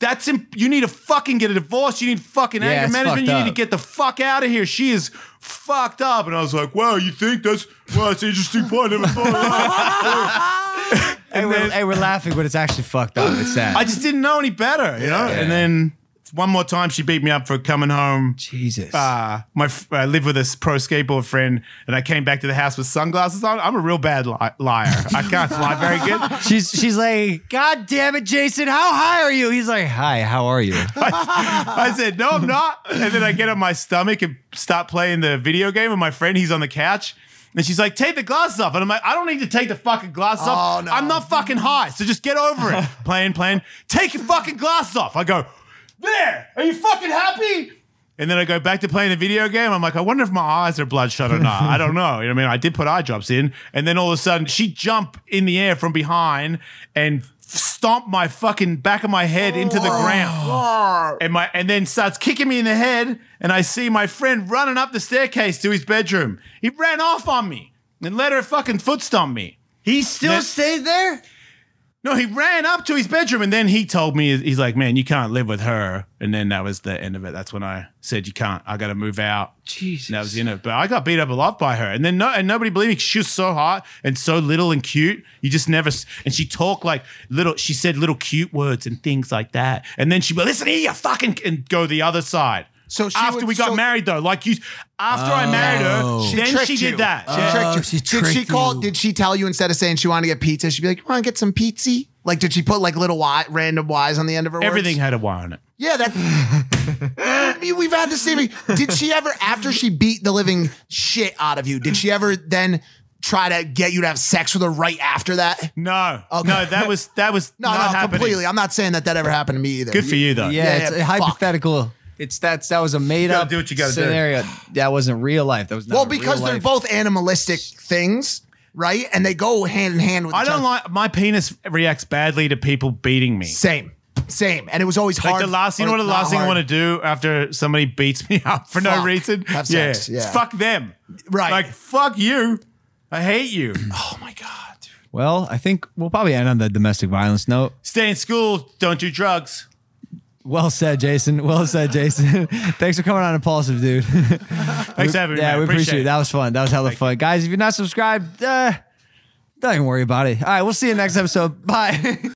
Speaker 7: That's, imp- you need to fucking get a divorce. You need fucking
Speaker 11: Yeah,
Speaker 7: anger
Speaker 11: it's fucked
Speaker 7: management. You need to
Speaker 11: up.
Speaker 7: get the fuck out of here. She is fucked up. And I was like, wow, you think that's, well, that's an interesting point. I never thought of that."
Speaker 11: hey,
Speaker 7: and
Speaker 11: we're,
Speaker 7: then,
Speaker 11: hey, we're laughing, but it's actually fucked up. It's sad.
Speaker 7: I just didn't know any better, you know?
Speaker 11: Yeah.
Speaker 7: And then one more time, she beat me up for coming home.
Speaker 11: Jesus.
Speaker 7: Uh, my f- I live with this pro skateboard friend, and I came back to the house with sunglasses on. I'm a real bad li- liar. I can't lie very good.
Speaker 11: she's she's like, God damn it, Jason, how high are you? He's like, Hi, how are you?
Speaker 7: I said, No, I'm not. And then I get on my stomach and start playing the video game. And my friend, he's on the couch. And she's like, take the glasses off. And I'm like, I don't need to take the fucking glasses off.
Speaker 8: Oh, no.
Speaker 7: I'm not fucking high. So just get over it. playing, playing. Take your fucking glasses off. I go, there. Are you fucking happy? And then I go back to playing the video game. I'm like, I wonder if my eyes are bloodshot or not. I don't know. You know what I mean? I did put eye drops in. And then all of a sudden, she jumped in the air from behind and stomped my fucking back of my head into
Speaker 8: Oh.
Speaker 7: the ground and my and then starts kicking me in the head and i see my friend running up the staircase to his bedroom he ran off on me and let her fucking foot stomp me
Speaker 11: He still
Speaker 7: That-
Speaker 11: stayed there?
Speaker 7: No, he ran up to his bedroom and then he told me, he's like, man, you can't live with her. And then that was the end of it. That's when I said, you can't, I got to move out. Jesus. that was the end of it. But I got beat up a lot by her. And then no, and nobody believed me 'cause she was so hot and so little and cute. You just never, s- and she talked like little, she said little cute words and things like that. And then she'd be, listen here, you fucking, and go the other side. So
Speaker 8: she
Speaker 7: after
Speaker 8: would-
Speaker 7: we got
Speaker 8: so- Oh.
Speaker 7: married though, like you, after I married her,
Speaker 8: She
Speaker 7: then
Speaker 8: tricked
Speaker 7: she did
Speaker 8: you.
Speaker 7: that.
Speaker 8: She Uh, tricked you. did she call? Did she tell you instead of saying she wanted to get pizza, she'd be like, "You want to get some pizza?" Like, did she put like little y, random Y's on the end of her? words?
Speaker 7: Everything had a Y on it.
Speaker 8: Yeah, that We- we've had the same. Did she ever, after she beat the living shit out of you, did she ever then try to get you to have sex with her right after that?
Speaker 7: No, no, that was that was
Speaker 8: no,
Speaker 7: not
Speaker 8: no,
Speaker 7: happening.
Speaker 8: completely. I'm not saying that that ever happened to me either.
Speaker 7: Good for you, though.
Speaker 6: Yeah, it's a hypothetical. It's that's that was a made up
Speaker 7: do what you gotta do.
Speaker 6: scenario. That wasn't real life. That was not
Speaker 8: well,
Speaker 6: a real
Speaker 8: because they're
Speaker 6: life.
Speaker 8: both animalistic things, right? And they go hand in hand with.
Speaker 7: I
Speaker 8: each
Speaker 7: don't
Speaker 8: other.
Speaker 7: like my penis reacts badly to people beating me.
Speaker 8: Same, same, and it was always
Speaker 7: Like
Speaker 8: hard.
Speaker 7: the last,
Speaker 8: or
Speaker 7: you know what? The
Speaker 8: not
Speaker 7: last thing I
Speaker 8: hard.
Speaker 7: want to do after somebody beats me up for no
Speaker 8: Fuck.
Speaker 7: reason.
Speaker 8: Have sex, yeah.
Speaker 7: fuck them.
Speaker 8: Right.
Speaker 7: Like fuck you. I hate you. Oh my god.
Speaker 6: Well, I think we'll probably end on the domestic violence note.
Speaker 7: Stay in school. Don't do drugs.
Speaker 6: Well said, Jason. Well said, Jason. Thanks for coming on Impulsive, dude. Thanks
Speaker 7: for having me,
Speaker 6: Yeah,
Speaker 7: man.
Speaker 6: we appreciate,
Speaker 7: Appreciate
Speaker 6: it.
Speaker 7: it.
Speaker 6: That was fun. That was hella fun. Guys, if you're not subscribed, uh, don't even worry about it. All right, we'll see you next episode. Bye.